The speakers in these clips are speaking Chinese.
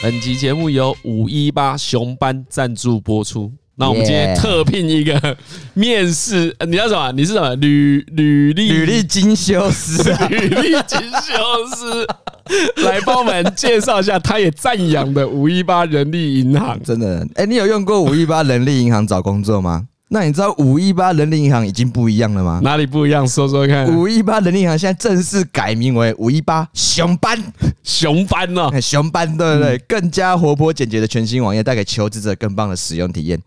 本集节目由五一八熊班赞助播出。那我们今天 Yeah 特聘一个 面试，呃你要什么？你是什么？履履历，履历精修师 啊履历精修师 来帮我们介绍一下，他也赞扬的五一八人力银行。 真的。哎、你有用过五一八人力银行找工作吗？那你知道五一八人力银行已经不一样了吗？哪里不一样？说说看。五一八人力银行现在正式改名为五一八熊班，熊班哦呢、哎熊班对不对？更加活泼简洁的全新网页，带给求职者更棒的使用体验。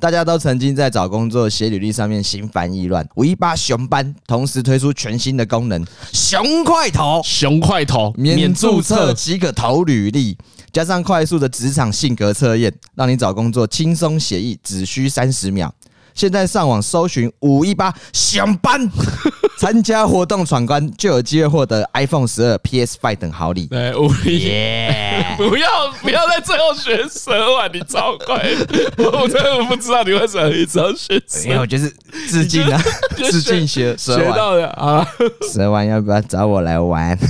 大家都曾经在找工作、写履历上面心烦意乱，五一八熊班同时推出全新的功能——熊快投，熊块头哦免注册免即可投履历，加上快速的职场性格测验，让你找工作轻松写意，只需三十秒。现在上网搜寻五一八想 班，参加活动闯关就有机会获得 iPhone 十二、PS Five 等好礼。对，五一耶！不要不要在最后学舌吻，你超怪！ 我真的不知道你为什么一直要学没有，舌，就是致敬啊， 致敬学蛇学丸，到的啊蛇丸要不要找我来玩？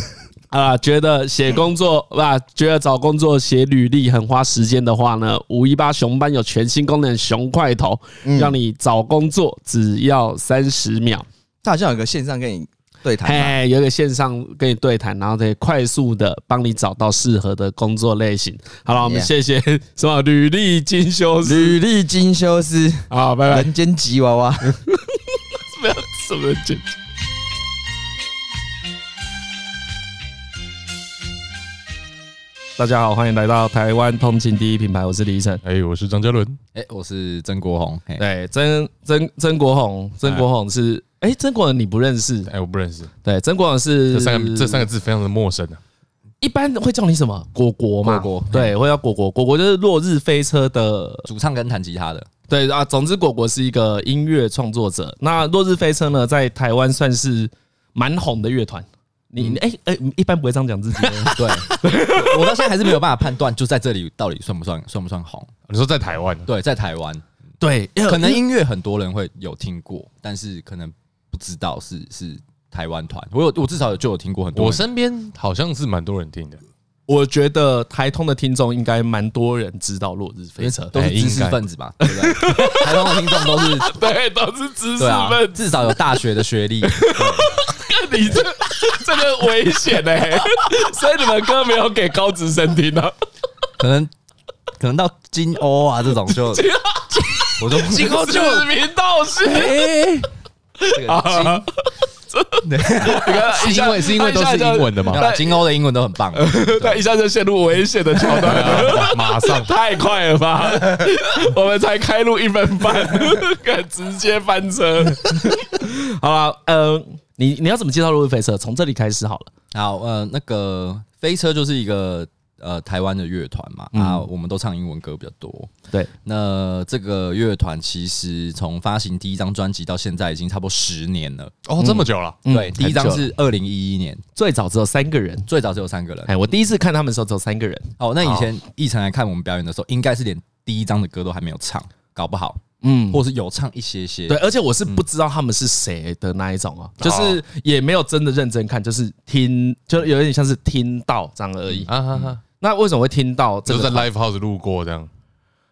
啊！觉得写工作啊，觉得找工作写履历很花时间的话呢，五一八熊班有全新功能“熊块头”，嗯让你找工作只要三十秒。他好像有个线上跟你对谈吧，哎，有一个线上跟你对谈，然后可以快速的帮你找到适合的工作类型。好了，我们 Yeah 谢谢 什么履历精修师，履历精修师，好，拜拜。人间吉娃娃。不要什么简大家好，欢迎来到台湾通勤第一品牌，我是李依晨。哎、我是张嘉伦，哎、我是曾国宏。哎、对，曾曾曾国宏，曾国宏是哎、曾国宏你不认识？哎、我不认识对，曾国宏是这三个这三个字，非常的陌生啊。一般会叫你什么？果果嗯嘛，果果对，会叫果果。果果就是落日飞车的，主唱跟弹吉他的，对啊。总之，果果是一个音乐创作者。那落日飞车呢，在台湾算是蛮红的乐团。嗯你哎哎、一般不会这样讲自己的。 对我到现在还是没有办法判断，就在这里到底算不算算不算红？你说在台湾啊，对，在台湾，对，可能音乐很多人会有听过，但是可能不知道是是台湾团。我有，我至少有就有听过很多人。我身边好像是蛮多人听的。我觉得台通的听众应该蛮多人知道落日飞车，都是知识分子嘛，对不对？台湾的听众都是 对，都是知识对啊分，子。至少有大学的学历。你这这个危险哎、 所以你们歌没有给高职生听啊？可能可能到金欧啊这种就，我都金我就是明道是，哎，这个是因为是因为都是英文的吗金没有？啦啊金欧的英文都很棒。他一下就陷入危险的桥段，马上太快了 吧？我们才开路一分半， 敢直接翻车。好了，呃，你你要怎么介绍路易飞车？从这里开始好了。好，呃，那个飞车就是一个呃台湾的乐团嘛，嗯啊，我们都唱英文歌比较多。对，那这个乐团其实从发行第一张专辑到现在已经差不多十年了。哦，这么久了，嗯对，第一张很久了是二零一一年，最早只有三个人。最早只有三个人。哎，我第一次看他们的时候只有三个人。哦，那以前一晨来看我们表演的时候，应该是连第一张的歌都还没有唱，搞不好，嗯，或是有唱一些些。对，而且我嗯是不知道他们是谁的那一种啊，哦就是也没有真的认真看，就是听，就有点像是听到这样而已。啊哈哈，那为什么会听到这就个在团？ live house 路过这样。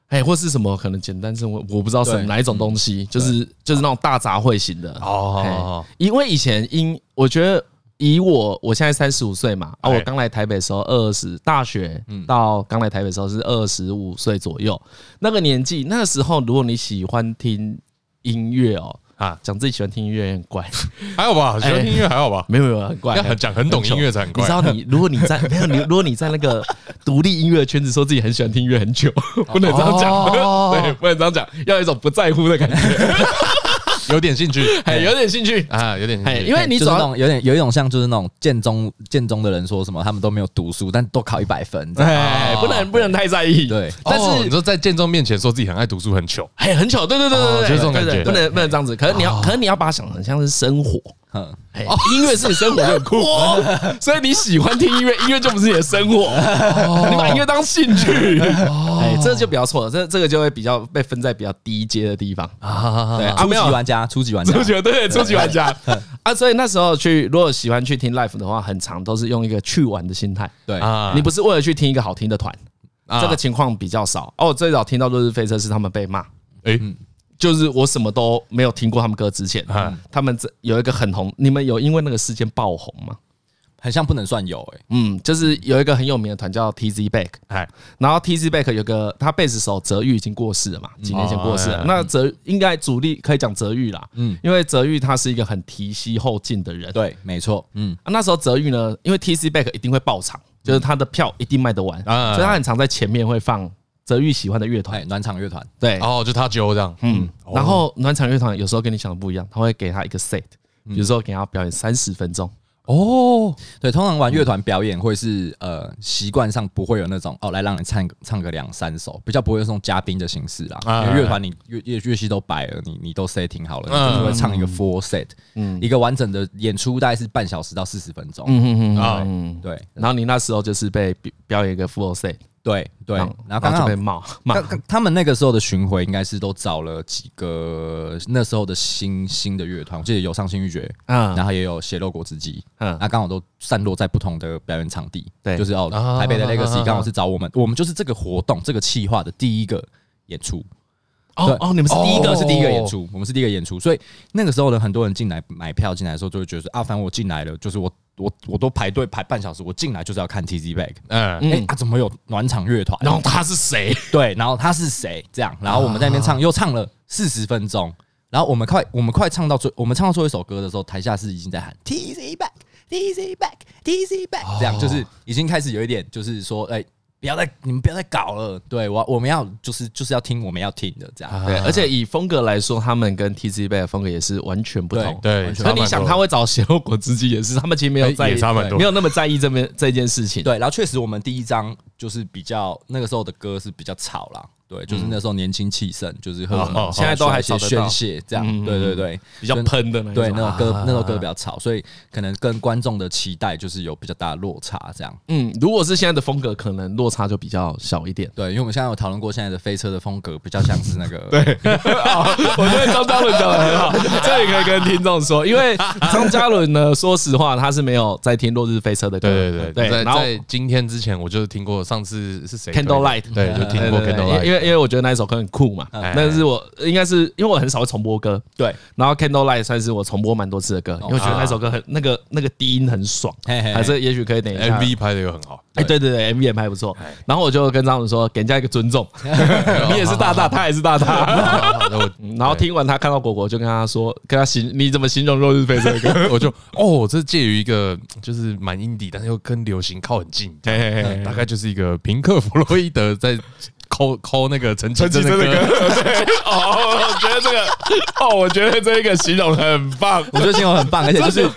哎，或是什么可能简单生活，我不知道是对哪一种东西，就是就是那种大杂烩型的。哎哦，因为以前因我觉得以我我现在三十五岁嘛，啊，哎我刚来台北的时候二十，大学到刚来台北的时候是二十五岁左右，那个年纪，那个时候如果你喜欢听音乐哦，啊，讲自己喜欢听音乐很怪，还好吧，喜欢听音乐还好吧， 没有没有哎很 怪，要很讲很懂音乐才很你怪知。道你，如果你在没有你，如果你在那 个独立音乐圈子说自己很喜欢听音乐很久，不能这样讲， 对，不能这样讲，要有一种不在乎的感觉，有点 兴趣哎，有点兴趣，啊，有点兴哎，趣。因为你就是总那要种有点有一种像就是那种建中建中的人说什么他们都没有读书，但都考一百分，这样哎，不能不能太在意，对但哦你是说在建中面前说自己很爱读书很糗，哎，很巧，对对对对哦对，就是这种感觉哦对对对不能不能这样子，可是你要，可是你要把它想得很像是生活。嗯哼哎，音乐是你生活 就很酷， 所以你喜欢听音乐，音乐就不是你的生活，哦 你把音乐当兴趣，哎，这就比较错了，这这个就会比较被分在比较低阶的地方 啊，对啊，初没级有玩家，初级玩家初，级玩对初级玩 家嗯啊，所以那时候去，如果喜欢去听 live 的话，很长都是用一个去玩的心态，对啊你不是为了去听一个好听的团，啊这个情况比较少。哦，我最早听到落日飞车是他们被骂，哎，嗯就是我什么都没有听过他们歌之前嗯，他们这有一个很红，你们有因为那个事件爆红吗？很像不能算有哎、嗯，就是有一个很有名的团叫 TZ Back，哎，然后 TZ Back 有个他贝斯手泽玉已经过世了嘛，几年前过世哦哎了哎。那泽应该主力可以讲泽玉啦，嗯嗯，因为泽玉他是一个很提膝后进的人。对，没错，嗯，啊那时候泽玉呢，因为 TZ Back 一定会爆场，就是他的票一定卖得完，嗯所以他很常在前面会放泽玉喜欢的乐团。哎，暖场乐团，对，哦，就他揪这样，嗯，哦然后暖场乐团有时候跟你想的不一样，他会给他一个 set，比嗯如说给他表演三十分钟，哦，对，通常玩乐团表演会是呃习惯上不会有那种哦来让你唱唱个两三首，比较不会是那种嘉宾的形式啦。啊因为乐团你乐乐乐器都摆了，你你都 setting 好了，嗯你就是会唱一个 full set，一个完整的演出大概是半小时到四十分钟。嗯嗯啊嗯，对然后你那时候就是被表表演一个 full set，对对，然后然后然后刚就好被骂骂刚刚他们那个时候的巡回应该是都找了几个那时候的新新的乐团，我记得有上新欲绝，啊然后也有血肉果汁机，嗯那刚好都散落在不同的表演场地。对就是哦，啊台北的啊啊 Legacy 啊刚好是找我们，我们就是这个活动这个企划的第一个演出，哦对哦，你们是第一我个们是是第第一一个个演演出，出，我们是第一个演出，所以那个时候呢，很多人进来买票进来的时候，就会觉得说啊，反正我进来了，就是我我我都排队排半小时，我进来就是要看 TZ Back，嗯，嗯哎、啊，怎么有暖场乐团？然后他是谁？对，然后他是谁？这样，然后我们在那边唱，又唱了四十分钟，然后我们快我们快唱到最，我们唱到最后一首歌的时候，台下是已经在喊 T C back T C back T C back，这样就是已经开始有一点就是说，哎、不要再你们不要再搞了，对我我们要就是就是要听我们要听的这样，对，而且以风格来说，他们跟 T Z 贝的风格也是完全不同。对所以你想他会找血肉果汁机也是，他们其实哎没有在意也，差蛮多没有那么在意这边这件事情。对，然后确实我们第一张就是比较那个时候的歌是比较吵啦。对，就是那时候年轻气盛，就是喝哦什么哦现在哦都还找写得到宣泄这样，嗯对对对，比较所以喷的那一种对，那首歌、啊那首歌比较吵，所以可能跟观众的期待就是有比较大的落差，这样。嗯，如果是现在的风格，可能落差就比较小一点。对，因为我们现在有讨论过，现在的飞车的风格比较像是那个 我觉得张嘉伦讲的很好，这里可以跟听众说，因 为张嘉伦呢，说实话他是没有在听《落日飞车》的歌，对对对，对，在然后在今天之前，我就是听过上次是谁 Candlelight 对，就听过对对对 Candlelight，因为因为我觉得那一首歌很酷嘛，嗯但是我应该是因为我很少会重播歌，对，然后 Candlelight 算是我重播蛮多次的歌，因为我觉得啊那首歌很那个那个低音很爽，嘿嘿嘿还是也许可以等一下 MV 拍的又很好，哎，对对对，MV 也拍不错。哎然后我就跟张总说，给人家一个尊 重，你也是大大，他也是大大。 然后嗯然后听完他看到果果，就跟他说，跟他形你怎么形容《落日飞车》的歌？ 我就哦，这介于一个就是蛮硬底，但是又跟流行靠很近，大概就是一个平克·弗洛伊德在抠抠那个陈绮贞的歌， 哦，我觉得这个，哦，我觉得这个形容很棒。我觉得金融很棒，而且就是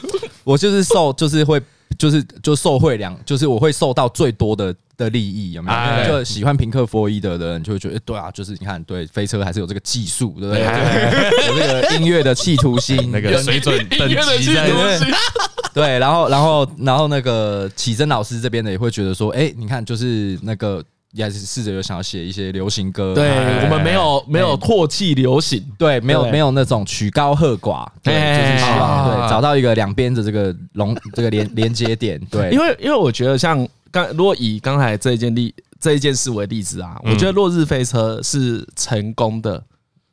我就是受就是会就是就受惠两，就是我会受到最多的的利益，有没有？哎就喜欢平克·弗洛伊德的人就会觉得，欸对啊，就是你看，对飞车还是有这个技术，对不对？有这个有这个音乐的企图 心，哎那个水准等音乐的级去在多西，哎 对，然后然后然后那个启真老师这边的也会觉得说，哎、你看就是那个也是试着有想要写一些流行歌，啊对我们没有没有唾弃流行，对，没有对没有那种曲高和寡，对，哎就是希望啊对找到一个两边的这个龙 这个连连接点，对，因哎为为因为我觉得像刚如果以刚才这一件例这一件事为例子啊，我觉得《落日飞车》是成功的，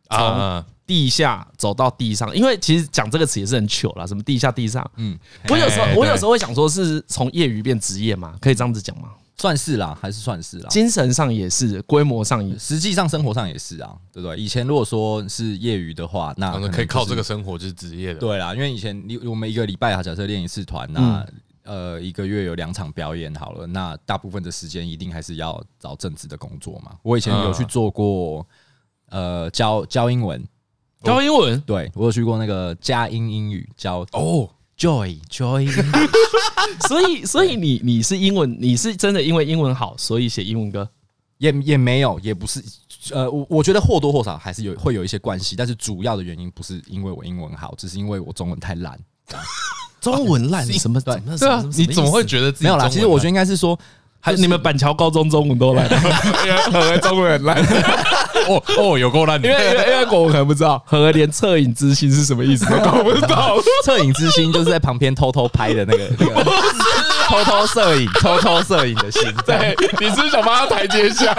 啊，地下走到地上，因为其实讲这个词也是很糗啦，什么地下地上。嗯，我有时候哎我对有时候会想说，是从业余变职业嘛？可以这样子讲吗？算是啦，还是算是啦。精神上也是，规模上也是。实际上，生活上也是啊，对不对？以前如果说是业余的话，那我啊能哦们可以就是靠这个生活就是职业的，对啦，因为以前你我们一个礼拜啊，假设练一次团，那、嗯呃一个月有两场表演好了，那大部分的时间一定还是要找正职的工作啊嘛。我以前有去做过，呃，教教英文，教英文，对我有去过那个佳音英语教哦， Joy Joy，所以所以你你是英文，你是真的因为英文好，所以写英文歌。也也没有，也不是，呃，我我觉得或多或少还是有会有一些关系，但是主要的原因不是因为我英文好，只是因为我中文太烂。中文烂什么？对怎么对啊，你怎么会觉得自己没有啦，其实我觉得应该是说， 还你们板桥高中中文 都烂，和和中文很烂， 哦哦，有够烂的因为，因为因为我可能不知道，和连恻隐之心是什么意 思都搞不懂。摄影之心就是在旁边偷偷拍的那个，那个偷偷摄影、偷偷摄影的心，在 对，你是不是想帮他台阶下，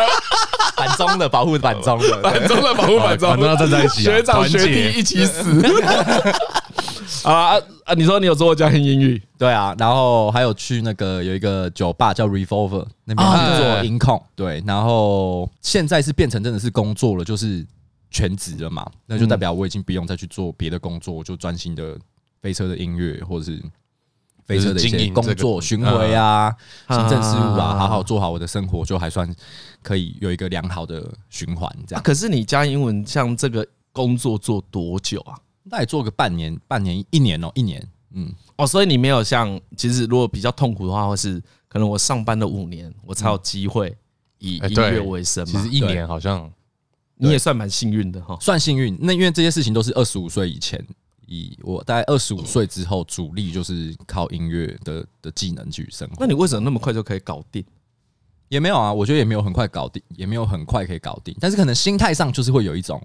板中的保护板中的，对板中的保护板中，板中要站在一起啊学长团结学弟一起死。 好啦啊啊！你说你有做过家庭英语， 对啊，然后还有去那个有一个酒吧叫 Revolver 那边啊去做音控，对，然后现在是变成真的是工作了，就是全职了嘛，那就代表我已经不用再去做别的工作，我就专心的飞车的音乐或者是飞车的就一是经些营这工个作巡回啊、嗯行政事务啊啊，好好做好我的生活，就还算可以有一个良好的循环这样。可是你家英文像这个工作做多久啊？那也做个半年、半年、一年哦、一年，嗯，哦，所以你没有像，其实如果比较痛苦的话，或是可能我上班的五年，我才有机会以哎音对乐为生 其嘛实。一年好像你也算蛮幸运的哈。算幸运。那因为这些事情都是二十五岁以前，以我大概二十嗯五岁之后，主力就是靠音乐的的技能去生活。那你为什么那么快就可以搞定？也没有啊，我觉得也没有很快搞定，也没有很快可以搞定，但是可能心态上就是会有一种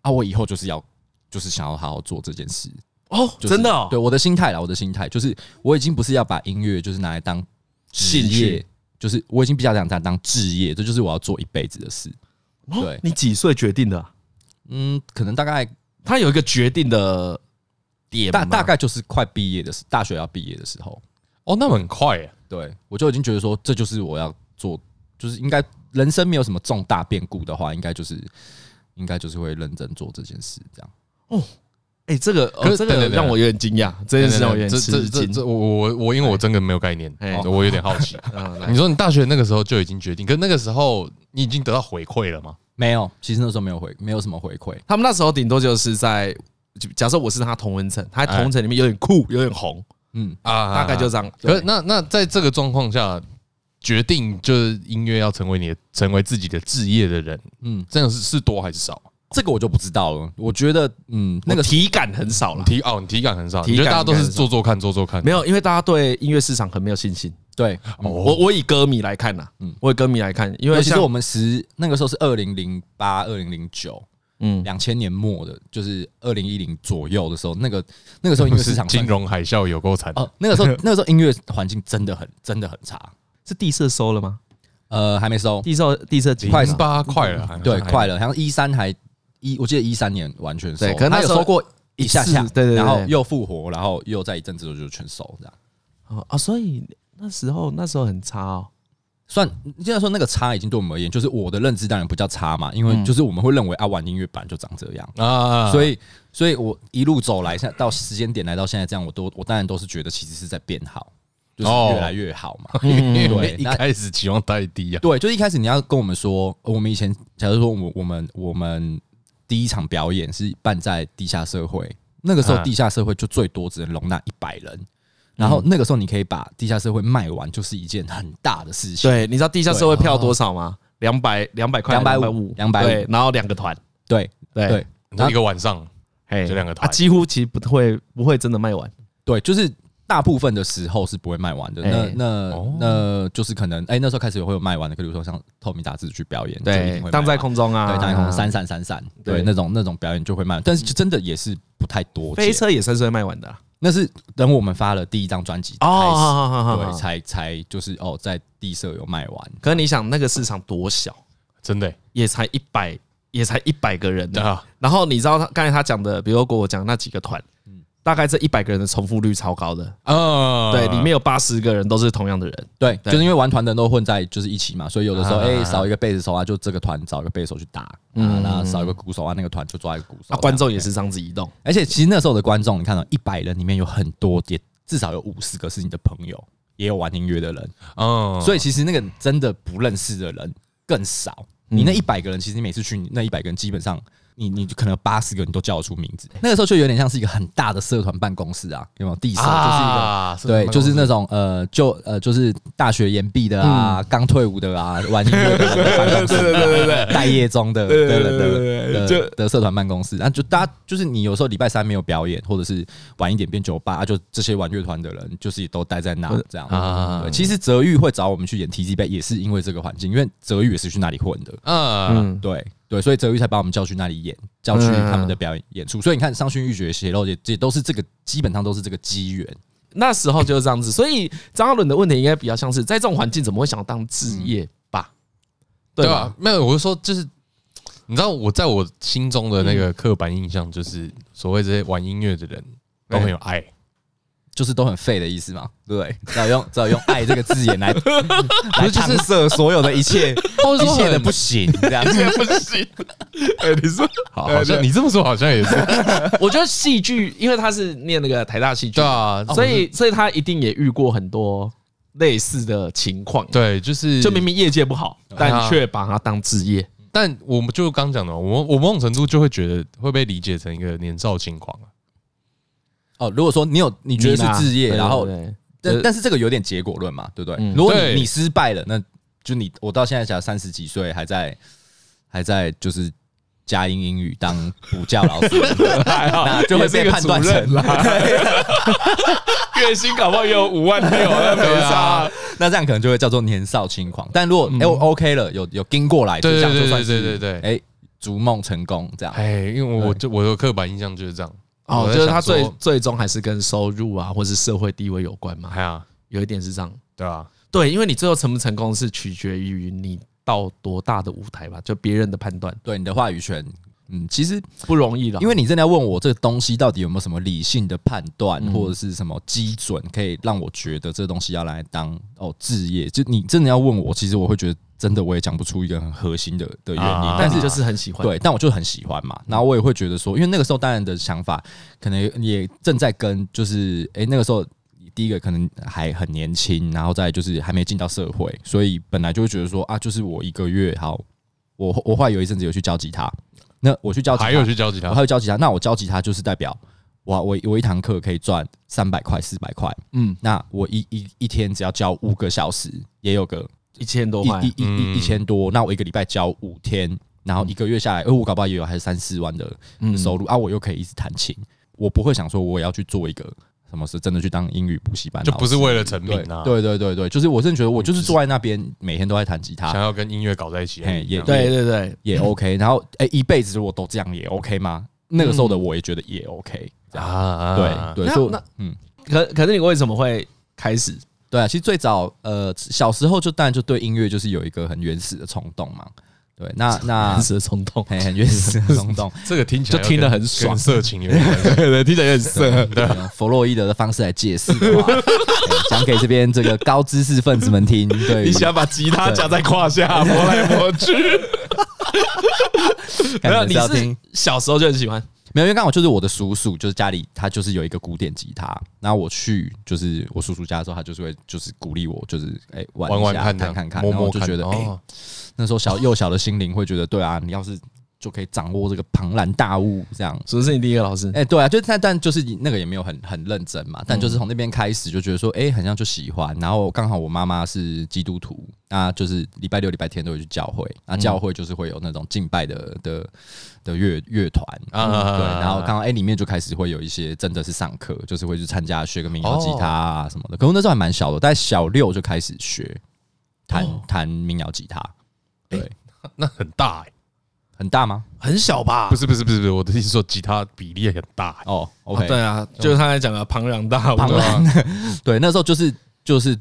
啊，我以后就是要就是想要好好做这件事，哦，就是、真的、哦，对我的心态啦，我的心态就是我已经不是要把音乐就是拿来当兴职业趣。就是我已经比较想它当置业，这就是我要做一辈子的事。哦对你几岁决定的啊、嗯，可能大概他有一个决定的点大吗大概就是快毕业的时，大学要毕业的时候，哦，那么很快耶，对我就已经觉得说，这就是我要做，就是应该人生没有什么重大变故的话，应该就是应该就是会认真做这件事，这样。哎、这个、可哦、是这等个等等让我有点惊讶，这这件事让我有点这吃这这惊。这我我我因为我真的没有概念哎，我有点好 奇。你说你大学那个时候就已经决定，可是那个时候你已经得到回馈了吗？没有，其实那时候没有回，没有什么回馈。他们那时候顶多就是在，就假设我是他同文层，他在同文层里面有点酷，有点红，嗯，哎啊大概就这样。可是那那在这个状况下，决定就是音乐要成为你的成为自己的置业的人，嗯嗯，这样是是多还是少？这个我就不知道了。我觉得，嗯，那那个个体感很少了，体哦，你体感很少，体感你觉得大家都应是该很少做做看，做做看，没有，因为大家对音乐市场很没有信心。嗯对，嗯我我以歌迷来看呐，嗯，我以歌迷来看，哦因为哦尤其是像我们十那个时候是二零零八、二零零九。嗯嗯，两千年末的，就是二零一零左右的时候，那个那个时候音乐 市是场金算融海啸有够惨，哦，那个时候那个时候音乐环境真的很真的很差，是地社收了吗？呃，还没收，地社地社几快嘛收八块了，对，快了，了，好像一三还一，我记得一三年完全收，对可能那他有时候收过一下下，一次对对对然后又复活，然后又在一阵子之后就全收，这样哦啊，所以那时候那时候很差哦。算现在说那个差已经对我们而言，就是我的认知当然不叫差嘛，因嗯为就是我们会认为啊，玩音乐版就长这样，呃啊，所以所以我一路走来，现在到时间点来到现在这样，我都我当然都是觉得其实是在变好，就是哦越来越好嘛，因为对一那开始期望太低啊，对，就是一开始你要跟我们说，呃我们以前假如说我们我们我们第一场表演是办在地下社会，那个时嗯啊候地下社会就最多只能容纳一百人，然嗯后那个时候你可以把地下社会卖完，就是一件很大的事情。对，你知道地下社会啊票多少吗？两百两百块， 250 250对，然后两个团，对对对那一个晚上嘿就两个啊，团，几乎其实不会不会真的卖完，对，就是大部分的时候是不会卖完的。那哎那、哦那就是可能哎、那时候开始也会有卖完的，比如说像透明杂志去表演，就一定会卖荡在完空中啊，对当在空闪闪闪闪，对对那种那种表演就会卖完，但是真的也是不太多见。飞车也算是会卖完的啊那是等我们发了第一张专辑开哦，好始，好好好对，好。才才就是哦，在地社有卖完，可是你想那个市场多小，真的也才一百，也才一百个人呢啊，然后你知道他刚才他讲的，比如果我讲那几个团，嗯大概这一百个人的重复率超高的，啊，对，里面有八十个人都是同样的人，对，对就是因为玩团的人都混在就是一起嘛，所以有的时候啊嗯哎、少一个贝斯手啊，就这个团找一个贝斯手去打，啊，然后少一个鼓手啊，那个啊团就抓一个鼓手那、。观众也是这样子移动，而且其实那时候的观众，你看到哦一百人里面有很多，也至少有五十个是你的朋友，也有玩音乐的人，嗯，所以以其实那个真的不认识的人更少。你那一百个人，其实你每次去那一百个人，基本上你你可能八十个你都叫得出名字。那个时候就有点像是一个很大的社团办公室啊，有没有？地社就是一个。啊对，就是那种呃，就呃，就是大学研毕的啊，刚退伍 的啊，玩音乐的人的办公室，嗯对对对对待业中的对对的对对的的就的的社团办公室，然后就大家就是你有时候礼拜三没有表演，或者是晚一点变酒吧，啊就这些玩乐团的人就是也都待在呃那这样啊对其实泽玉会找我们去演 TZ 杯，也是因为这个环境，因为泽玉也是去那里混的，啊，对对，所以泽玉才把我们叫去那里演，叫嗯去他们的表演演出。所以你看，商勋、浴血、血肉也也都是这个，基本上都是这个机缘。那时候就是这样子，所以张嘉伦的问题应该比较像是在这种环境怎么会想当置业吧？对对吧啊吧？？没有，我是说，就是你知道，我在我心中的那个刻板印象，就是所谓这些玩音乐的人都很有爱，就是都很废的意思嘛，对不对？只好用只好用“爱”这个字眼来来搪塞所有的一 切，或者一说切的很不行，这样也不行。哎，你说，好，好像你这么说好像也是，我觉得戏剧，因为他是念那个台大戏剧对，啊，所以所以他一定也遇过很多类似的情况。，对，就是就明明业界不好，但啊却把它当置业。但我们就刚讲的，我我某种程度就会觉得会被理解成一个年少轻狂啊，哦。如果说你有你觉得你啦是置业，对然后对对但但是这个有点结果论嘛，对不对？嗯如果对你你失败了，那就你我到现在才三十几岁，还在还在就是佳音英语当补教老师， 那就会被判断啊也是个成主任 月薪搞不好也有五万六，那没对 差啊。，那这样可能就会叫做年少轻狂。但如果哎、我 OK 了，有有跟过来，就对这样对就算对对是对哎逐梦成功这样。哎，因为我就我的刻板印象就是这样，哦，我在就是他想说最最终还是跟收入啊，或是社会地位有关嘛。哎呀，有一点是这样，对啊，对，因为你最后成不成功是取决于你到多大的舞台吧，就别人的判断对你的话语权。嗯，其实不容易了。因为为你真的要问我这个东西到底有没有什么理性的判断，或者是什么基准，可以让我觉得这东西要来当哦置业，就你真的要问我，其实我会觉得真的我也讲不出一个很核心的的原因啊，但但你是就是很喜欢，对，但我就很喜欢嘛。然后我也会觉得说，因为那个时候当然的想法，可能也正在跟就是，诶，那个时候第一个可能还很年轻，然后再来就是还没进到社会，所以本来就会觉得说啊，就是我一个月好，我我后来有一阵子有去教吉他，那我去教吉他，还有去教吉我还他，有教吉他，那我教吉他就是代表我我我一堂课可以赚三百块四百块，嗯，那我一一一天只要教五个小时，也有个一千多块一一，一嗯一一千多，那我一个礼拜教五天，然后一个月下来，呃，我搞不好也有还是三四万的嗯收入啊，我又可以一直弹琴，我不会想说我也要去做一个什么是真的去当英语补习班老师，就不是为了成名对啊，，对对对对，就是我真的觉得我就是坐在那边每天都在弹吉他想，要跟音乐搞在一起，嘿也这对样对对，也 OK，然后哎、一辈子如果都这样也 OK 吗？那个时候的我也觉得也 OK，、啊啊，啊对对，那所以那嗯。可可是你为什么会开始？对啊，其实最早呃小时候就当然就对音乐就是有一个很原始的冲动嘛，对，那那 当时的冲动，很很原始的冲动，这个听起来就听有得点很爽跟色情有点关系。对，听起来也很色。用弗洛伊德的方式来解释 的话，哎讲给这边这个高知识分子们听。对于，你想把吉他夹在胯下，磨来磨 去。没看有，你你是要是听小时候就很喜欢，没有，因为刚好就是我的叔叔，就是家里他就是有一个古典吉他，然后我去就是我叔叔家的时候，他就是会就是鼓励我，就是哎、玩玩玩一下看这样看看看，摸然后我摸就看觉得哎、哦那时候小幼小的心灵会觉得，对啊，你要是就可以掌握这个庞然大物这样。是不是你第一个老师？哎、对啊，就但但就是你那个也没有很很认真嘛，但嗯就是从那边开始就觉得说，哎、很像就喜欢。然后刚好我妈妈是基督徒，那就是礼拜六、礼拜天都会去教会，那教嗯会就是会有那种敬拜的的的乐乐团啊嗯啊啊对。啊然后刚好哎、里面就开始会有一些真的是上课，就是会去参加学个民哦谣吉他啊什么的。可我那时候还蛮小的，在小六就开始学弹哦弹民谣吉他，对，那很大欸，很大吗？很小吧不？是不是不是不是，我的意思说吉他比例很大欸，哦，OK，啊对啊，就是他在讲的庞然 大物，庞对啊然，对，那时候就是就是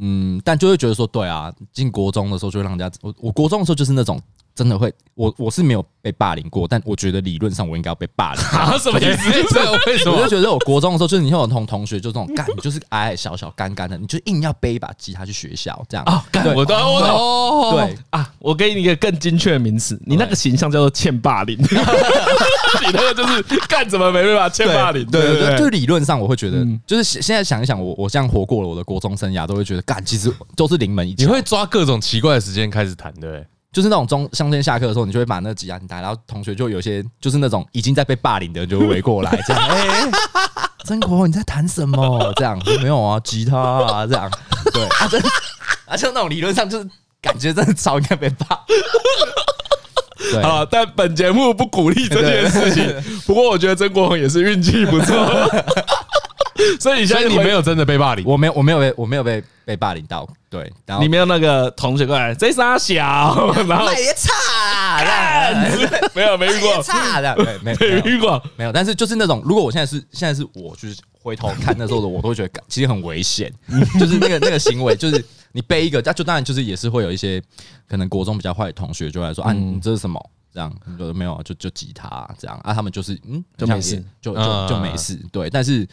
嗯，但就会觉得说，对啊，进国中的时候就会让人家，我我国中的时候就是那种真的会，我我是没有被霸凌过，但我觉得理论上我应该要被霸 凌。啊，什么意思？ 为什我就觉得我国中的时候，就是你会有同同学就这种干，你就是矮矮小小干干的，你就硬要背一把吉他去学校这样。啊？干，对我都我懂。对啊，我给你一个更精确的名词，你那个形象叫做欠霸凌， 你那个就是干怎么没办法欠霸凌？对嗯对对，就理论上我会觉得，就是现现在想一想，我我这样活过了我的国中生涯，都会觉得干，其实都是临门一脚。你会抓各种奇怪的时间开始弹，对不对？就是那种中上天下课的时候，你就会把那吉他打，然后同学就有些就是那种已经在被霸凌的人就会围过来，这样，哎、曾国你在弹什么？这样没有啊，吉他 啊，这样，对，啊，真的啊，就那种理论上就是感觉真的超应该被霸，对，啊，但本节目不鼓励这件事情。不过我觉得曾国宏也是运气不错， 所以你现所在以你没有真的被霸凌，我没有，我没有被，我没有被被霸凌到，对，然后你没有那个同学过来，这傻小，然 后那也差啊， 没有没遇也过，差的，对，没没没有遇过，没有，但是就是那种，如果我现在是现在是我，就是回头看那时候的我，都会觉得干其实很危险， 就是那个那个行为，就是你背一个，那就当然就是也是会有一些可能国中比较坏的同学就来说啊，嗯你这是什么？这样你就没有啊就就吉他、这样啊，他们就是嗯，就没事，就嗯就就没事，对，但是。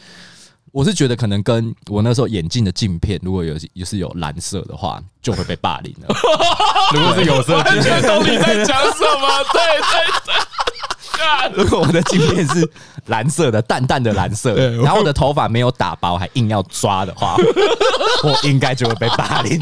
我是觉得可能跟我那时候眼镜的镜片，如果有也是有蓝色的话，就会被霸凌 了。如果是有色 完全懂你在讲什么，对对对。干如 果我的镜片是蓝色的，淡淡的蓝 色，然后我的头发没有打薄，还硬要抓的 话，我应该就会被霸 凌。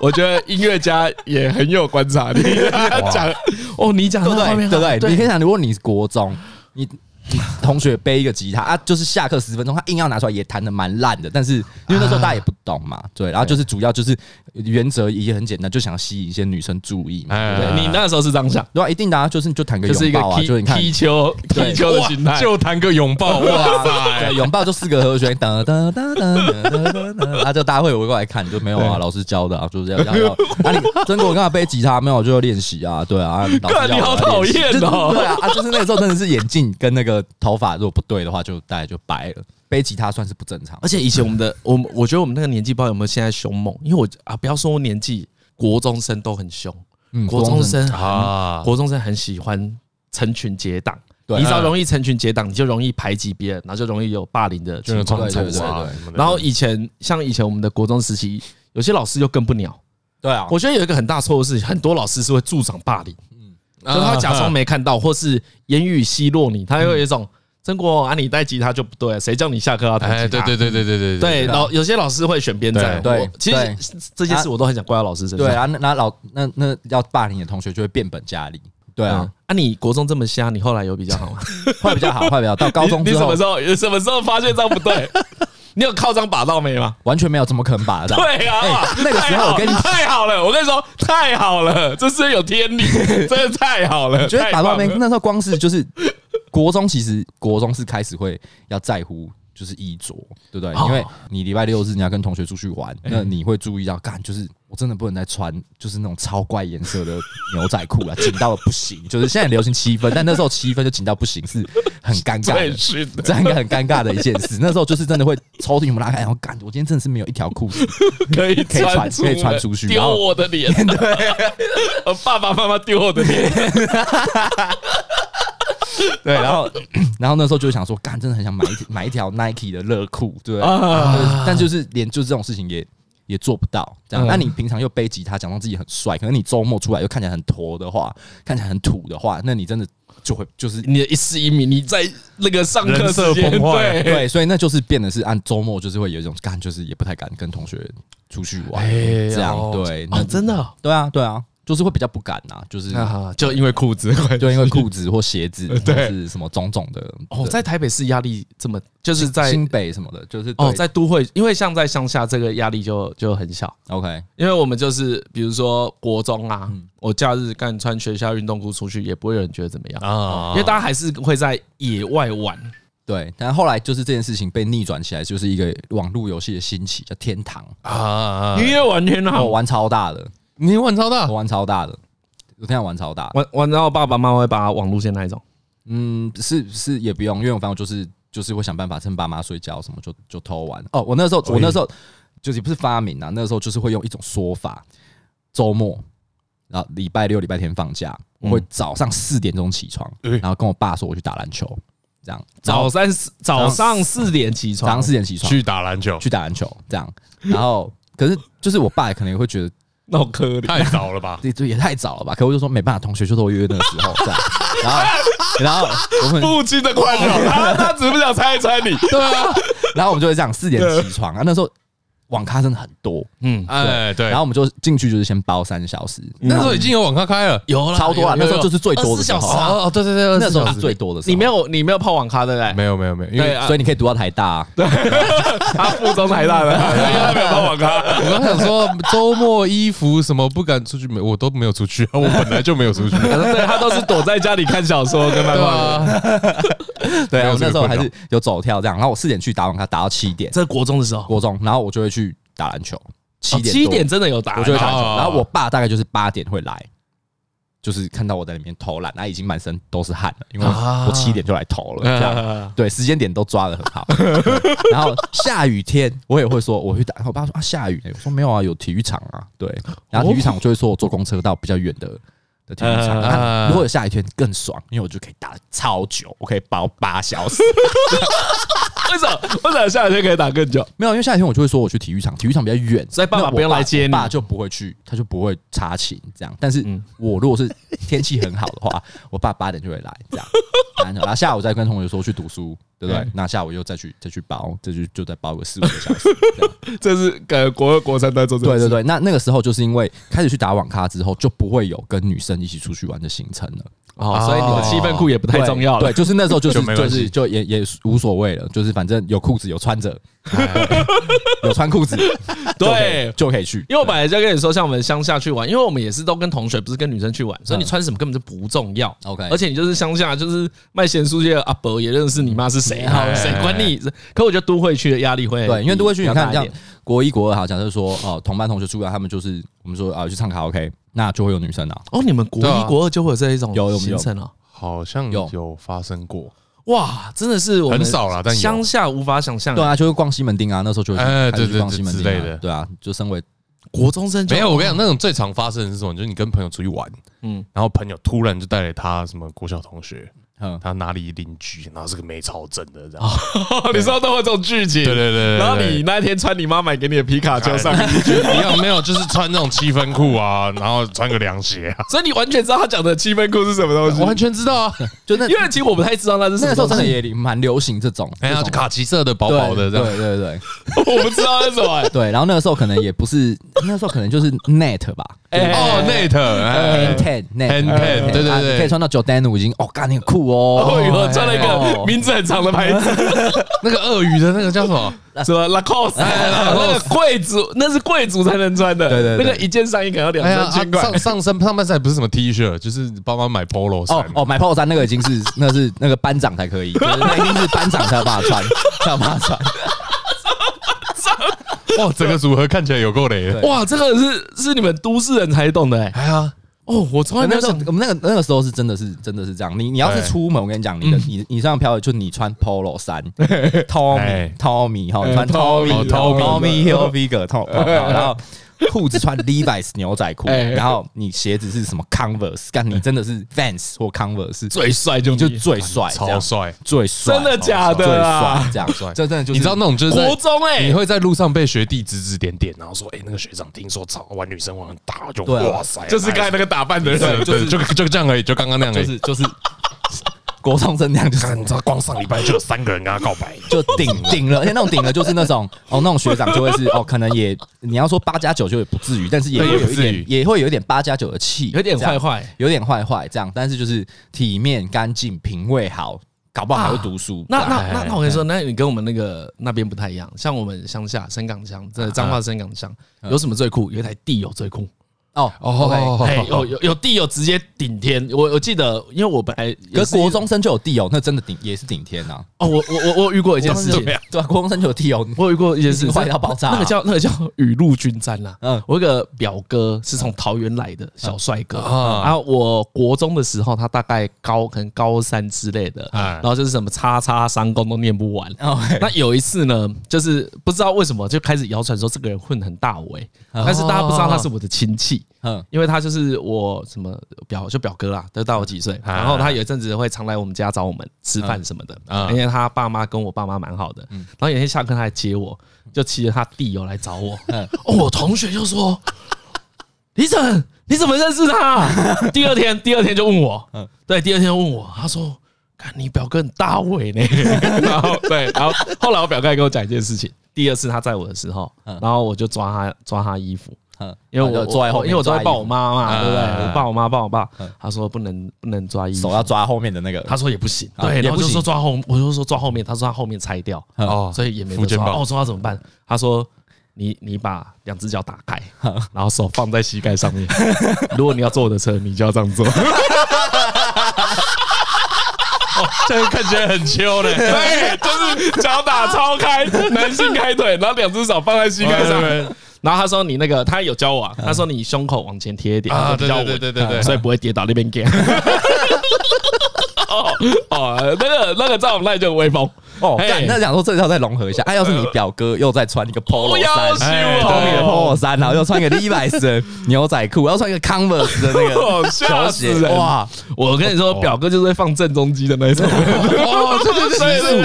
我觉得音乐家也很有观察力， 讲哦，你讲对的不画对？面对好不对？你可以想，如果你是国中，你你同学背一个吉他啊，就是下课十分钟，他硬要拿出来，也弹的蛮烂的。但是因为那时候大家也不懂嘛，啊对，然后就是主要就是原则也很简单，就想吸引一些女生注意嘛，对不对？你那时候是这样想，对啊，一定的啊，就是你哎就弹个就是一个拥抱啊，就是踢你看踢球踢对球的心态，就谈个拥抱，哇塞哎对，！拥抱就四个和弦，噔噔噔噔噔噔，啊，就大家会围过来看，就没有啊，老师教的啊，就是要要要。啊，你真国刚好背吉他，没有就要练习啊，对啊，老师 干你好讨厌哦对啊，啊，就是那个时候真的是眼镜跟那个头发如果不对的话，就大概就白了。背吉他算是不正常，而且以前我们的我们，我觉得我们那个年纪不知道有没有现在凶猛，因为我啊，不要说年纪，国中生都很凶，嗯国中生啊，啊，国中生很喜欢成群结党，对啊你只要容易成群结党，你就容易排挤别人，然后就容易有霸凌的情况对对产啊对生。对然后以前像以前我们的国中时期，有些老师就更不鸟。对啊，我觉得有一个很大错误是，很多老师是会助长霸凌，啊就是他假装没看到，或是言语奚落你，他会有一种曾国啊，你带吉他就不对，谁叫你下课要弹吉哎，他？对对对对对对对，老有些老师会选边站。对我对其对实这件事我都很想怪到老师身上。对，啊，那那老那那要霸凌的同学就会变本加厉，对啊啊，，啊，你国中这么瞎，你后来有比较好吗？会比较好，会比较好到 高中你之你什后么时候？你什么时候发现这样不 对？你有靠张把到没吗？完全没有怎么可能把得到，对啊，哎哇那个时候我跟你太好太好了，我跟你说太好了，这是有天 理，真的太好了。我觉得打到到没那时候光是就是国中，其实国中是开始会要在乎。就是衣着，对不对？哦哎因为你礼拜六日你要跟同学出去玩，那你会注意到，干就是我真的不能再穿就是那种超怪颜色的牛仔裤啊，紧到不行。就是现在流行七分，但那时候七分就紧到不行，是很尴尬最的。是的， 这样一个很尴尬的一件事，那时候就是真的会抽屉我们拉开，然后干，我今天真的是没有一条裤子，可以可以穿穿出可以穿出去丢然后我的脸， 我爸爸妈妈丢我的脸， 对，然后然后那时候就想说，干，真的很想买一买一条 Nike 的热裤，对不对？啊嗯但就是连就这种事情也也做不到，这样。那你平常又背吉他，假装自己很帅，可能你周末出来又看起来很驼的话，看起来很土的话，那你真的就会就是你的一丝一米，你在那个上课时间人设崩坏对对，所以那就是变得是按周末就是会有一种干，就是也不太敢跟同学出去玩，哎这样哦对，那哦，真的哦对啊，对啊，就是会比较不敢呐、就是啊，就因为裤子的关系就因为裤子或鞋子呃或是什么种种的哦，对在台北市压力这么，就是在新北什么的，就是哦，对在都会，因为像在乡下，这个压力就就很小。 OK 因为我们就是比如说国中啊，我假日干穿学校运动裤出去，也不会有人觉得怎么样，啊因为大家还是会在野外玩。对，但后来就是这件事情被逆转起来，就是一个网络游戏的兴起，叫天堂。啊啊，音乐玩天啊我，哦玩超大的，你玩超大我玩超大的，我天堂玩超大。玩玩到爸爸妈妈会把网路线那一种。嗯，是是也不用，因为我反正就是就是会想办法趁爸妈睡觉什么就就偷玩。哦，我那时候我那时候就是也不是发明啊，那时候就是会用一种说法，周末然后礼拜六礼拜天放假，嗯我会早上四点钟起床，然后跟我爸说我去打篮球，这样然后早上四早上四点起早上床，四点起床去打篮球，去打篮球这样，然后可是就是我爸可能也会觉得那我可怜。太早了 吧？这这也太早了吧，可我就说没办法，同学就都约那个时候这样，然后然后我们父亲的宽 啊容，他他只不想拆穿你。对啊，然后我们就会这样四点起床啊，那时候网咖真的很多，嗯，哎，对，然后我们就进去就是先包三小时，那时候已经有网咖开了，有超多啊那时候就是最多的24小时时候啊哦，对对对，那时候24是小最时多的时候，你没有你没有泡网咖对不对？没有没有没有，因对为啊所以你可以读到台大啊，他附中台 大的，他没有泡网咖。我刚想说周末衣服什么不敢出去，没我都没有出去 啊，我本来就没有出去，对他都是躲在家里看小说跟漫对画。啊，对没有我这那个时候还困扰是有走跳这样，然后我四点去打网咖，打到七点，这是国中的时候，国中，然后我就会去打篮球，七哦点七多点真的有打我就会打篮球，哦然后我 爸大概就是八点会来，就是看到我在里面投篮，他已经满身都是汗了，因为啊我七点就来投了，嗯这样。啊对，时间点都抓的很好。 对然后下雨天，我也会说我会打。然后我爸说啊，下雨、欸，我说没有啊，有体育场啊。对，然后体育场我就会说我坐公车到比较远的的体育场。嗯哦那如果有下雨天更爽，因为我就可以打超久，我可以包八小时。为什么？为什么下雨天可以打更久？没有，因为下雨天我就会说我去体育场，体育场比较远，所以爸爸那我不用来接你我爸就不会去，他就不会查勤这样。但是嗯我如果是天气很好的话，我爸八点就会来这样。然后下午再跟同学说去读书，对不对嗯？那下午又再去再去包，再去就再包个四五个小 时。这样这是呃国二国三都在做这对个对事。对，那那个时候就是因为开始去打网咖之后，就不会有跟女生一起出去玩的行程了。哦，所以你的气氛库也不对太重要了对，。就是那时候就是 就没就关系是就也也无所谓了，就是反正有裤子有穿着，哎 有穿裤子，就可以对就可以去，因为我本来就跟你说，像我们乡下去玩，因为我们也是都跟同学，不是跟女生去玩，所以你穿什么根本就不重要。嗯 OK 而且你就是乡下，就是卖咸酥鸡的阿伯也认识你妈是谁啊，哎谁管你？可我觉得都会区的压力会嗯对，因为都会去你比较看大一这样点，国一国二好，假设说哦，同班同学出来，他们就是我们说啊去唱卡拉 OK，那就会有女生啊，哦，你们国对啊一国二就会有这一种有有有行程啊。好像有有发生过，哇，真的是我们很少啦但有乡下无法想象。对啊，就会逛西门町啊，那时候就会去哎开对始去对逛对西门之町啊类的对啊，就身为国中生就没有。我跟你讲，那种最常发生的是什么？就是你跟朋友出去玩，嗯嗯，然后朋友突然就带了他什么国小同学，嗯，他哪里邻居，然后是个没超正的这样，哦你知道都会有这种剧情，对对对对对然后你那天穿你妈买给你的皮卡丘上 衣，一样没有，就是穿那种七分裤啊，然后穿个凉鞋 啊，所以你完全知道他讲的七分裤是什么东西。完全知道啊，就那因为其实我不太知道那是什么那个时候真东的西，也蛮流行这种，哎这呀，种就卡其色的薄薄的这样，对对对对我不知道那是什 么、欸。对，然后那个时候可能也不是，那时候可能就是 net 吧。 哎哦，Nate，哎呃 Ten net， Hand net， pan，对对啊对你可以穿到 Jordan 已经哦，干你很酷哦哦，哟，穿了一个名字很长的牌子，那个鳄鱼的那个叫什么？什么 Lacoste，那个贵族， 那是贵族才能穿的。对对对那个一件上衣可能要两哎呀，三啊千块。上上身上半身不是什么 T 恤，就是帮忙买 polo 衫 哦。哦，买 polo 衫那个已经是 那是那个班长才可以，就是那一定是班长才有办法穿，才有办法穿。哇，整个组合看起来有够雷的。哇，这个是是你们都市人才懂的哎。哎呀，哦， 我从来没那有时候想我们那个那个时候是真的是真的是这样，你你要是出门，我跟你讲，你的嗯你你身上飘的就你穿 polo 衫，Tommy 哎 Tommy 哈，哎你穿 Tommy， Tommy 哦 Tommy Tommy Hilfiger Tommy，然 后裤子穿 Levi's 牛仔裤，哎然后你鞋子是什么 Converse，干你真的是 Vans 或 Converse，最帅就你就你最帅，这超样帅！最帅，真的假的最啊帅，这样帅，这真的就你是知道那种就是在国中哎你，会在路上被学弟指指点点，然后说：“哎，那个学长听说超玩女生玩很大，我就对啊哇塞，就是刚才那个打扮的对，人，就是就就这样而已，就刚刚那样而就已。是就是 国中生那样，就是看你知道，光上礼拜就有三个人跟他告白，就顶 顶了，而且那种顶了就是那种哦，那种学长就会是哦，可能也你要说八加九就也不至于，但是也对会也有不一至于点，也会有一点八加九的气，有点这样坏，坏。有点坏坏这样，但是就是体面、干净、品味好，搞不好还会读书。那这样那那那我跟你说，那你跟我们那个那边不太一样，像我们乡下深港乡，这彰化深港乡有什么最酷？有一台地友最酷，哦哦 OK，哎，有有有地友直接顶天。我我记得，因为我本来也可是是国中生就有地哦，那真的顶也是顶天呐。哦，我我我我有遇过一件事情，对啊，国中生就有地哦，我有遇过一件事情已经坏到爆炸啊那个叫那个叫雨露均沾啦。嗯嗯，我有个表哥是从桃园来的小帅哥啊啊，我国中的时候他大概高可能高三之类的，嗯哎然后就是什么叉叉三公都念不完，哦 OK，那有一次呢，就是不知道为什么就开始谣传说这个人混很大尾，哦但是大家不知道他是我的亲戚，嗯因为他就是我什么表就表哥啦，都大我几岁。然后他有一阵子会常来我们家找我们吃饭什么的，因为他爸妈跟我爸妈蛮好的。然后有一天下课他来接我，就骑着他弟友来找我。哦，我同学就说：“李晨，你怎么认识他 啊、第二天，第二天就问我，对，第二天就问我，他说。看你表哥很大尾呢，然后对，然后后来我表哥还跟我讲一件事情，第二次他在我的时候，嗯然后我就抓他抓他衣服，嗯，因为我然后就坐在后面，因为我都会抱我抓妈嘛，嗯对不对？嗯嗯我抱我妈，抱我爸嗯。他说不能不能抓衣衣服，服，手要抓后面的那个，他说也不行，啊对，也然后不就行说抓后，我就说抓后面，他说他后面拆掉，嗯哦所以也没附得件抓。吧哦，我说他怎么办？他说你你把两只脚打开，嗯然后手放在膝盖上面。 如果你要坐我的车，你就要这样做。这看起来很秋嘞。对，就是脚打超开，男性开腿，然后两只手放在膝盖上面。然后他说你那个，他有教我啊，他说你胸口往前贴一点啊会比较稳，对对对对对所以不会跌倒那边 g 哦哦，那个那个在我们那里就很威风，哦，嘿呃干那想说这套再融合一下。哎，要是你表哥又在穿一个 polo 要衫羞，哎透明的我， polo 衫，然后又穿一个 Levi's 的牛仔裤，然后穿一个 Converse 的那 个吓球死鞋，人！哇， 我跟你说，表哥就是会放正中机的那一种， 哦，对对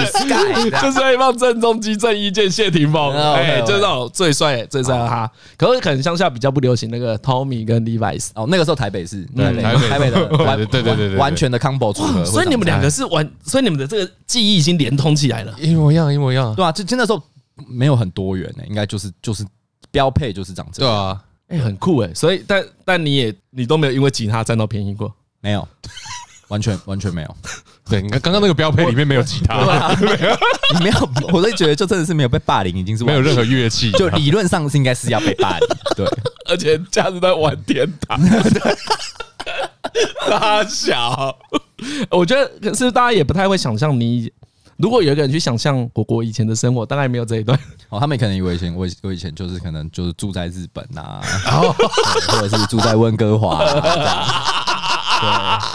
对对对，就是会放正中机、正一剑、谢霆锋，哦哎， OK，OK 就是那种最帅、最帅的他。可是可能乡下比较不流行那个 Tommy 跟 Levi's，哦，那个时候台北市，嗯对台北台北 的对完对对对对对完全的 combo 组合，所以你们两个是完，所以你们的这个记忆已经连通起来了。一模一样，一模一样。对啊，就就那时候没有很多元呢，应该就是就是标配就是长这对样，啊，哎、很酷哎、所以但但你也你都没有因为吉他占到便宜过，没有，完全完全没有，对，你看刚刚那个标配里面没有吉 他，啊你没有，我都觉得就真的是没有被霸凌，已经是没有任何，何乐器， 就理论上是应该是要被霸凌，对，而且家是在玩天堂，大小。我觉得可是大家也不太会想象你，如果有一个人去想象果果以前的生活，大概没有这一段。哦，他们可能以为以前我以我以前就是可能就是住在日本啊，对或者是住在温哥华、啊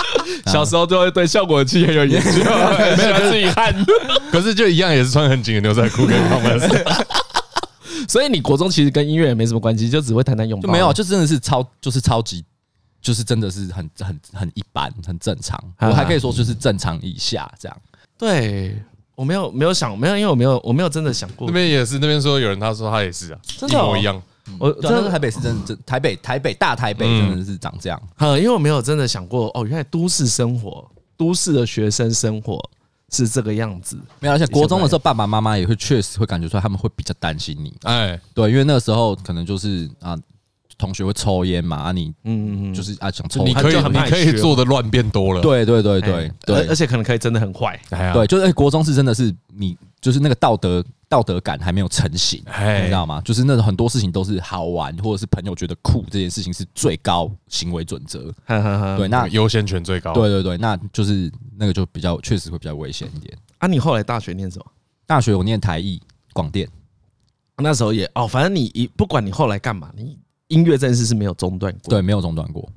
这样，小时候就会对效果器很有研究， 很喜欢自 己焊。可是就一样，也是穿很紧的牛仔裤跟 Converse。所以你国中其实跟音乐也没什么关系，就只会弹弹拥抱。啊就没有，就真的是超，就是超级，就是真的是很很很一般，很正常。我还可以说就是正常以下这样。对我没有没有想没有，因为我没有我没有真的想过那，边也是，那边说有人他说他也是啊，真一的哦模一样。我真真的的啊台北是真真台北台北大台北真的是长这样，呃，因为我没有真的想过，哦，原来都市生活，都市的学生生活是这个样子。没有。而且国中的时候，爸爸妈妈也会确实会感觉出来，他们会比较担心你。哎，对，因为那个时候可能就是啊，同学会抽烟嘛，啊你嗯嗯嗯，就是啊想抽你，可他以就很你怕可以学嘛做的乱变多了。对对对哎对而而对且可能可以真的很坏。哎呀对，，就是哎国中是真的是你就是那个道德道德感还没有成型，哎你知道吗？就是那种很多事情都是好玩，或者是朋友觉得酷，这件事情是最高行为准则。 呵呵呵对，那优先权最嗯高。对对对，那就是那个就比较确实会比较危险一点。啊，你后来大学念什么？大学我念台艺广电，那时候也哦，反正你一不管你后来干嘛，你音乐这件事是没有中断过，对，没有中断过。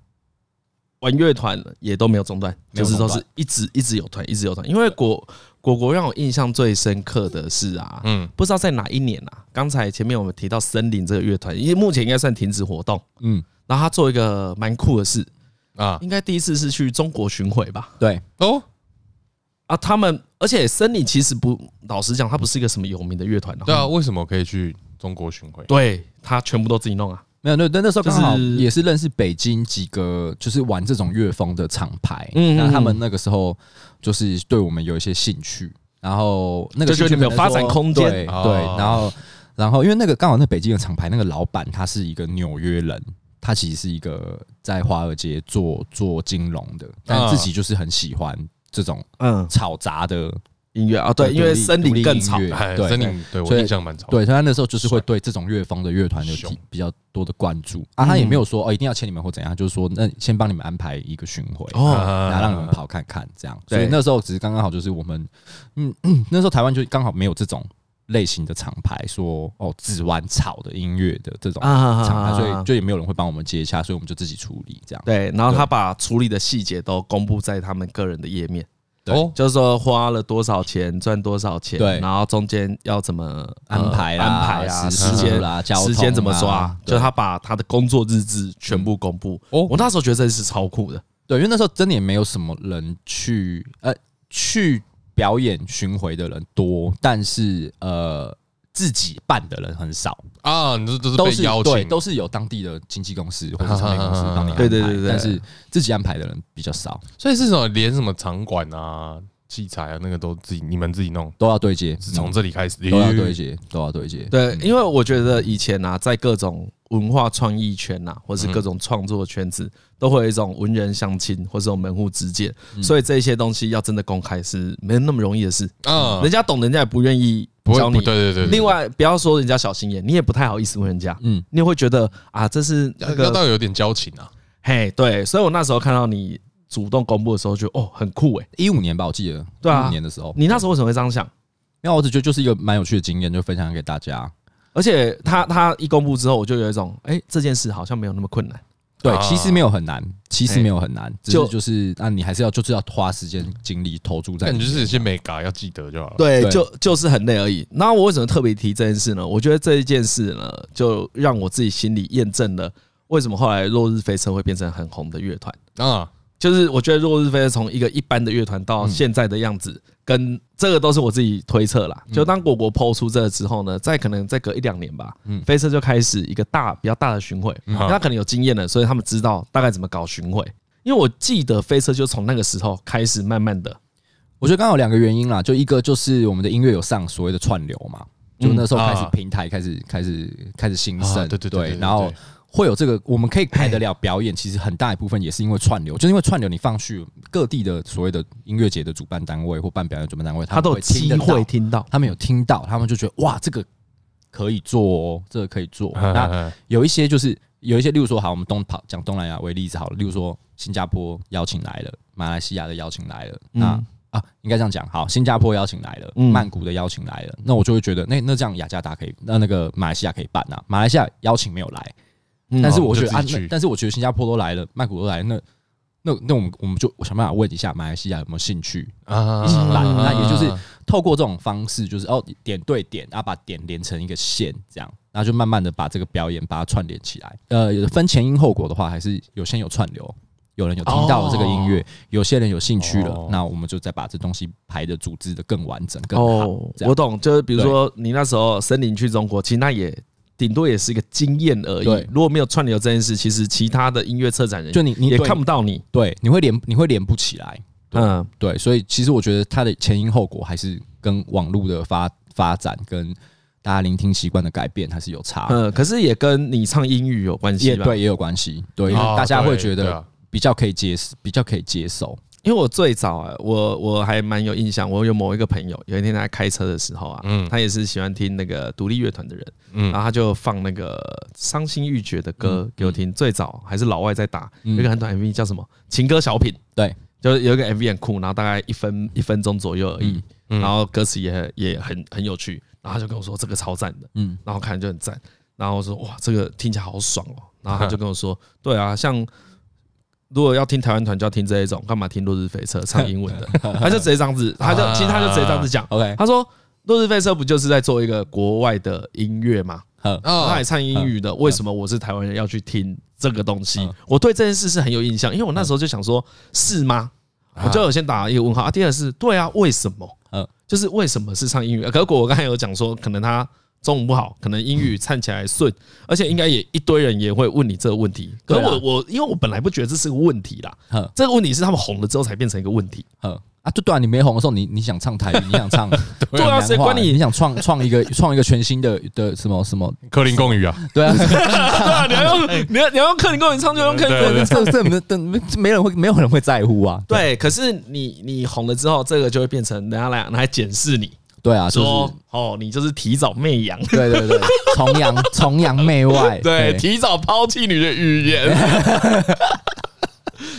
玩乐团也都没有中断，没就有是都中断是一直一直有团，一直有团。因为果果果让我印象最深刻的是啊，嗯，不知道在哪一年啊，刚才前面我们提到森林这个乐团，因为目前应该算停止活动，嗯，然后他做一个蛮酷的事，啊，应该第一次是去中国巡回吧？对，哦，啊，他们而且森林其实不，老实讲，它不是一个什么有名的乐团对哦。啊，为什么可以去中国巡回？对，他全部都自己弄啊。没有那那那时候刚好就是也是认识北京几个就是玩这种乐风的厂牌，嗯嗯那他们嗯那个时候就是对我们有一些兴趣，然后那个就觉得兴你趣们有可能发展说空间对哦对，然后然后因为那个刚好那北京的厂牌那个老板他是一个纽约人。他其实是一个在华尔街做做金融的，但自己就是很喜欢这种嗯，吵杂的，音乐啊，对，对因为独立森独立林更音吵。乐哎，对森林，对我所以印象蛮潮。对，所以他那时候就是会对这种乐风的乐团有凶提比较多的关注啊。他也嗯没有说哦一定要签你们或怎样，他就是说那先帮你们安排一个巡回，哦然啊，后让你们跑看看这样。对所以那时候只是刚刚好就是我们，嗯，嗯那时候台湾就刚好没有这种类型的厂牌，说哦只玩草的音乐的这种啊厂牌，所以就也没有人会帮我们接洽，所以我们就自己处理这样。对，然后他把处理的细节都公布在他们个人的页面，哦，就是说花了多少钱，赚多少钱，对然后中间要怎么呃安排啦安排啊，时时速间啦交通啊时间怎么抓，对就他把他的工作日志全部公布。哦我那时候觉得这是超酷的，对，因为那时候真的也没有什么人去呃去表演巡回的人多，但是呃自己办的人很少，啊，你这都是都被是邀对，请，啊都是有当地的经纪公司或者唱片公司帮你安排，对对对对但是自己安排的人比较少。所以是什么连什么场馆啊、器材啊，那个都自己你们自己弄，都要对接，是从这里开始嗯都要对接，都要对接。对，嗯因为我觉得以前啊，在各种文化创意圈呐、或是各种创作圈子，嗯都会有一种文人相亲或是这种门户之见，嗯所以这些东西要真的公开是没那么容易的事。嗯啊，人家懂，人家也不愿意不会教不你。对对对对，另外，不要说人家小心眼，你也不太好意思问人家，嗯嗯，你也会觉得啊，这是要那要个到有点交情啊，嘿，对，所以我那时候看到你主动公布的时候，就哦，很酷诶、一五年吧，我记得，对啊一五年的时候，你那时候为什么会这样想？因为我只觉得就是一个蛮有趣的经验，就分享给大家。而且他他一公布之后，我就有一种，哎、这件事好像没有那么困难。对啊，其实没有很难，其实哎没有很难，只就是就是，那你还是要就是要花时间精力投注在感里觉面，是有些美嘎要记得就好了。对，对哎就就是很累而已。那我为什么特别提这件事呢？我觉得这一件事呢，就让我自己心里验证了为什么后来落日飞车会变成很红的乐团。啊，就是我觉得落日飞车从一个一般的乐团到现在的样子，跟这个都是我自己推测啦。嗯就当果果抛出这个之后呢，再可能再隔一两年吧，嗯飞车就开始一个大比较大的巡回，因为他可能有经验了，所以他们知道大概怎么搞巡回。因为我记得飞车就从那个时候开始慢慢的，我觉得刚好有两个原因啦，就一个就是我们的音乐有上所谓的串流嘛，就那时候开始啊平台开始开始开始兴啊盛，对对对对对然后对会有这个我们可以排得了表演，其实很大一部分也是因为串流，就是因为串流你放去各地的所谓的音乐节的主办单位或办表演主办单位，他们都有会听机得会到，听到。他们有听到，他们就觉得哇这个可以做哦，这个可以做， 那那有一些就是有一些，例如说，好，我们东跑讲东南亚为例子好了，例如说新加坡邀请来了，马来西亚的邀请来了，嗯那、啊，应该这样讲，好，新加坡邀请来了，嗯曼谷的邀请来了，那我就会觉得，那那这样雅加达可以，那那个马来西亚可以办啊，马来西亚邀请没有来，嗯但是哦我觉就得、啊自己去那，但是我觉得新加坡都来了，曼谷都来了，那那那我们我们就我想办法问一下马来西亚有没有兴趣，啊嗯一起来那也就是透过这种方式，就是哦点对点，然后把点连成一个线，这样，然后就慢慢的把这个表演把它串联起来。呃，有分前因后果的话，还是有先有串流，有人有听到了这个音哦乐，有些人有兴趣了哦，那我们就再把这东西排的组织的更完整更好哦。，这我样懂，就是比如说你那时候森林去中国，其实那也顶多也是一个经验而已对。如果没有串流这件事，其实其他的音乐策展人就你你也对看不到你。对，你会连你会连不起来，嗯，对，所以其实我觉得它的前因后果还是跟网络的发发展跟大家聆听习惯的改变还是有差。嗯，可是也跟你唱英语有关系啊也吧？，对，也有关系，对，因为啊大家会对觉对得啊比较可以接，比较可以接受。因为我最早啊，我我还蛮有印象，我有某一个朋友，有一天他在开车的时候啊，嗯他也是喜欢听那个独立乐团的人，嗯然后他就放那个伤心欲绝的歌给我听。最早还是老外在打，嗯有一个很短 MV 叫什么《情歌小品》，对，就是有一个 MV 很酷，然后大概一分一分钟左右而已，嗯嗯然后歌词也也很很有趣，然后他就跟我说这个超赞的，嗯，然后看就很赞，然后我说哇这个听起来好爽哦，然后他就跟我说对啊，像如果要听台湾团就要听这一种，干嘛听落日飞车唱英文的？他就直接这样子，他就其实他就直接这样子讲， OK，他说落日飞车不就是在做一个国外的音乐吗？好，他啊也唱英语的，为什么我是台湾人要去听这个东西嗯？我对这件事是很有印象，因为我那时候就想说，是吗？我就有先打一个问号啊。第二是，对啊，为什么？嗯就是为什么是唱英语？呃可是我刚才有讲说，可能他中文不好，可能英嗯语唱起来顺，而且应该也一堆人也会问你这个问题。可是对啊我我因为我本来不觉得这是个问题啦嗯，这个问题是他们红了之后才变成一个问题。好啊，对对啊，你没红的时候，你你想唱台语，你想唱对啊谁管你欸你想创创一个创一个全新的的什么什么？克林贡语 啊， 对啊，对啊，你 要用你要你要用克林跟我唱，就用克林对对这这这没这没这没人会没有人会在乎啊。对，可是你你红了之后，这个就会变成人家来来检视你，对啊，就说是哦，你就是提早媚洋，对对对，崇洋崇洋媚外，对，提早抛弃你的语言。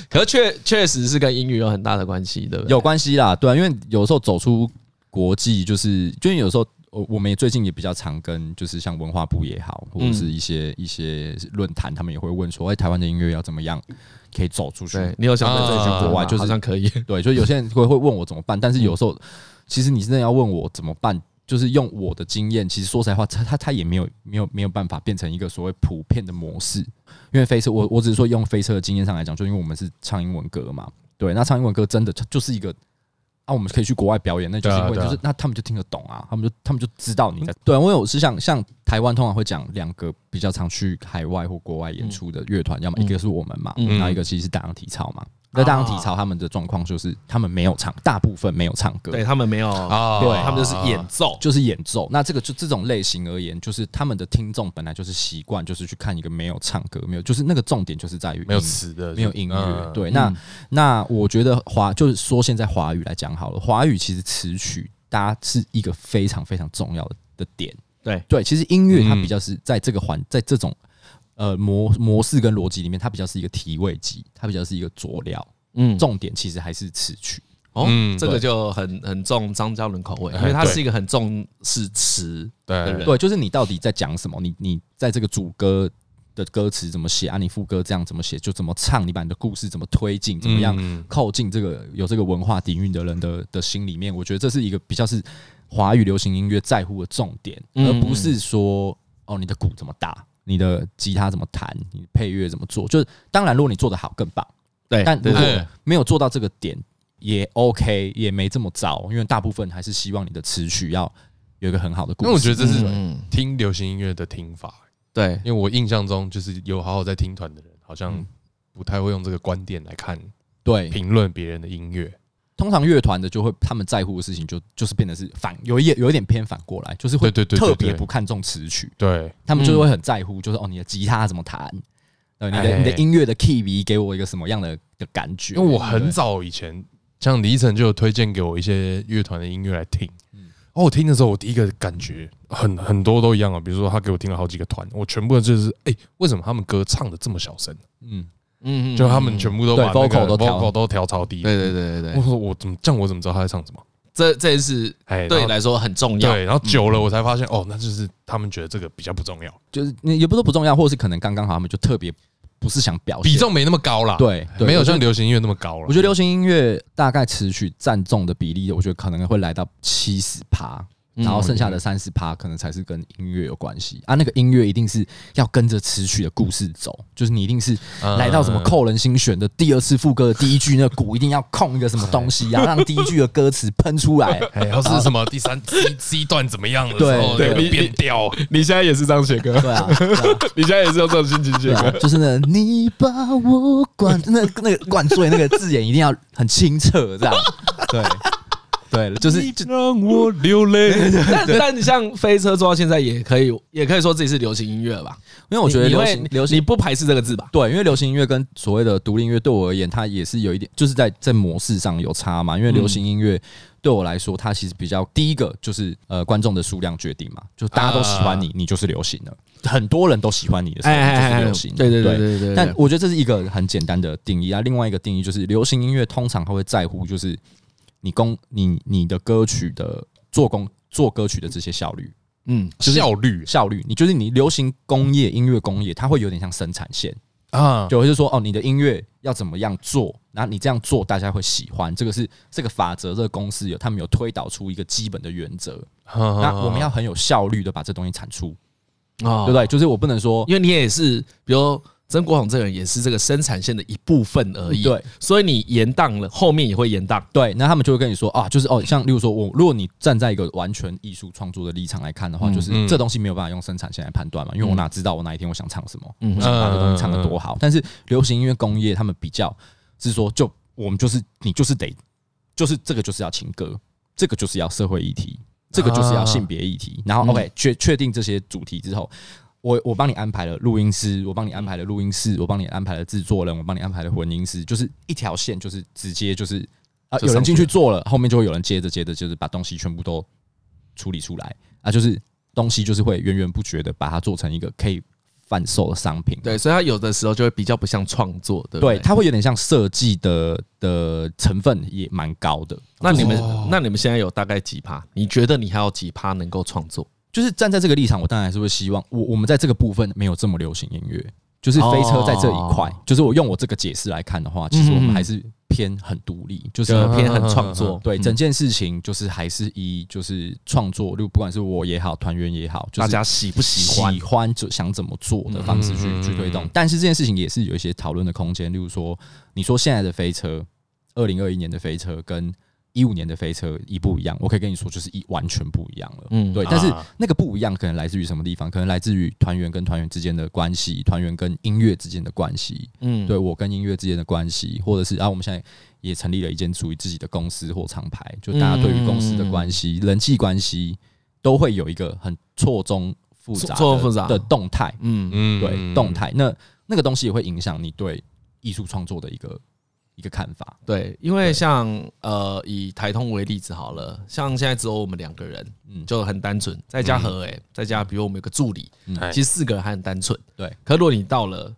可是确确实是跟英语有很大的关系，对不对？有关系啦，对啊，因为有时候走出国际，就是就因为有时候。呃我们也最近也比较常跟，就是像文化部也好，或者是一些、一些论坛，他们也会问说，哎、台湾的音乐要怎么样可以走出去？对你有想到这啊句国外就是好像可以，对，所以有些人会会问我怎么办，但是有嗯时候其实你真的要问我怎么办，就是用我的经验，其实说实在话，它它它也没有没有没有办法变成一个所谓普遍的模式，因为飞车，我我只是说用飞车的经验上来讲，就因为我们是唱英文歌嘛，对，那唱英文歌真的就就是一个。啊，我们可以去国外表演，那就是因为对啊就对啊是那他们就听得懂啊，他们就他们就知道你在对。我有是像像台湾通常会讲两个比较常去海外或国外演出的乐团，要么一个是我们嘛，嗯然后一个其实是大洋体操嘛，那当然啊体操他们的状况就是他们没有唱，大部分没有唱歌，对他们没有啊对他们就是演奏，哦就是演奏。那这个就这种类型而言，就是他们的听众本来就是习惯，就是去看一个没有唱歌，没有，就是那个重点就是在于没有音词的，嗯没有音乐。嗯，对，那那我觉得华就是说现在华语来讲好了，华语其实词曲大家是一个非常非常重要的的点。对对，其实音乐它嗯比较是在这个环，在这种呃模模式跟逻辑里面，它比较是一个提味剂，它比较是一个佐料。嗯，重点其实还是词曲。哦嗯，这个就很很重张嘉伦口味，哎因为他对是一个很重视词的对人，对，就是你到底在讲什么？你你在这个主歌的歌词怎么写啊？你副歌这样怎么写？就怎么唱？你把你的故事怎么推进？怎么样嗯靠近这个有这个文化底蕴的人的的心里面？我觉得这是一个比较是华语流行音乐在乎的重点，嗯而不是说哦你的鼓怎么打，你的吉他怎么弹，你的配乐怎么做。就是当然，如果你做得好更棒，对但对如对果对没有做到这个点，也 OK，也没这么糟，因为大部分还是希望你的词曲要有一个很好的故事。那我觉得这是嗯听流行音乐的听法，对因为我印象中就是有好好在听团的人，好像嗯不太会用这个观点来看对，评论别人的音乐。通常乐团的就会他们在乎的事情就就是变得是反有一有一点偏反过来，就是会对对对对特别对不看重词曲，对，他们就会很在乎，就是哦你的吉他怎么弹，呃你哎的你的音乐的 key 给我一个什么样的的感觉？因为我很对早以前，像李依晨就有推荐给我一些乐团的音乐来听。嗯哦，我听的时候，我第一个感觉很很多都一样啊。比如说，他给我听了好几个团，我全部就是，哎、为什么他们歌唱的这么小声？嗯嗯就他们全部都把对那个 vocal 都调 vocal 都调超低。对对对对我对，说我怎么这样？我怎么知道他在唱什么？这这件事哎，对然你后来说很重要，对，然后久嗯了我才发现，哦，那就是他们觉得这个比较不重要，就是你也不是说不重要，或是可能刚刚好他们就特别不是想表现比重没那么高啦。对对没有我觉像得流行音乐那么高了。我觉得流行音乐大概持续占重的比例，我觉得可能会来到七十趴，然后剩下的三十趴可能才是跟音乐有关系啊。那个音乐一定是要跟着词曲的故事走，就是你一定是嗯来到什么扣人心弦的第二次副歌的第一句，那鼓一定要控一个什么东西啊，让第一句的歌词喷出来。哎，要是什么第三 C C 段怎么样的时候，对那个对变调，你现在也是这样写歌， 对啊，对啊你现在也是用这种心情写对啊，就是那个你把我灌，那那个灌醉那个字眼一定要很清澈，这样。对，对，就是就让我流泪。但但像飞车做到现在也可以，也可以说自己是流行音乐吧？因为我觉得你流会行流行你不排斥这个字吧？对，因为流行音乐跟所谓的独立音乐对我而言，它也是有一点，就是在在模式上有差嘛。因为流行音乐对我来说，它其实比较第一个就是呃观众的数量决定嘛，就大家都喜啊欢你，你就是流行了。很多人都喜欢你的时哎候，你就是流行。对对对对对，但我觉得这是一个很简单的定义啊。另外一个定义就是，流行音乐通常它会在乎就是你公你你的歌曲的做工做歌曲的这些效率，嗯，效率效率，你就是你流行工业音乐工业，它会有点像生产线。啊，就就是说哦，你的音乐要怎么样做，然后你这样做大家会喜欢，这个是这个法则，这个公司有他们有推导出一个基本的原则。嗯那那我们要很有效率的把这东西产出，哦对不对？就是我不能说因为你也是，比如曾国宏这个人也是这个生产线的一部分而已，对，所以你延宕了，后面也会延宕，对，那他们就会跟你说啊，就是哦，像例如说我，如果你站在一个完全艺术创作的立场来看的话，就是嗯这东西没有办法用生产线来判断嘛，因为我哪知道我哪一天我想唱什么，嗯我想把这东西唱得多嗯好。但是流行音乐工业他们比较是说，就我们就是你就是得，就是这个就是要情歌，这个就是要社会议题，这个就是啊要性别议题。然嗯后 OK 确确定这些主题之后。我我帮你安排了录音师，我帮你安排了录音室，我帮你安排了制作人，我帮你安排了混音师，就是一条线，就是直接就是啊，就有人进上去去了做了，后面就会有人接着接着就是把东西全部都处理出来啊，就是东西就是会源源不绝的把它做成一个可以贩售的商品。对，所以他有的时候就会比较不像创作，对不对，它会有点像设计的的成分也蛮高的，那你们、哦那你们现在有大概几趴？你觉得你还有几趴能够创作？就是站在这个立场，我当然还是会希望我我们在这个部分没有这么流行音乐，就是飞车在这一块，哦就是我用我这个解释来看的话，其实我嗯们嗯还是偏很独立，就是就偏很嗯创作，对整件事情就是还是以就是创作，就不管是我也好，团员也好，就大是家喜不喜喜欢欢？就想怎么做的方式去、嗯去推动。但是这件事情也是有一些讨论的空间，例如说，你说现在的飞车，二零二一年的飞车跟一五年的飞车一不一样，我可以跟你说，就是一完全不一样了。嗯嗯，对，但是啊那个不一样可能来自于什么地方？可能来自于团员跟团员之间的关系，团员跟音乐之间的关系，嗯，对我跟音乐之间的关系，或者是啊，我们现在也成立了一间属于自己的公司或厂牌，就大家对于公司嗯的关系、人际关系都会有一个很错综复杂的、错综复杂的动态，嗯嗯对动态，那那个东西也会影响你对艺术创作的一个一个看法。对，因为像呃，以台通为例子好了，像现在只有我们两个人，嗯，就很单纯，再加何哎，再加比如我们有个助理，嗯其实四个人还很单纯。对，可如果你到了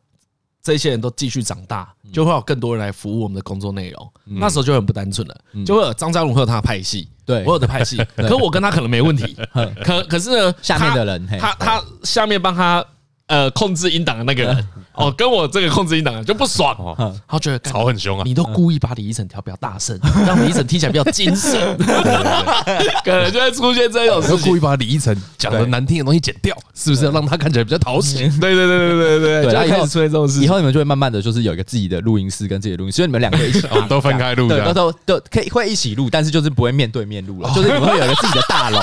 这些人都继续长大，嗯就会有更多人来服务我们的工作内容，那时候就很不单纯了，嗯就会有张家荣会有他的派系，对我，有的派系，可我跟他可能没问 题，可可是呢，下他面的人，嘿他他下面帮他呃控制音档的那个人，哦，跟我这个控制音档的就不爽，嗯哦他觉得干吵很凶啊，你都故意把李依晨调比较大 声，让李依晨听起来比较精神，可能就会出现这种就事故情。意把李依晨讲的难听的东西剪掉，是不是要让他看起来比较讨喜？嗯对对对对对就对然会后以开后始出现这种事以情。后你们就会慢慢的就是有一个自己的录音室跟自己的录音室，所以你们两个一起 哦都分开录对，这样到时候都可以会一起录，但是就是不会面对面录了，就是你们会有一个自己的大 楼，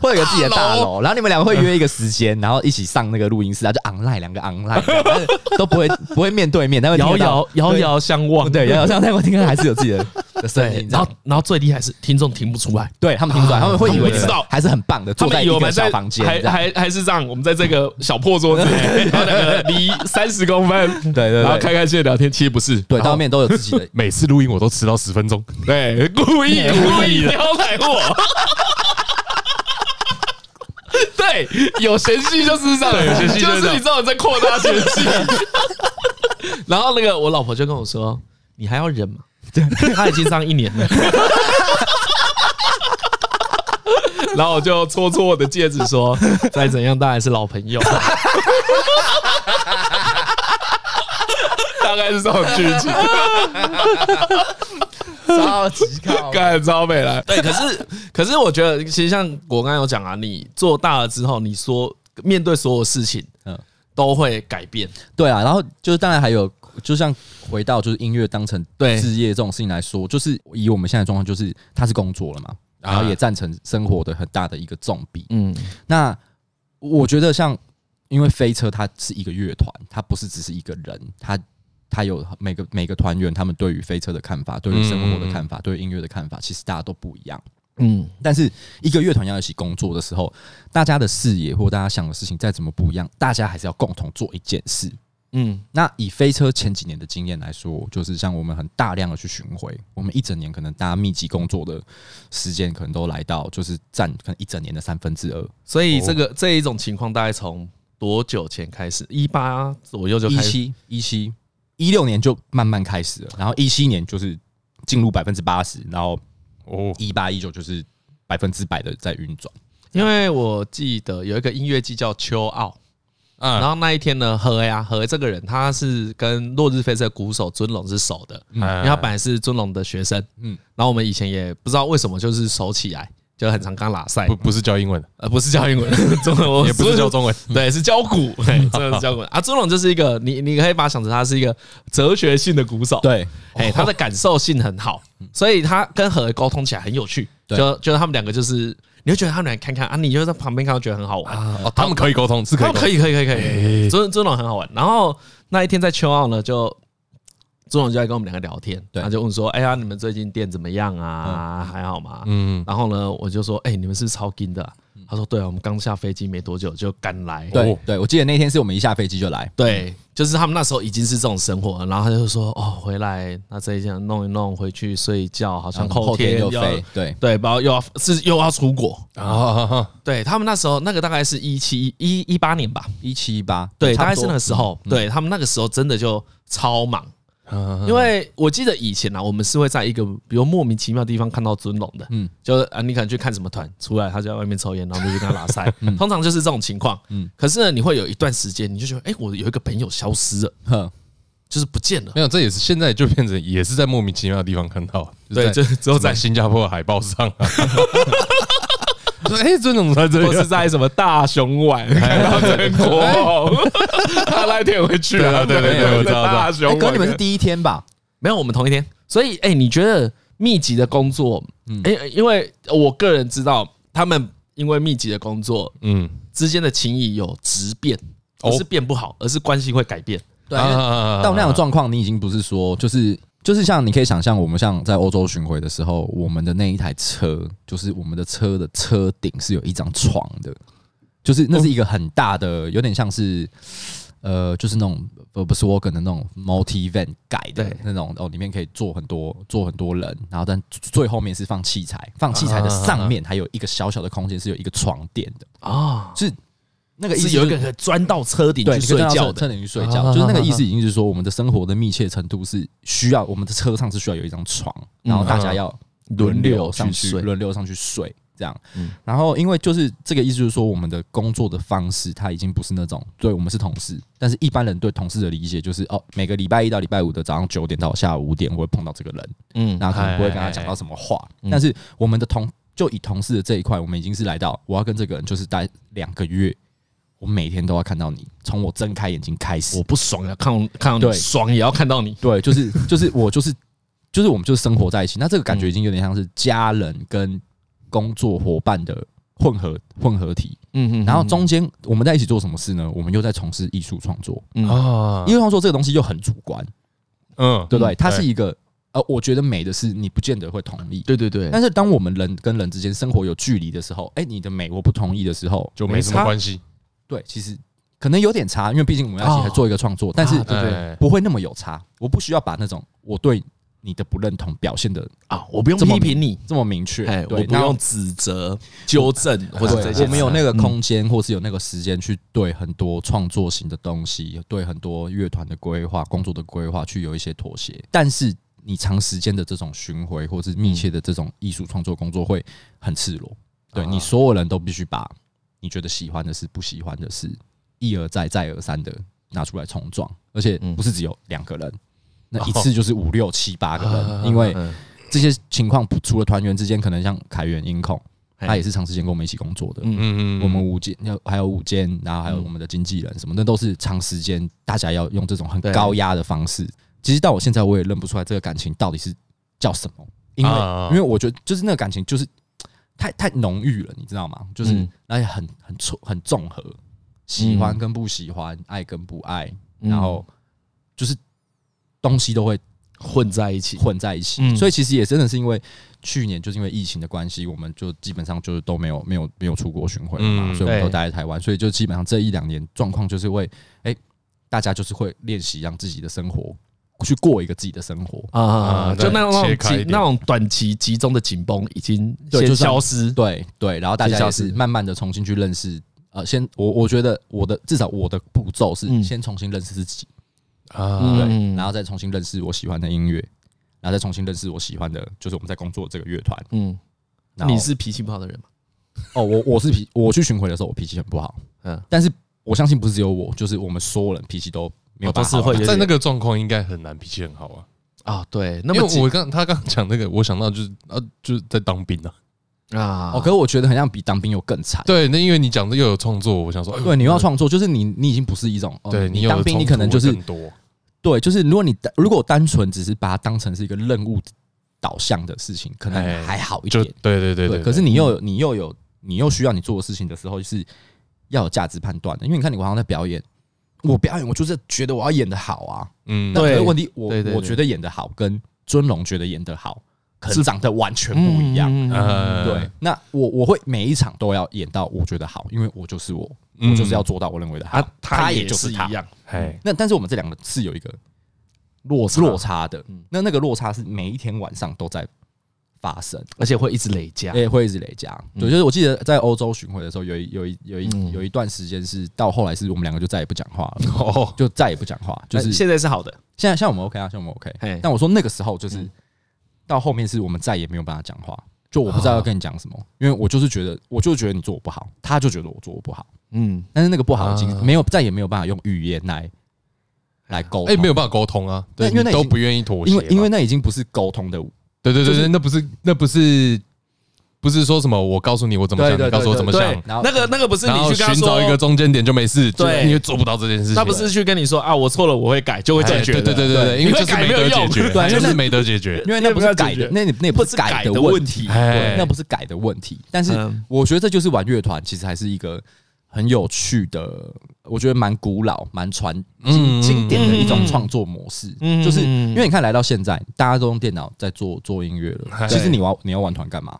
会有一个自己的哦大楼，然后你们两个会约一个时间，然后一起上那个录音室，然后就 online 两个 online，这样但是都不 会不会面对面，但会听遥得到遥遥遥相望，对遥遥相但我听到还是有自己的的声对音，，这然样后然后最厉害是听众听不出来，对他们听出来，他们会以为他们不知道还是很棒的，他坐们在一以为我个们小在房间还这样，还还是让我们在这个小破桌 子，然后那个离三十公分，对对然后对开开心心地聊天，其实不是，哦对，然后到后面都有自己的每次录音我都迟到十分钟，对， 故意故意刁难我。 对，有嫌隙就是这样，有嫌隙就就是是这样你知道我在扩大嫌隙。 然后那个我老婆就跟我说：“你还要忍 吗？”她已经上一年了。 然后我就搓搓我的戒指说：“再怎样，当然是老朋 友。”大概是这种剧情。超级靠干超美了。对，可是可是我觉得，其实像我刚刚有讲啊，你做大了之后，你说面对所有事情，嗯嗯，都会改变。对啊，然后就是当然还有，就像回到就是音乐当成对事业这种事情来说，就是以我们现在的状况，就是它是工作了嘛，然后也占成生活的很大的一个重比。嗯那我觉得像因为飞车它是一个乐团，它不是只是一个人，它它有每个每个团员他们对于飞车的看法，对于生活的看法，对于音乐的看法，其实大家都不一样。嗯但是一个乐团要一起工作的时候，大家的视野或大家想的事情再怎么不一样，大家还是要共同做一件事。嗯那以飞车前几年的经验来说，就是像我们很大量的去巡回，我们一整年可能大家密集工作的时间，可能都来到就是占可能一整年的三分之二。所以这个、这一种情况，大概从多久前开始？一八左右就一开始。七一七一六年就慢慢开始了，然后一七年就是进入百分之八十，然后哦，一八一九就是百分之百的在运转。因为我记得有一个音乐季叫秋奥，然啊，后那一天呢，何呀何这个人，他是跟落日飞车鼓手尊龙是熟的，因因为他本来是尊龙的学生，嗯嗯，然后我们以前也不知道为什么就是熟起来，就很常刚拉赛哎不，不是教英文的，呃，不是教英文， 中文我也不是教中文，对，是教 鼓，嘿真的是教鼓啊。尊龙就是一个，你你可以把它想成他是一个哲学性的鼓手，，对，哎，他的感受性很好，嗯所以他跟何沟通起来很有趣，对就就是他们两个就是，你会觉得他们俩看看啊，你就在旁边看，觉得很好玩，啊，哦，他们可以沟通，是可他以们沟可通，以可以可以可以，尊尊龙很好玩。然后那一天在秋奥呢，就尊龙就在跟我们两个聊天，对他就问说，哎呀，你们最近店怎么样啊？还好吗？嗯，然后呢，我就说，哎，你们是不是超金的啊？他说，对啊，我们刚下飞机没多久就赶来，哦对，对，我记得那天是我们一下飞机就来，对，就是他们那时候已经是这种生活了，然后他就说哦，回来那这一项弄一弄，回去睡觉，好像然后后天天就要飞，，对，对，然后又要是又要出国，啊，对他们那时候那个大概是一七一一八年吧，一七一八，对，差大概不是多嗯那个时候，对他们那个时候真的就超 忙，因为我记得以前啊，我们是会在一个比如莫名其妙的地方看到尊龙的，嗯嗯，就是啊，你可能去看什么团，出来他就在外面抽烟，然后就去跟他拉 塞，通常就是这种情况，嗯嗯，可是呢，你会有一段时间，你就觉得，哎，我有一个朋友消失了， 哼就是不见了。没有，这也是现在就变成也是在莫名其妙的地方看到，对就就只有在新加坡的海报上啊。说哎，这种在这或是里，在什么大雄湾看 到这个国王，他那一天也会去啊，对啊对对对我知道大雄哎湾。哥你们是第一天吧？没有我们同一天，所以哎、你觉得密集的工作，嗯因、因为我个人知道，他们因为密集的工作嗯，之间的情谊有质变，哦不是变不好，而是关系会改变。对，因为嗯啊到那样的状况，你已经不是说就是就是像你可以想象，我们像在欧洲巡回的时候，我们的那一台车，就是我们的车的车顶是有一张床的，就是那是一个很大的，有点像是。呃，就是那种呃不是 w a g n 的那种 multi van 改的对那种哦，里面可以坐很多坐很多人，然后但最后面是放器材，放器材嗯的上面还有一个小小的空间是有一个床垫的，啊，是那个意思是有就一个人钻到车顶对，去睡你可以觉到的车顶去睡啊觉，就是那个意思，已经是说我们的生活的密切程度是需要我们的车上是需要有一张床，然后大家要轮流上轮流去去睡轮流上去睡这样嗯。然后因为就是这个意思，就是说我们的工作的方式，它已经不是那种对我们是同事，但是一般人对同事的理解就是哦，每个礼拜一到礼拜五的早上九点到下午五点，我会碰到这个人，嗯，然后可能不会跟他哎讲到什么话，但是我们的同就以同事的这一块，我们已经是来到我要跟这个人就是待两个月，我每天都要看到你，从我睁开眼睛开哎我始，不爽要看看到你对嗯爽，也要看到你。对，就是就是我就是就是我们就是生活在一起，那这个感觉已经有点像是家人跟工作伙伴的混合混合体，嗯嗯然后中间我们在一起做什么事呢？我们又在从事艺术创作，啊，艺术创作这个东西又很主观，嗯，对不对？它对是一个呃，我觉得美的是你不见得会同意，对对对，但是当我们人跟人之间生活有距离的时候，哎、你的美我不同意的时候，就没什么关系，对，其实可能有点差，因为毕竟我们要一起哦还做一个创作，但是啊对哎不会那么有差。我不需要把那种我对你的不认同表现的啊，我不用这么批评你，这么明确哎，，我对，不然后嗯用指责、纠正或者这对啊些。啊嗯我们有那个空间，或是有那个时间去对很多创作型的东西，对很多乐团的规划、工作的规划去有一些妥协。但是你长时间的这种巡回，或是密切的这种艺术创作工作，会很赤裸。啊对你所有人都必须把你觉得喜欢的事、不喜欢的事，一而再、再而三的拿出来冲撞，而且嗯不是只有两个人，哦那一次就是五六七八个啊人，因为嗯这些情况不除了团员之间，可能像凯源、音控，嘿他也是长时间跟我们一起工作的。嗯嗯我们五间，要还有五间，然后还有我们的经纪人什么，那都是长时间大家要用这种很对高压的方式。其实到我现在我也认不出来这个感情到底是叫什么，因为啊因为我觉得就是那个感情就是太太浓郁了，你知道吗？就是嗯而且很很重很综合，喜嗯欢跟不喜欢，爱跟不爱，嗯然后就是东西都会混在一起，混在一起，嗯所以其实也真的是因为去年就是因为疫情的关系，我们就基本上就是都没有没有没有出国巡回了嘛，嗯所以我对们都待在台湾，所以就基本上这一两年状况就是会，哎、大家就是会练习让自己的生活去过一个自己的生活，啊，啊就对那种切紧开一点那种短期集中的紧绷已经对先就这样消失，对对，然后大家也这是就是慢慢的重新去认识，呃，先我我觉得我的至少我的步骤嗯是先重新认识自己，啊，对，嗯然后再重新认识我喜欢的音乐，然后再重新认识我喜欢的，就是我们在工作的这个乐团，嗯然后你是脾气不好的人吗？哦，我我是脾，我去巡回的时候我脾气很不好，嗯嗯，但是我相信不是只有我，就是我们所有人脾气都没有哦都办是法好，会有啊在点那个状况应该很难脾气很好啊。啊，对，那因么为紧我刚他刚讲那个，我想到就是啊，就是在当兵啊。啊哦，可是我觉得很像比当兵又更惨。对，那因为你讲的又有创作，我想说，哎呦呃对，你又要，创作，就是你，你已经不是一种，哦对你有当兵，冲你可能突会就是更多对，就是如果你如果单纯只是把它当成是一个任务导向的事情，可能哎还好一就点。对对对对，可是你又有你又有你又需要你做的事情的时候，是要有价值判断的，因为你看你晚上在表演，我表演我就是觉得我要演的好啊，嗯，但对可是问题，我对对对我觉得演的好跟尊龙觉得演的好，可能长得完全不一嗯样。呃嗯对，，那我我会每一场都要演到我觉得好，因为我就是我，嗯我就是要做到我认为的好。啊，他也也就是是一他样嗯哎，那但是我们这两个是有一个落差嗯落，差的，那那个落差是每一天晚上都在发生，而且会一直累加。也会一直累加。对，就是我记得在欧洲巡回的时候，有一有一有一有一段时间是到后来是我们两个就再也不讲话了，哦，就再也不讲话，就但是哎现在是好的，现在像我们 OK 啊，像我们嘿 OK，但我说那个时候就是到后面是我们再也没有办法讲话，就我不知道要跟你讲什么，因为我就是觉得，我就觉得你做我不好，他就觉得我做我不好，嗯但是那个不好已啊经没有再也没有办法用语言来来沟哎，通，没有办法沟通啊，对，因为那你已都经不愿意妥协因嘛，为因为那已经不是沟通的，对对对就对，是那不是那不是不是说什么我告诉你我怎么想，对对你告诉我怎么对想，，然后那个那个不是然你后去跟他寻说找一个中间点就没事，对就是你也做不到这件事情。他不是去跟你说啊，我错了，我会改，就会哎解决的。对对对对对，因你为就会是改没没有得解用，决，对就就是是没得解决。因为那不是改那的，不是那那那不是改改的的问问题题，哎对那不是改的问题。但是嗯我觉得这就是玩乐团，其实还是一个很有趣的，我觉得蛮古老、蛮传嗯嗯经经典的一种创作模式。嗯就是嗯因为你看，来到现在，大家都用电脑在做做音乐了。哎其实你玩你要玩团干嘛？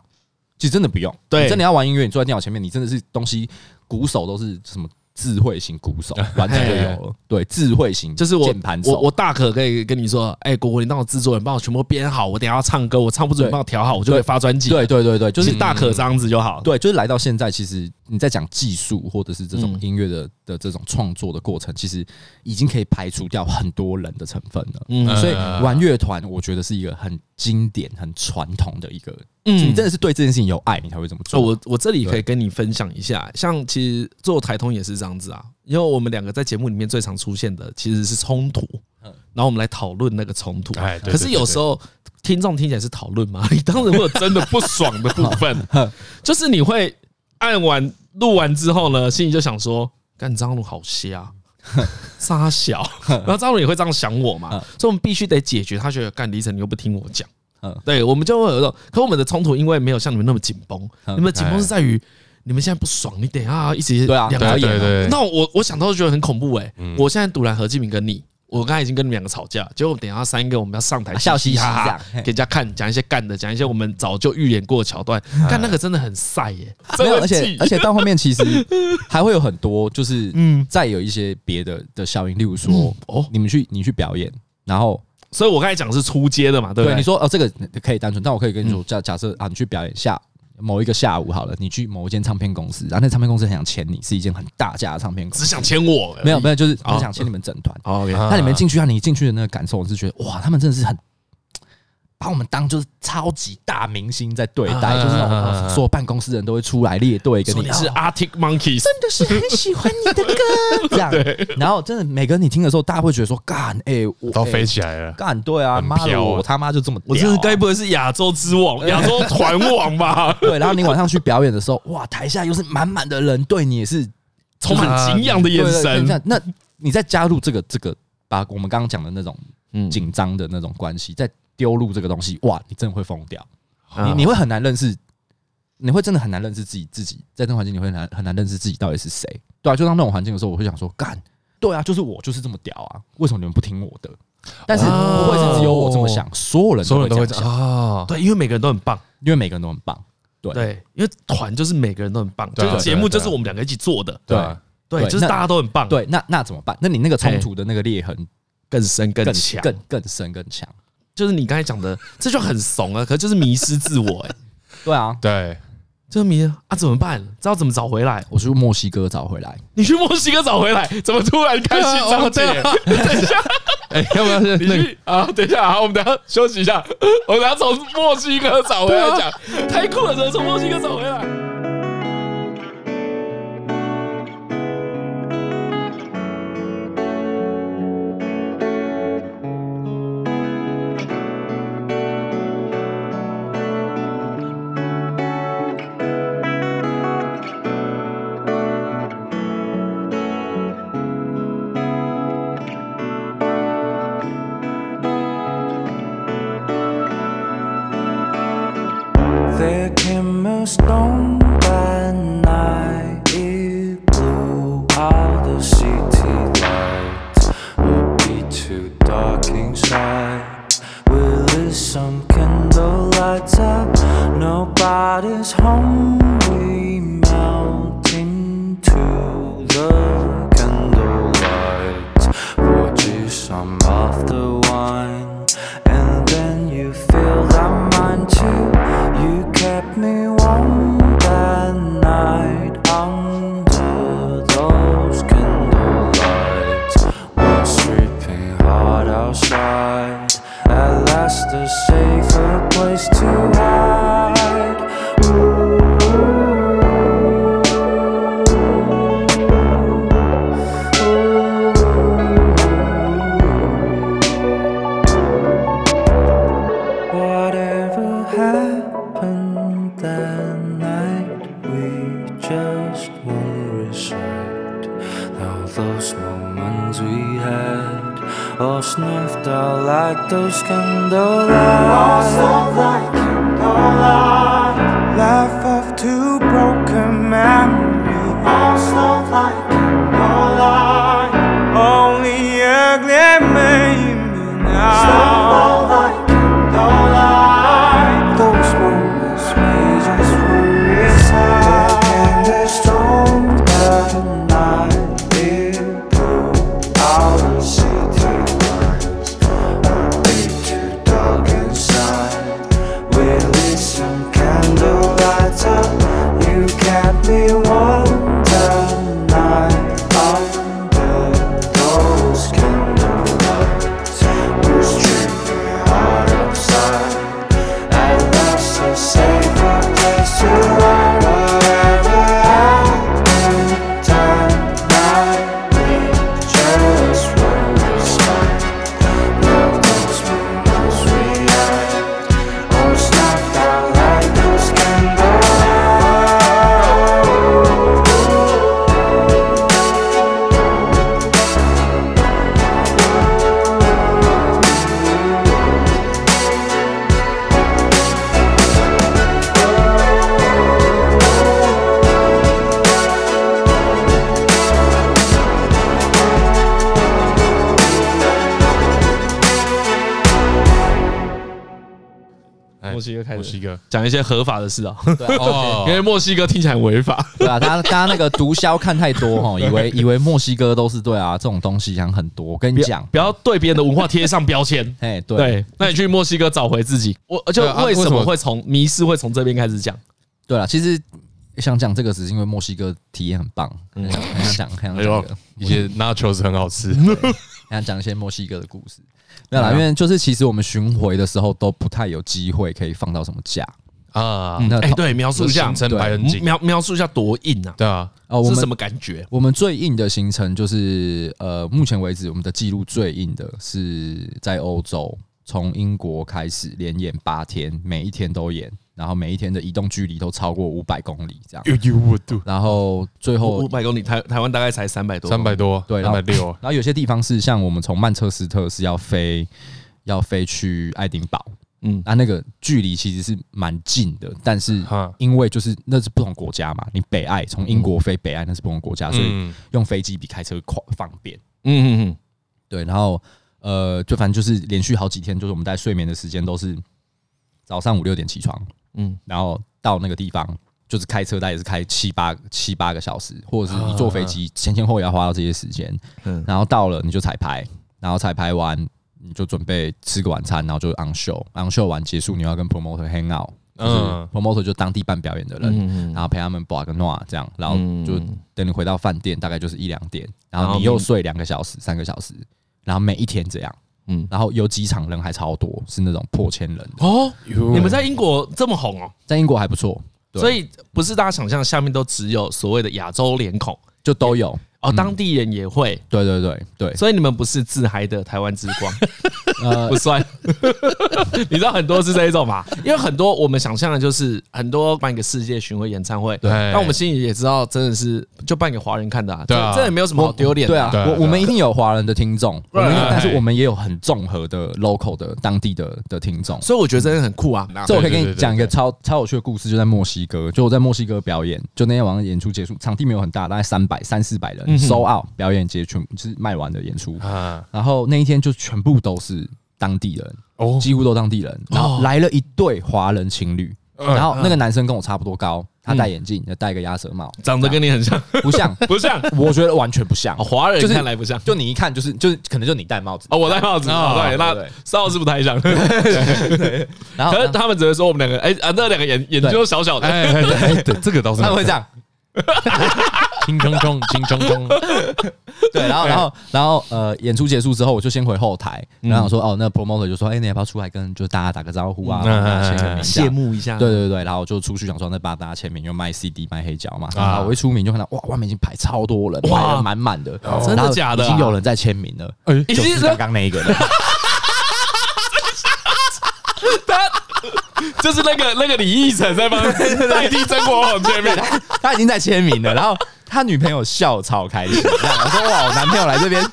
其实真的不用。对你真的要玩音乐，你坐在电脑前面，你真的是东西鼓手都是什么智慧型鼓手，玩这个 有了。对，智慧型就是我键盘手我我大可可以跟你说，哎，果果，你当我制作人，帮我全部编好，我等一下要唱歌，我唱不准，对你帮我调好，我就可以发专辑。对，对对对，就就嗯是是嗯大可这样子就好。对，就是来到现在，其实你在讲技术或者是这嗯种音乐的、的这种创作的过程，其实已经可以排除掉很多人的成分了。嗯所以呃玩乐团，我觉得是一个很经典、很传统的一个，你嗯真的是对这件事情有爱，你才会这么哦，做。我我这里可以跟你分享一下，像其实做台通也是这样子啊，因为我们两个在节目里面最常出现的其实是冲突，然后我们来讨论那个冲突。哎，对可是有时，候听众听起来是讨论 嘛，你当然会有真的不爽的部 分，就是你会按完录完之后呢，心里就想说，干张鲁好 瞎。傻小，然后张鲁也会这样想我嗯嘛，所以我们必须得解决。他觉得干李晨你又不听我讲嗯，对，我们就会有一种，可我们的冲突因为没有像你们那么紧绷，嗯你们的紧绷是在于你们现在不爽，你等一下一直对啊两对个对眼对对对，那我我想到就觉得很恐怖哎、嗯我现在堵拦何志明跟你，我刚才已经跟你们两个吵架，结果等一下三个我们要上台啊笑嘻嘻嘻哈这哈样，嘿给人家看，讲一些干的，讲一些我们早就预演过的桥段，干那个真的很晒耶、没真有，的而且气而且到后面 其实还会有很多，就是再有一些别的的效应，例如说，嗯哦，你们去你去表演，然后所以我刚才讲的是出街的嘛，对不对对？你说哦，这个可以单纯，但我可以跟你说，假假设啊，你去表演下某一个下午好了，你去某一间唱片公司，然后那唱片公司很想签你，是一间很大家的唱片公只司，想牵我，没有没有，就是哦很想签你们整团。哦，OK，那你们进去啊，你进去的那个感受，我是觉得哇，他们真的是很。把我们当就是超级大明星在对待，就是那种哦所有办公室的人都会出来列队跟说你你是哦 Arctic Monkeys，真的是很喜欢你的歌这样。然后真的每个你听的时候，大家会觉得说干哎，我都哎飞起来了，干对啊，很妈的飘啊我他妈就这么我屌真啊？是该不会是亚洲之王、亚洲团王吧 对，然后你晚上去表演的时候，哇，台下又是满满的人对你也是充满敬仰的眼对对神对，那那你再加入这个这个，把我们刚刚讲的那种嗯紧张的那种关系，再丢入这个东西，哇，你真的会疯掉，啊你你会很难认识，你会真的很难认识自己自己，在这个环境你会很难很难认识自己到底是谁，对啊，就当那种环境的时候，我会想说，干，对啊，就是我就是这么屌啊，为什么你们不听我的？但是不会是只有我这么想，所有人所有人都都会会这这样样想，啊，对，因为每个人都很棒。因为每个人都很棒，对对，因为团就是每个人都很棒，就对啊是节目就是对啊我们两个一起做的，对对啊，对，对就是那大家都很棒，，对，那那怎么办？那你那个冲突的那个裂痕更深更更强，更更深更强。就是你刚才讲的，这就很怂啊，可就是迷失自我、欸，哎， 对啊，对，这迷啊怎么办？知道怎么找回来？我去墨西哥找回来，你去墨西哥找回来，怎么突然开心张姐？ 等一下，哎，要不要 你是 那个？去啊，等一下，好，我们等一下休息一下， 我们等一下从墨西哥找回来讲，太酷了，怎么从墨西哥找回来？ There came a storm just won't recite. Now those moments we had all snuffed out like those candlelight. Life of two broken memories. All snuffed like candlelight. Only a glimmer in me now. Snuffed like candlelight. Those moments we just won't recite. In the storm of the night, we blew out the city lights. A bit too dark inside. We lit some candlelight up. You kept me wonder night under those candlelights. You stripped me hard outside. At last, a safer place to run. Wherever I am, time might reach us when we smile. Now those moments we had all snapped out like those candlelights. 墨西哥开墨始西哥讲一些合法的事啊，哦 因，为墨西哥听起来很违法。对啊，大家大家那个毒枭看太多哈，以 为以为墨西哥都是对啊，这种东西想很多。我跟你讲，。不要对别人的文化贴上标签哎，对对，那你去墨西哥找回自己。我就对啊为为什什么么会从迷失会从这边开始讲？对了，其实想讲这个只是因为墨西哥体验很棒，嗯很想很想很想哎讲这呦个，一些 nachos 很好吃，很想讲一些墨西哥的故事。没哎有啦，因为就是其实我们巡回的时候都不太有机会可以放到什么假啊，那哎，对，描述一下形成白人嗯景，描描述一下多硬啊，对啊，哦。我是们什么感觉？我们最硬的行程就是，呃，目前为止我们的记录最硬的是在欧洲，从英国开始连演八天，每一天都演，然后每一天的移动距离都超过五百公里这样， You you would do 然后最五后百公里，台台湾大概才三百多，三百多，对然三后百六，然后有些地方是像我们从曼彻斯特是要飞，要飞去爱丁堡，嗯嗯，那那个距离其实是蛮近的，但是哈因为就是那是不同国家嘛，你北爱从英国飞北爱那是不同国家，所以嗯，用飞机比开车快方便。嗯嗯嗯，对，然后呃，就反正就是连续好几天，就是我们在睡眠的时间都是早上五六点起床，嗯嗯，然后到那个地方就是开车，大概也是开七八七八个小时，或者是你坐飞机前前后后也要花到这些时间，嗯嗯，然后到了你就彩排，然后彩排完你就准备吃个晚餐，然后就 on show，on show 完结束你要跟 promoter hang out，嗯嗯，promoter 就当地办表演的人，然后陪他们 b 个 n o 这样，然后就等你回到饭店大概就是一两点，然后你又睡两个小时、三个小时，然后每一天这样，嗯嗯，然后有几场人还超多，是那种破千人的，哦，你你们在英国这么红哦，在英国还不错，对所以不是大家想象下面都只有所谓的亚洲脸孔就都有，哦，当地人也会，对对对对，所以你们不是自嗨的台湾之光，呃不，算。 你知道很多是这一种嘛？因为很多我们想象的就是很多办一个世界巡回演唱会，对但我们心里也知道，真的是就办给华人看的、啊，对啊这这也没有什么好丢脸对的、啊，对啊对啊我我们一定有华人的听众，我们一定有对但是我们也有很综合的 local 的当地的的听众，所以我觉得真的很酷啊。这我可对以跟对你对讲一个对超超有趣的故事，就在墨西哥，就我在墨西哥表演，就那天晚上演出结束，场地没有很大，大概三百三四百嗯人，sold out，表演结束就是卖完的演出，啊然后那一天就全部都是当地人，哦，几乎都当地人，然后来了一对华人情侣，嗯然后那个男生跟我差不多高，他戴眼镜，也戴个鸭舌 帽，长得跟你很像，不像， 不像我觉得完全不像哦，华人就是看来不像。就你一看就是就是可能就你戴帽子，哦，我戴帽子，哦哦对，那对对邵是不太像，然后可是他们只会说我们两个，哎啊，那两个眼眼睛都小小的，哎哎对哎对，这个倒是他们会这样。轻冲 冲，轻冲冲， 对，然后然后然后呃，演出结束之后，我就先回后台，然后想说嗯哦，那 promoter 就说，哎，你要不要出来跟就大家打个招呼啊，嗯帮大家签个名这样。慕一下对对对，然后我就出去想说，那帮大家签名，又卖 CD 卖黑胶嘛。啊然后我一出名就看到哇，外面已经排超多人，哇排的满满的，真然后的假的啊已经有人在签名了，哎已就经是刚刚那一个人。就是那个那个李义成在帮代替曾国宏签名，他已经在签名了，然后他女朋友笑超开心，这样我说哇，我男朋友来这边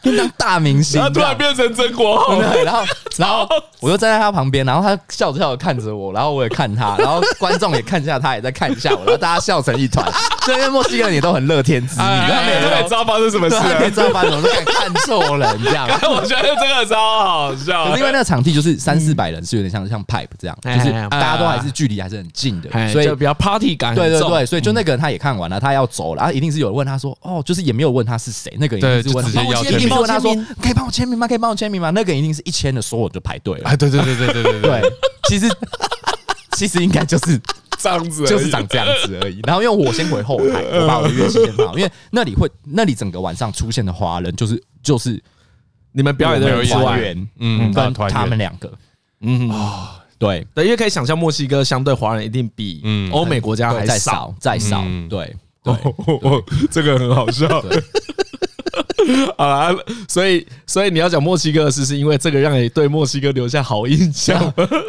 变当大明星然后，突这然样变成曾国 宏，对， 然后然后我就站在他旁边，然后他笑着笑着看着我，然后我也看 他，然后观众也看一下他，也在看一下我，然后大家笑成一 团。所以因为墨西哥人也都很乐天之意，哎他们也他也都知道发生什么事对，他们也了。知道吧？怎么都敢看错人这样。 我觉得这个超好可笑是因，为那个场地就是三四百人，是有点像像 pipe 这样，就哎是哎哎哎大家都还是距离还是很近的，所以就比较 party 感很对对重对，所以就那个人他也看完了，他要走了，啊然后一定是有人问他说，哦，就是也没有问他是谁，那个人一定是问他哦对就直接要一定是签名问他说，可以帮我签名吗？可以帮我签名吗？那个人一定是一签的，所有就排队了哎，。对对对对对对对，其实 其实应该就是这样子而已就是长这样子而已。然后因为我先回后 台，我把我的乐器先放好，因为那里会那里整个晚上出现的华人就是就是你们表演的人之团外，员，嗯嗯，大跟团圆他们两个，嗯，对，对，因为可以想象墨西哥相对华人一定比嗯欧美国家还对再少。少再少嗯，对对哦，哦哦这个很好笑。 好啦，所以所以你要讲墨西哥的事，是因为这个让你对墨西哥留下好印象。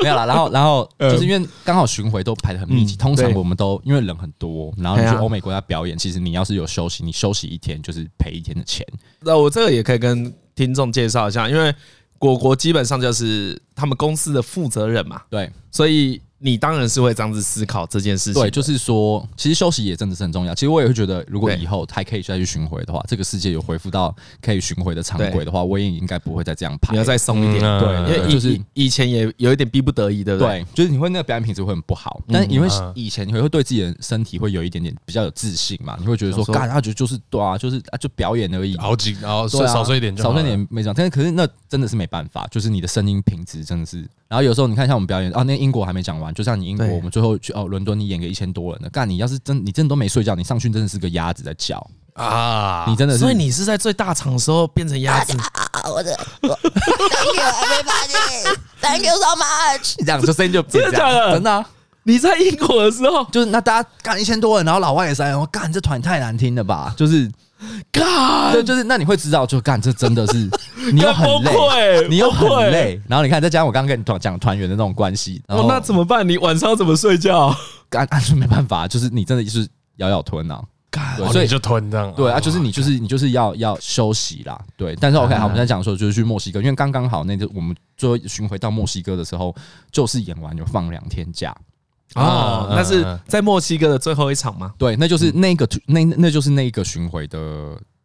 没有啦，然后然后 嗯就是因为刚好巡回都排的很密集，嗯通常对我们都因为人很多，然后你对去啊欧美国家表演，其实你要是有休息，你休息一天就是赔一天的钱， 那我这个也可以跟听众介绍一下，因为果果基本上就是他们公司的负责人嘛，对所以你当然是会这样子思考这件事情。对，就是说，其实休息也真的是很重要。其实我也会觉得，如果对以后还可以再去巡回的话，这个世界有恢复到可以巡回的常规的话，我也应该不会再这样排你要。再松一点，嗯因为对以就是以以前也有一点逼不得已，对不对？对，就是你会那个表演品质会很不好，但因为嗯以前你会对自己的身体会有一点点比较有自信嘛，你会觉得说，想说哦干，他觉得就是对啊，就是啊，就表演而已，好几，然后对啊少睡一点就好少了，睡一点没讲。但是可是那真的是没办法，就是你的声音品质真的是。然后有时候你看像我们表演啊，那英国还没讲完，就像你英国，对我们最后去哦伦敦，你演个一千多人的，干你要是真你真的都没睡觉，你上去真的是个鸭子在叫，啊！你真的是所以你是在最大场的时候变成鸭子，啊，我的我，Thank you everybody, thank you so much。这样就声音就变真这的假样，的真的啊、你在英国的时 候，就是那大家干一千多人，然后老外也塞，我干这团太难听了吧，就是。干，对，就是那你会知道，就干这真的 是你又很干崩累，溃你又很崩溃累，然后你看再加上我刚刚跟你团讲团员的那种关系，然哦后，那怎么办？你晚上怎么睡觉？干啊就没办法，就是你真的就是咬咬吞啊，干对哦所以你就吞这样，对啊，就是你就是你就是要要休息啦，对。但是 OK，好，我们在讲说就是去墨西哥，因为刚刚好那就我们最后巡回到墨西哥的时候，就是演完有放两天假，哦，嗯那是嗯在墨西哥的最后一场吗？对，那就是那个那那就是那个巡回的。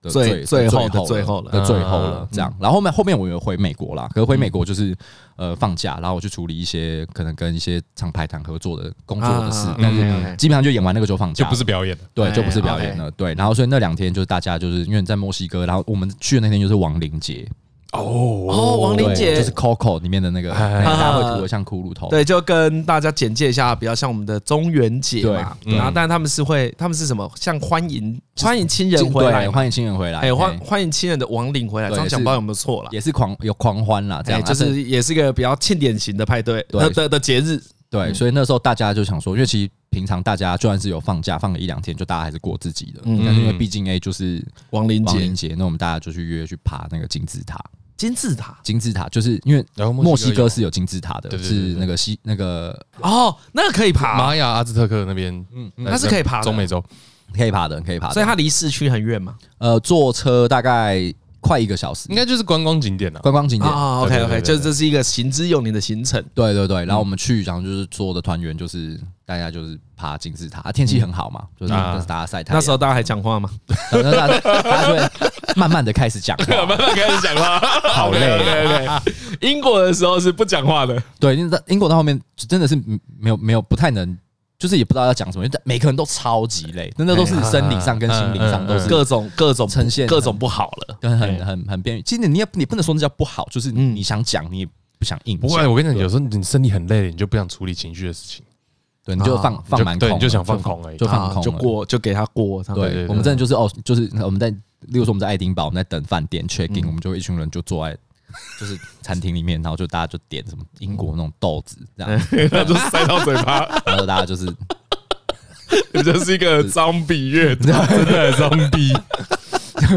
的最最最后的了最后了的最后嗯了，这样。然后后面后面我有回美国啦，可是回美国就是嗯呃放假，然后我去处理一些可能跟一些厂牌谈合作的工作的事啊，但嗯是，OK，OK 基本上就演完那个就放假就了，不是表演了。对，哎就不是表演了。对，然后所以那两天就是大家就是因为在墨西哥，然后我们去的那天就是亡灵节，哦，王对林姐就是 Coco 里面的那个，哎那个大家会涂的像骷髅头。对，就跟大家简介一下，比较像我们的中元节嘛。对然后嗯，但他们是会，他们是什么？像欢迎欢迎亲人进，回来对，嘛，欢迎亲人回来，哎，欢哎欢迎亲人的亡灵回来。对这样讲不是知道有没有错啦。也是狂有狂欢啦，这哎，样就啊是也是一个比较庆典型的派对，对呃的的节日。对，所以那时候大家就想说，因为其实平常大家就算是有放假，放个一两天，就大家还是过自己的。嗯但是因为毕竟哎，就是亡灵亡节灵、节，那我们大家就去约去爬那个金字塔。金字塔。金字塔就是因为然后墨墨西西哥哥是有金字塔的，对对对是对那个西那个哦，那个可以爬，玛雅、阿兹特克那边，嗯，它是可以爬的中美洲，可以爬的，可以爬的。所以它离市区很远嘛。呃，坐车大概快一个小时，应该就是观光景 点了。观光景点。啊，OK 对对 OK，对对就是这是一个行之有年的行程。对对对，然后我们去，然后就是做的团员就是大家就是爬金字塔，啊天气很好嘛，就是啊就是大家晒太阳。那时候大家还讲话吗？然后大家，大家就会慢慢的开始讲话，开始讲话，好累对对对，英国的时候是不讲话的，对，因为在英国到后面真的是没有没有不太能，就是也不知道要讲什么，因为每个人都超级累，真的都是哎生理上跟心灵嗯上都是嗯各种各种呈现各种不好了。很很很很边缘。其实你也你也不能说那叫不好，就是你想讲你也不想硬嗯不啊讲过，我跟你讲，有时候你身体很累了，你就不想处理情绪的事情，对，你就放放啊就满空对，了，你就想放空而已就。放啊空就了过就给他过，这样对对我们真的就是哦，就是我们在，例如说我们在爱丁堡，我们在等饭店 check 嗯 in，、我们就一群人就坐在就是餐厅里面，然后就大家就点什么英国那种豆子这嗯样， 那就塞到嘴巴，然后大家就是你 就是一 个脏笔乐队，真的很装逼，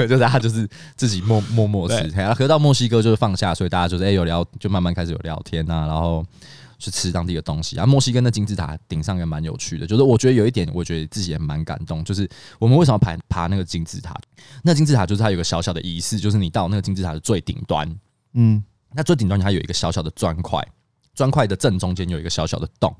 就大家就是自己默默默吃。然后可是到墨西哥就是放下，所以大家就是哎、有聊，就慢慢开始有聊天啊，然后。去吃当地的东西。啊然后墨西哥那金字塔顶上也蛮有趣的，就是我觉得有一点，我觉得自己也蛮感动，就是我们为什么爬爬那个金字塔？那金字塔就是它有个小小的仪式，就是你到那个金字塔的最顶端，嗯，那最顶端它有一个小小的砖块，砖块的正中间有一个小小的洞，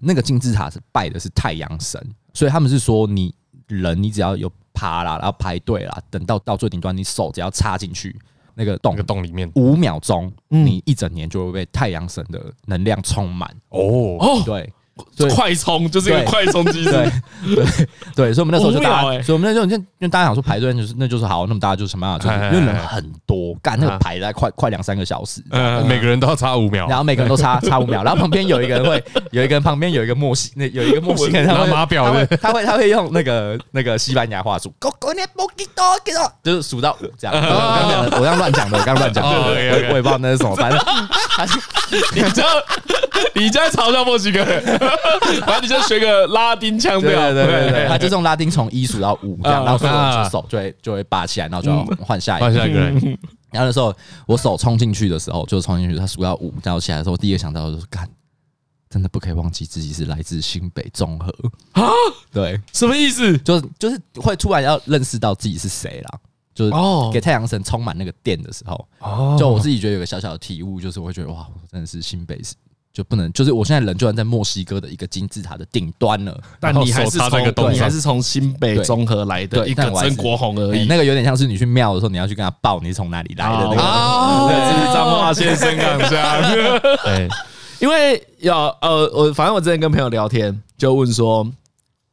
那个金字塔是拜的是太阳神，所以他们是说你人你只要有爬啦，然后排队啦，等到到最顶端，你手只要插进去那个洞那个，洞里面五秒钟，嗯你一整年就会被太阳神的能量充满。哦，哦，对 对快充就是一个对快充机制对对 对，所以我们那时候就大无聊家，欸所以我们那时候就因为大家想说排队，就是那就是好，那么大家就想办法，就是哎哎哎哎因为人很多，干那啊个排大概快快两三个小时。呃，每个人都要差五秒，然后每个人都差差五秒，然后旁边有一个人会，有一个人旁边有一个墨西，那有一个墨西哥人，他拿会码表他会的，他会他会用那个那个西班牙话数， Go go ne poquito, que no. 就是数到五这样。我刚讲的，我刚乱讲的，我刚乱讲的，哦我我，OK，OK 也不知道那是什么，反正他是你这 样你这样嘲笑墨西哥人，反正你就学个拉丁腔对调，对对对对，他就用拉丁从一数到五这啊样，然后所以我就手就会就会拔起来，然后就要嗯换下一个换。下一个人，然后那时候我手冲进去的时候，就冲进去，他数到五，然后起来的时候，我第一个想到的就是干，真的不可以忘记自己是来自新北综合啊，对，什么意思？就是就是会突然要认识到自己是谁啦，就是哦给太阳神充满那个电的时候，哦就我自己觉得有个小小的体悟，就是我会觉得哇，我真的是新北市。就不能，就是我现在人就算在墨西哥的一个金字塔的顶端了，但你还是手插在一个洞从上你还是从新北对综合来的对一个但我还是曾国宏而欸已。那个有点像是你去庙的时候，你要去跟他报你是从哪里哎来的那个。啊，对，这是彰化县深港乡。 对，因为要呃，我反正我之前跟朋友聊天，就问说，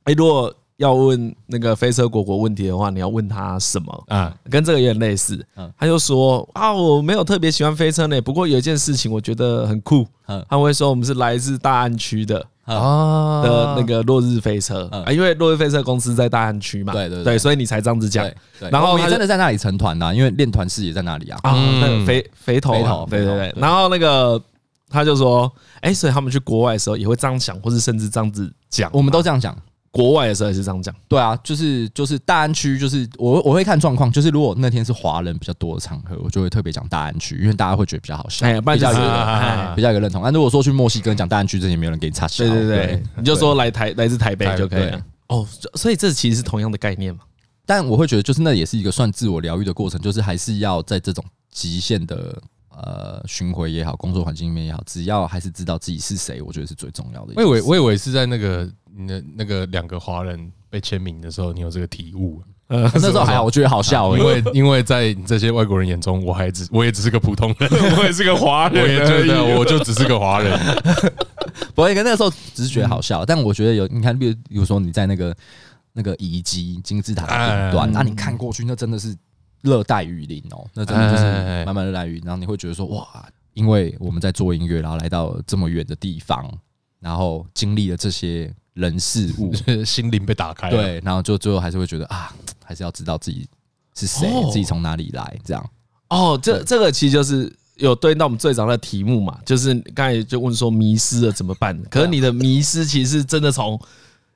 哎、如果要问那个飞车果果问题的话，你要问他什么？啊，跟这个有点类似，嗯他就说啊，我没有特别喜欢飞车呢，不过有一件事情我觉得很酷，嗯他会说我们是来自大安区的，啊的那个落日飞车、嗯啊，因为落日飞车公司在大安区嘛，对对对所以你才这样子讲对。，对然后我他就们真的在那里成团的啊，因为练团式也在那里啊。啊，嗯那个肥肥头肥嘛头，对对肥对头。对然后那个他就说，哎，所以他们去国外的时候也会这样想，或是甚至这样子讲嘛。我们都这样讲，国外的时候也是这样讲，对啊，就是就是大安区，就是我我会看状况，就是如果那天是华人比较多的场合，我就会特别讲大安区，因为大家会觉得比较好笑，哎，不然比就较是有哎，比较有认同。但啊如果说去墨西哥讲大安区，这也没有人给你插笑。对对对，你就说来台来自台北台就可以对了。哦，所以这其实是同样的概念嘛。但我会觉得，就是那也是一个算自我疗愈的过程，就是还是要在这种极限的呃巡回也好，工作环境里面也好，只要还是知道自己是谁，我觉得是最重要的一我件以为事。我以为是在那个那那个两个华人被签名的时候，你有这个体悟啊， 那时候还好，我觉得好笑、欸，因为因为在这些外国人眼中，我还只我也只是个普通人， 我也是个华人，我也觉得我就只是个华人， 不会，跟那个时候只是觉得好嗯笑，但我觉得有你看，比如比如说你在那个那个遗迹金字塔的顶哎端，那、你看过去，那真的是热带雨林哦，那真的就是哎慢慢热带雨林，然后你会觉得说哇，因为我们在做音乐，然后来到这么远的地方，然后经历了这些人事 物，心灵被打开，，对，然后就最后还是会觉得啊，还是要知道自己是谁，哦自己从哪里来，这样哦，这这个其实就是有对应到我们最早的题目嘛，就是刚才就问说迷失了怎么办？可是你的迷失其实是真的从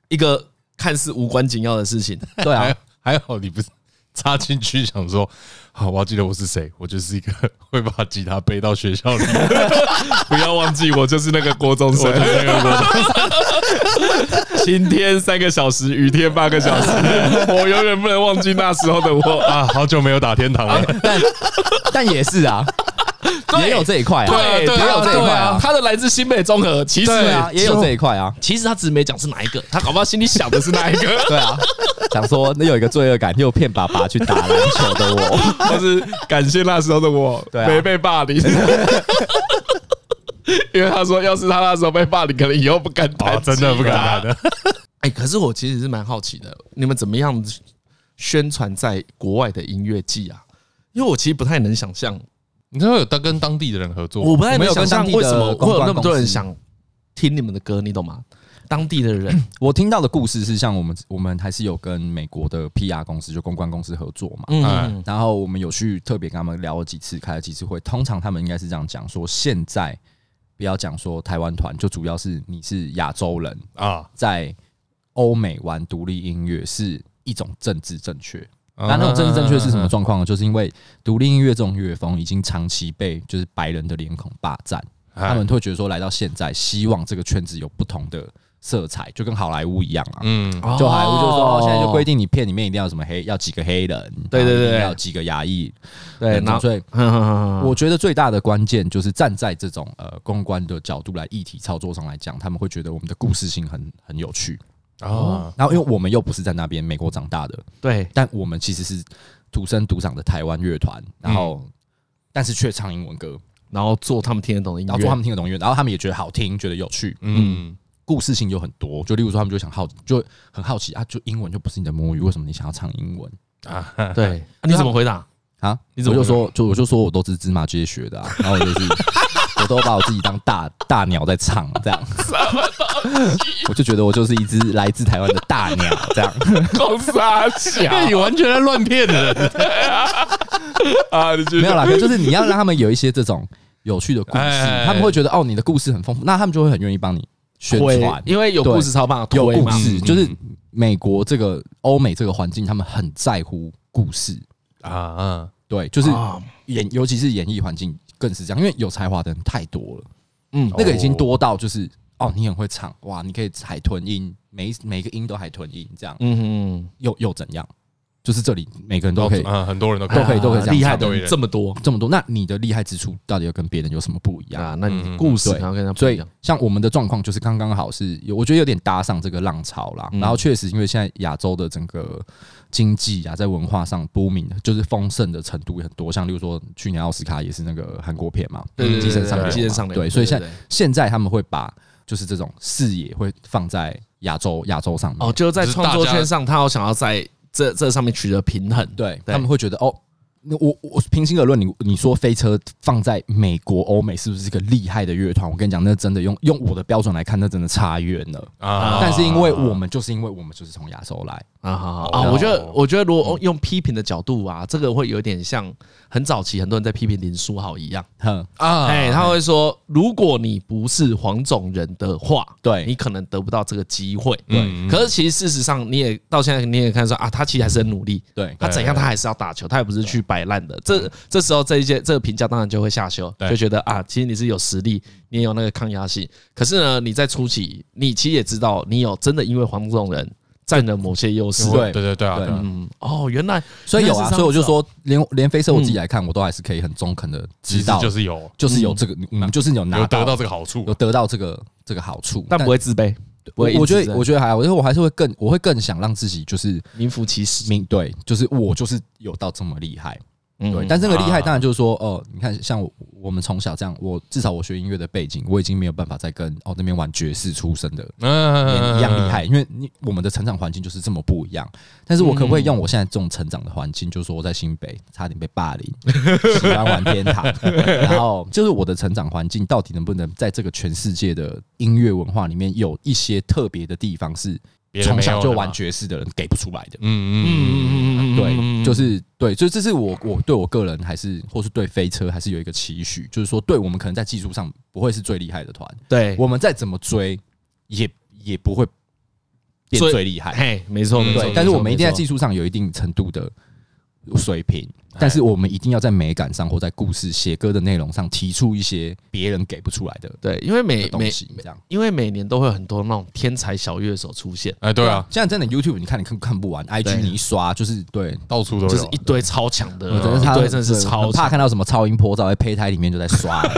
一个看似无关紧要的事情，对啊 还。还好你不是插进去想说，好，我要记得我是谁，我就是一个 会把吉他背到学校里， 不要忘记我就是那个郭中生，晴天三个小时，雨天八个小 时，我永远不能忘记那时候的我。啊，好久没有打天堂了，但但也是 啊，也有这一块啊，对也有啊，这一对块啊，他的来自新北综合，其实对啊，也有这一块 啊。其实他只是没讲是哪一个，他搞不好心里想的是哪一个。对啊，想说那有一个罪恶感，又骗爸爸去打篮球的 我，但是感谢那时候的我对啊没被霸凌，因为他说，要是他那时候被霸凌，可能以后不敢打、啊，真的不敢打。的，哎、可是我其实是蛮好奇的，你们怎么样宣传在国外的音乐季啊？因为我其实不太能想象，你知道有当跟当地的人合作吗，不太我们能有想跟象当地的为什么会有那么多公关公人司想听你们的歌，你懂吗？当地的人，我听到的故事是，像我们我们还是有跟美国的 PR 公司，就公关公司合作嘛。嗯，然后我们有去特别跟他们聊了几次，开了几次会。通常他们应该是这样讲说：现在不要讲说台湾团，就主要是你是亚洲人，啊，在欧美玩独立音乐是一种政治正确。那那种政治正确是什么状况呢？就是因为独立音乐这种乐风已经长期被就是白人的脸孔霸占，哎他们会觉得说来到现在，希望这个圈子有不同的色彩，就跟好莱坞一样啊。嗯，就好莱坞就说、哦、现在就规定你片里面一定要有什么黑，要几个黑人，对对对然后一定要几个亚裔，对，然然后后所以我觉得最大的关键就是站在这种呃公关的角度来议题操作上来讲，他们会觉得我们的故事性很很有趣。哦，然后因为我们又不是在那边美国长大的，对但我们其实是土生土长的台湾乐团，然后、但是却唱英文歌，然后做他们听得懂的音然后做他乐，们听得懂音乐，然后他们也觉得好听，觉得有趣，嗯，故事性有很多。就例如说，他们就想好，就很好奇啊，就英文就不是你的母语，为什么你想要唱英文啊，对，啊你怎么回 答？啊？你怎么我就会说，就我就说我都是芝麻街学的、啊，然后我就是我都把我自己当大大鸟在唱，这样，我就觉得我就是一只来自台湾的大鸟，这样。搞傻 笑那你哎完全在乱骗人，啊！你觉没得有啦，可能就是你要让他们有一些这种有趣的故事，哎他们会觉得哦，你的故事很丰富，那他们就会很愿意帮你宣传，因为有故事超棒，有推故嘛事。嗯就是美国这个欧美这个环境，他们很在乎故事， 啊啊，对，就是啊演，尤其是演艺环境更是这样，因为有才华的人太多了，嗯那个已经多到就是哦，你很会唱，哇，你可以海豚音，每每个音都海豚音，这样嗯嗯，又又怎样？就是这里每个人都可以啊，很多人都可都可以都可以这样厉害唱的哦人这么多这么多，那你的厉害之处到底要跟别人有什么不一样？啊！那你故事嗯对然后跟他所不一以样，像我们的状况就是刚刚好是有，我觉得有点搭上这个浪潮啦。嗯然后确实，因为现在亚洲的整个经济啊，在文化上 booming，就是丰盛的程度也很多。像例如说去年奥斯卡也是那个韩国片嘛，对对对寄生上流对嘛，寄生嗯上流对，所以现对在对对现在他们会把就是这种视野会放在亚洲亚洲上面。哦，就是在就是创作大家圈上，他好想要在这这上面取得平衡，对对他们会觉得哦，那我我平心而论，你你说飞车放在美国、欧美是不是一个厉害的乐团？我跟你讲，那真的用用我的标准来看，那真的差远了。啊，但是因为我们就是因为我们就是从亚洲来，啊，好好哦啊，我觉得，我觉得如果用批评的角度啊，这个会有点像很早期很多人在批评林书豪一样，哼，啊，哎，他会说，如果你不是黄种人的话，对你可能得不到这个机会，对可是其实事实上，你也到现在你也看说啊，他其实还是很努力，对他怎样他还是要打球，他也不是去摆烂的。这这时候这一些这个评价当然就会下修，对就觉得啊，其实你是有实力，你也有那个抗压性。可是呢，你在初期，你其实也知道，你有真的因为黄种人占了某些优势。对对对对啊，对对啊嗯，哦，原来所以有原来啊，是这样子所以我就说，连连飞车我自己来看，我都还是可以很中肯的嗯其知实道，就是有就是有这个，我们就是有拿有得到这个好处有，得到这个这个好处，但不会自卑，不会我因此我觉这得样我觉得还好，因为我还是会更我会更想让自己就是名副其实。明对，就是我就是有到这么厉害，嗯对，但这个厉害啊当然就是说，哦，你看，像我我们从小这样，我至少我学音乐的背景，我已经没有办法再跟哦那边玩爵士出身的嗯人一样厉害，因为你我们的成长环境就是这么不一样。但是我可不可以嗯用我现在这种成长的环境，就是说我在新北差点被霸凌， 喜欢玩天堂， 然后就是我的成长环境到底能不能在这个全世界的音乐文化里面有一些特别的地方，是别人没从有小就的嘛玩爵士的人给不出来的。嗯嗯嗯对，就是对，就这是我我对我个人还是或是对飞车还是有一个期许，就是说，对我们可能在技术上不会是最厉害的团，对，我们再怎么追也也不会变最最厉害，嘿，没错， 没错嗯对没，但是错我们一定没在错技术上有一定程度的水平，但是我们一定要在美感上或在故事写歌的内容上提出一些别人给不出来的对，因为每的东每西，这样。因为每年都会有很多那种天才小乐手出现，哎，对啊，现在真的 YouTube 你看你看看不完，IG 你一刷就是对，哦到处都就是有啊一，堆超强的，我真的是一他，堆真的是超哦很怕强。看到什么超音波照在胚胎里面就在 刷了。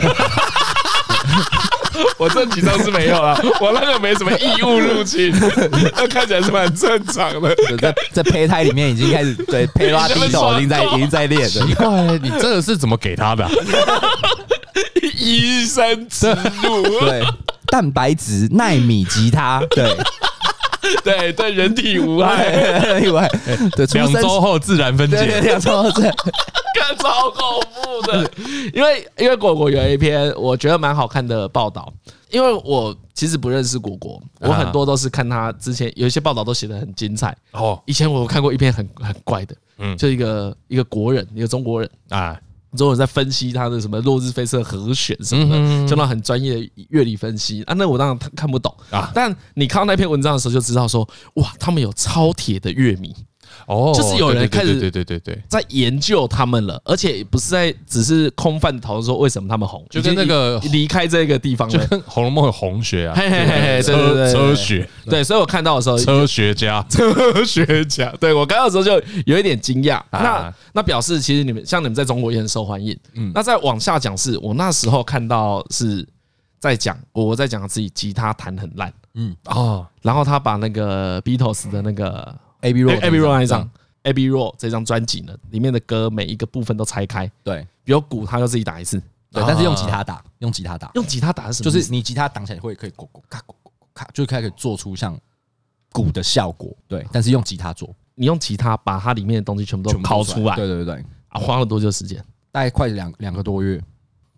我这几张是没有了，我那个没什么异物入侵，那看起来是蛮正常的。对在在胚胎里面已经开始对胚拉低手已经 在已经在练了。奇怪，你这个是怎么给他的啊？ 医生之路，对，蛋白质纳米吉他，对， 对对，人体无 害，意外，对， 出两生周后自然分对对解，两周后这看超恐怖的。 因为因为果果有一篇我觉得蛮好看的报道，因为我其实不认识果果，我很多都是看他之前有一些报道都写得很精彩。哦以前我有看过一篇很很怪的，嗯，就一个一个国人，一个中国人，啊，之后在分析他的什么落日飞车和弦什么的，就那很专业的乐理分析啊。那我当然看不懂啊啊，但你看到那篇文章的时候就知道说，哇，他们有超铁的乐迷，哦，就是有人开始对对对对对对，在研究他们了，而且不是在只是空泛的讨论说为什么他们红，就跟已经那个离离开这个地方就了。跟《红楼梦》有红学啊，嘿嘿嘿嘿对对车对车学对，所以我看到的时候，车学家，科学家，对我刚到的时候就有一点惊讶。那啊嗯那表示其实你们像你们在中国也很受欢迎。那再往下讲是，我那时候看到是在讲我在讲自己吉他弹很烂，嗯啊，然后他把那个 Beatles 的那个 A B 哎 a b y Road Road 那一张 a b y Road 这张专辑呢，里面的歌每一个部分都拆开，对比如鼓他就自己打一次，对，但是用吉他打，用吉他打，用吉他打啊是什就么意思？是你吉他挡起来会可以咕咕咔咕咕咕咔，就开始做出像鼓的效果。对，但是用吉他做，你用吉他把它里面的东西全部都全部拷做出来，对对对，对啊花了多久时间？大概快两两个多月。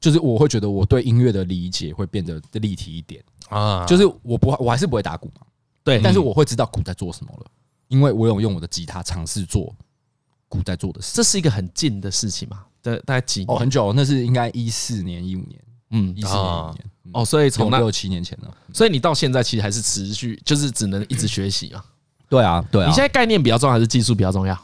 就是我会觉得我对音乐的理解会变得立体一点，啊，就是我不我还是不会打鼓嘛，对，但是我会知道鼓在做什么了，因为我有用我的吉他尝试做鼓在做的事。这是一个很近的事情嘛，大大概几哦，年？很久，那是应该一四年、一五年、嗯一四年、一五年，哦，所以从从那六七年前了。所以你到现在其实还是持续，就是只能一直学习嘛。对啊，对啊。你现在概念比较重要还是技术比较重要？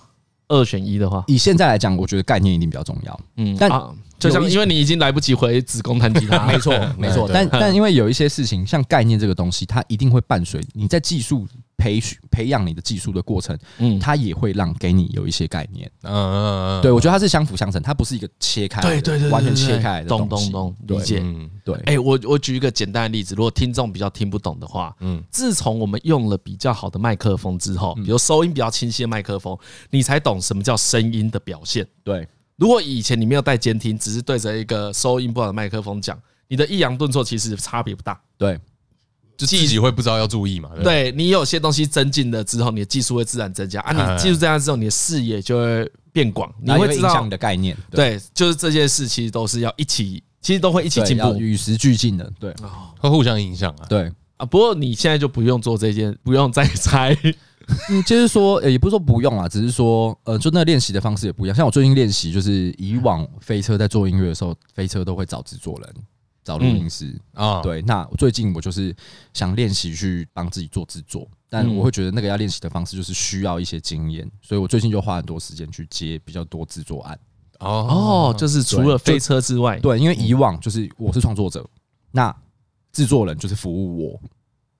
二选一的话，以现在来讲，我觉得概念一定比较重要。嗯，但啊就像有一因为你已经来不及回子宫弹吉 他，没错，没错，对嗯但但因为有一些事情，像概念这个东西，它一定会伴随你在技术培训培养你的技术的过程，嗯，它也会让给你有一些概念。嗯嗯嗯，对我觉得它是相辅相成，它不是一个切开来的对对对，完全对对切对开来的懂东西懂懂，对理解。嗯对，哎，我我举一个简单的例子，如果听众比较听不懂的话，嗯自从我们用了比较好的麦克风之嗯后，比如收音比较清晰的麦克风，你才懂什么叫声音的表现。对如果以前你没有带监听，只是对着一个收音不好的麦克风讲，你的抑扬顿挫其实差别不大。对就自己会不知道要注意嘛，不，对你有些东西增进了之后，你的技术会自然增加啊。哎你技术增加之后，你的视野就会变广，你然后会也知影响道你，的概念，对，就是这些事其实都是要一起，其实都会一起对，进要步与时俱进的，对会互相影响啊。对。啊。不过你现在就不用做这件，不用再 猜。嗯，就是说，呃也不是说不用啊，只是说，呃，就那练习的方式也不一样。像我最近练习，就是以往飞车在做音乐的时候，飞车都会找制作人、找录音师。啊，对，那最近我就是想练习去帮自己做制作，但我会觉得那个要练习的方式就是需要一些经验，所以我最近就花很多时间去接比较多制作案。哦哦，就是除了飞车之外，对，因为以往就是我是创作者，那制作人就是服务我，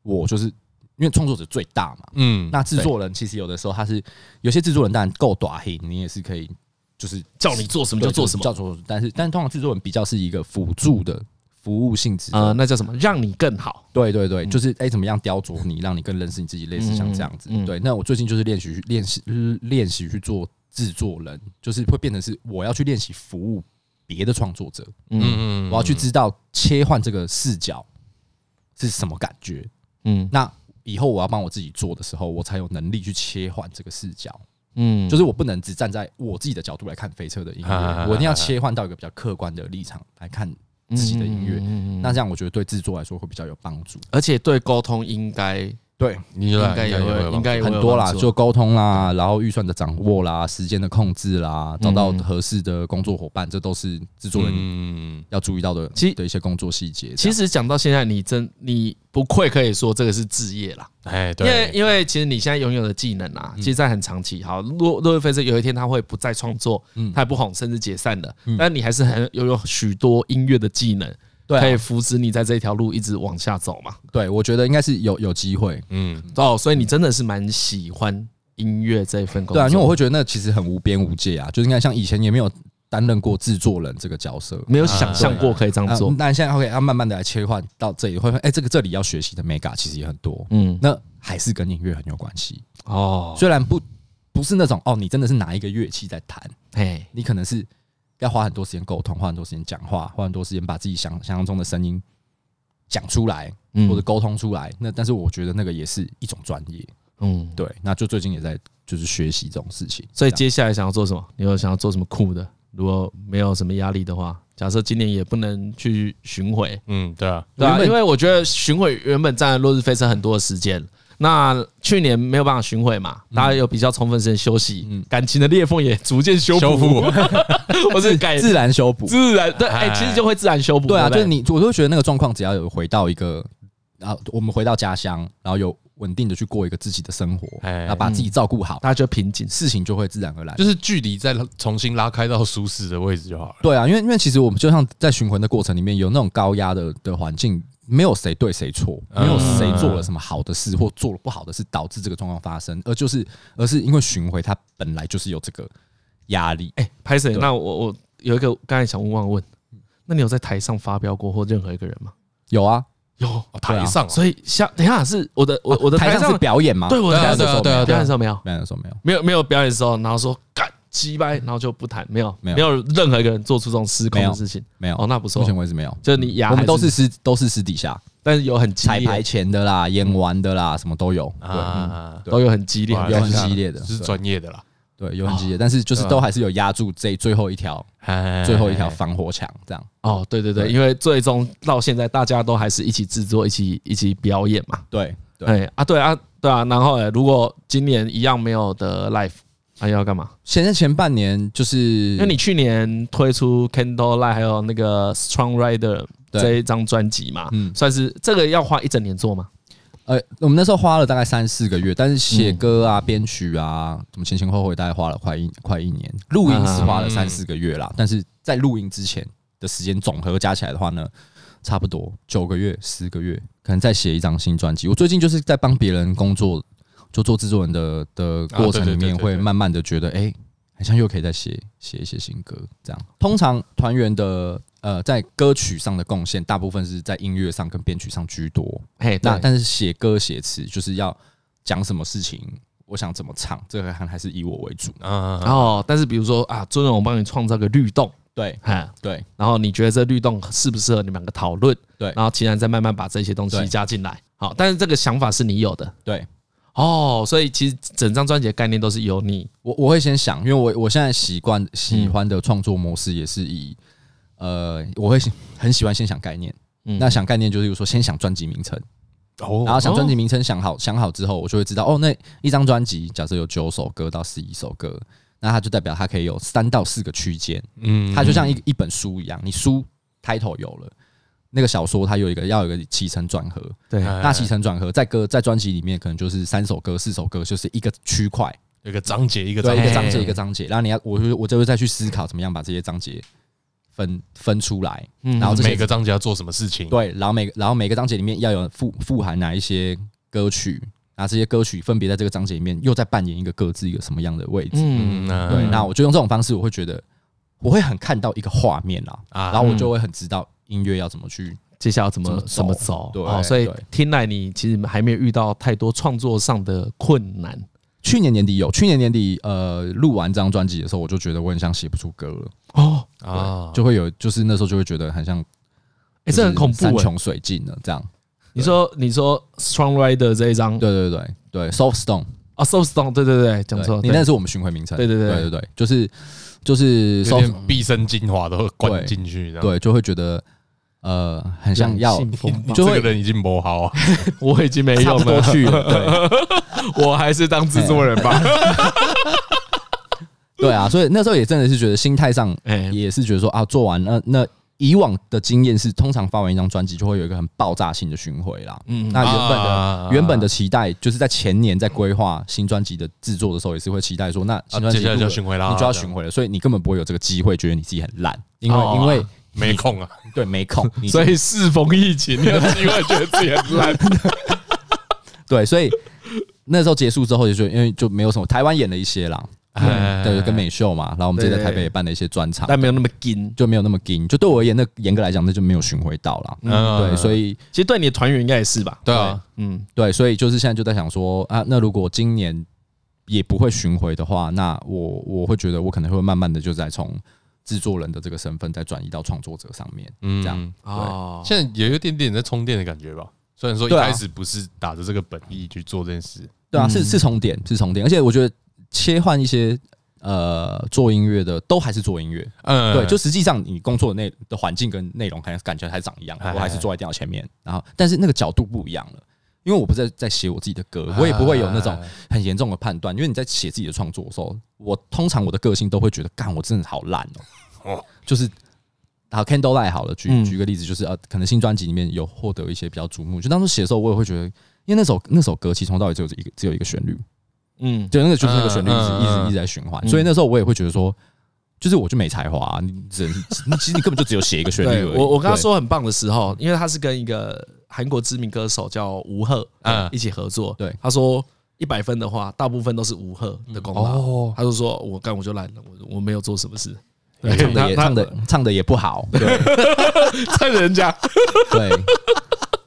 我就是因为创作者最大嘛，嗯，那制作人其实有的时候他是有些制作人当然够短黑，你也是可以就是叫你做什么对就做什么叫做，但是但通常制作人比较是一个辅助的服务性质啊、啊，那叫什么？让你更好。对对嗯对，就是哎、怎么样雕琢你，让你更认识你自己，类似像这样子。嗯嗯嗯对，那我最近就是练习去练习练习去做制作人，就是会变成是我要去练习服务别的创作者，嗯嗯，我要去知道切换这个视角是什么感觉。嗯那以后我要帮我自己做的时候，我才有能力去切换这个视角。嗯，就是我不能只站在我自己的角度来看飞车的音啊乐，我一定要切换到一个比较客观的立场来看自己的音乐。嗯嗯嗯嗯那这样我觉得对制作来说会比较有帮助。而且对沟通应该对，嗯你啊应来该也会应该也会很哎有多啦，帮助就沟通啦，然后预算的掌握啦，时间的控制啦，找到嗯合适的工作伙伴，这都是制作人嗯，要注意到的，其的一些工作细节。其实讲到现在，你真你不愧可以说这个是置业啦，哎，因为对，因为其实你现在拥有的技能啊，其实在很长期。好，洛洛瑞菲斯有一天他会不再创作，他也不红，甚至解散了，但你还是很拥有许多音乐的技能，对啊可以扶持你在这条路一直往下走嘛。对我觉得应该是有有机会，嗯，哦，所以你真的是蛮喜欢音乐这一份工作，对啊，因为我会觉得那其实很无边无界啊，就是应该像以前也没有担任过制作人这个角色，没有想象过可以这样做啊。那现在 OK，要慢慢的来切换到这里，会发现哎、这个这里要学习的 mega 其实也很多，嗯，那还是跟音乐很有关系。哦，虽然不不是那种哦，你真的是拿一个乐器在弹，嘿，你可能是要花很多时间沟通，花很多时间讲话，花很多时间把自己想想象中的声音讲出来，嗯或者沟通出来。那但是我觉得那个也是一种专业，嗯，对。那就最近也在就是学习这种事情，所以这样接下来想要做什么？你有想要做什么酷的？如果没有什么压力的话，假设今年也不能去巡回，嗯，对啊，对、原啊，本因为我觉得巡回原本占了落日飞车很多的时间。那去年没有办法巡回嘛，嗯大家有比较充分时间休息，感情的裂缝也逐渐修修复复， 或是改自然修补，自然对，哎，其实就会自然修补。对啊，不就是你，我就会觉得那个状况，只要有回到一个，啊，我们回到家乡，然后有稳定的去过一个自己的生活，哎然后把自己照顾好，大家就瓶颈。事情就会自然而然。就是距离再重新拉开到舒适的位置就好了。对啊，因为因为其实我们就像在循环的过程里面，有那种高压的的环境，没有谁对谁错，没嗯有谁做了什么好的事或做了不好的事导致这个状况发生，而就是而是因为巡回它本来就是有这个压力。哎、拍谁？对那我我有一个刚才想问忘问，那你有在台上发飙过或任何一个人吗？有啊，有，哦台上哦，所以下等一下是我的我我的台上是表演吗？对我的对台啊上对啊对啊表对演的啊时，候没有表演的时候没有。没有没有表演的时候，然后说干鸡掰，然后就不谈，没有没有没有任何一个人做出这种失控的事情，没有哦，那不错目，前为止没有，就是你牙我们都还是私都是私底下但是有很激彩排烈，前的啦，演完的啦，什么都有，啊，都有很激烈，哇有很那激烈的这是对专业的啦。对，有很激烈，但是就是都还是有压住这最后一条哎最后一条防火墙这样。哦，对对对，因为最终到现在大家都还是一起制作，一起一起表演嘛，对对，哎啊对啊对啊，然后哎，如果今年一样没有的 live，那要干嘛？现在前半年就是因为你去年推出 Candle Light 还有那个 Strong Rider 对这一张专辑嘛，嗯算是这个要花一整年做吗？呃，我们那时候花了大概三四个月，但是写嗯歌啊、编曲啊，什么前前后后也大概花了快一快一年。录音嗯是花了三四个月啦，但是在录音之前的时间总和加起来的话呢，差不多九个月、十个月，可能再写一张新专辑。我最近就是在帮别人工作，就做制作人的的过程里啊对对对面，对对会慢慢的觉得，哎、好像又可以再写写一些新歌，这样。通常团员的呃，在歌曲上的贡献，大部分是在音乐上跟编曲上居多。嘿，那对但是写歌写词就是要讲什么事情，我想怎么唱，这个还还是以我为主。然啊，后但是比如说啊，尊荣我帮你创造个律动，对哎，对然后你觉得这律动适不适合你们两个讨论？对然后其他人再慢慢把这些东西对加进来。好，但是这个想法是你有的对，哦，所以其实整张专辑的概念都是由你我我会先想，因为我我现在习惯嗯喜欢的创作模式也是以、呃，我会先很喜欢先想概念。嗯那想概念就是，比如说先想专辑名称，哦然后想专辑名称想好，想好之后，我就会知道哦，那一张专辑假设有九首歌到十一首歌，那它就代表它可以有三到四个区间。嗯它就像一一本书一样，你书 title 有了，那个小说它有一个要有一个起承转合，嗯对哎那起承转合在歌在专辑里面可能就是三首歌、四首歌，就是一个区块，有一个章节一个章对，节一个章节一个章节，然后你要我就我就会再去思考怎么样把这些章节分分出来，嗯然后这每些个章节要做什么事情，对，然后每个然后每个章节里面要有富富含哪一些歌曲，那这些歌曲分别在这个章节里面又在扮演一个各自一个什么样的位置，嗯，啊对，那我就用这种方式，我会觉得我会很看到一个画面啦，啊然后我就会很知道音乐要怎么去。接下来要怎么怎怎么么走走？对哦，所以对听来你其实还没有遇到太多创作上的困难。去年年底有，去年年底呃录完这张专辑的时候，我就觉得我很像写不出歌了，哦，啊，就会有就是那时候就会觉得很像，哎、这很恐怖山哎、穷水尽了这样。你说你说 Strong Rider 这一张，对对对对，Soft Stone，啊，So Stone，对对对，讲错，对你对那是我们巡回名称，对对对对对对，就是就是有 Soft，点毕生精华都灌进去，这样，对，就会觉得呃很像要人性风暴就这会个人已经磨好 啊，我已经没差用不多了，去哎了，对。 我还是当制作人吧。对啊，所以那时候也真的是觉得心态上哎也是觉得说啊，做完那那以往的经验是，通常发完一张专辑就会有一个很爆炸性的巡回啦。嗯，那原本的、啊原本的期待，就是在前年在规划新专辑的制作的时候，也是会期待说，那新专辑啊接下来录了就要巡回啦你就要巡回了，所以你根本不会有这个机会觉得你自己很烂，因为、哦因为没空啊，对没空， 你所以适逢疫情，你有机会觉得自己很 烂。对，所以那时候结束之后，也就因为就没有什么台湾演了一些啦，哎对，跟美秀嘛，然后我们自己在对台北也办了一些专场，但没有那么紧。就没有那么紧。就对我而言，那严格来讲，那就没有巡回到啦。嗯对，所以其实对你的团员应该也是吧？对啊，嗯，对，所以就是现在就在想说啊，那如果今年也不会巡回的话，那我我会觉得我可能会慢慢的就在从制作人的这个身份再转移到创作者上面，嗯这样。哦，现在也有一点点在充电的感觉吧。虽然说一对啊开始不是打着这个本意去做这件事，对啊，是是重点，是重点，而且我觉得切换一些呃做音乐的都还是做音乐，嗯，对，就实际上你工作的内的环境跟内容还感觉还是长一样，哎我还是坐在电脑前面，然后但是那个角度不一样了。因为我不是在在写我自己的歌，我也不会有那种哎很严重的判断。因为你在写自己的创作的时候，我通常我的个性都会觉得，干我真的好烂哦哦。就是啊好 Candle Light 好了，举嗯举个例子，就是呃，可能新专辑里面有获得一些比较瞩目，就当初写的时候，我也会觉得因为那首那首歌其实从头到尾只有一个只有一个旋律，嗯，就那个就是那个旋律一直嗯嗯一直嗯一直在循环，所以那时候我也会觉得说，就是我就没才华啊、你只能你其实你根本就只有写一个旋律对而已。我我跟他对，说很棒的时候，因为他是跟一个韩国知名歌手叫吴赫嗯一起合作，对他说。一百分的话，大部分都是吴赫的功劳。哦他就说：“我干，我就烂了，我我没有做什么事。对哎唱的 也他他唱的唱的也不好，对 看人 家，对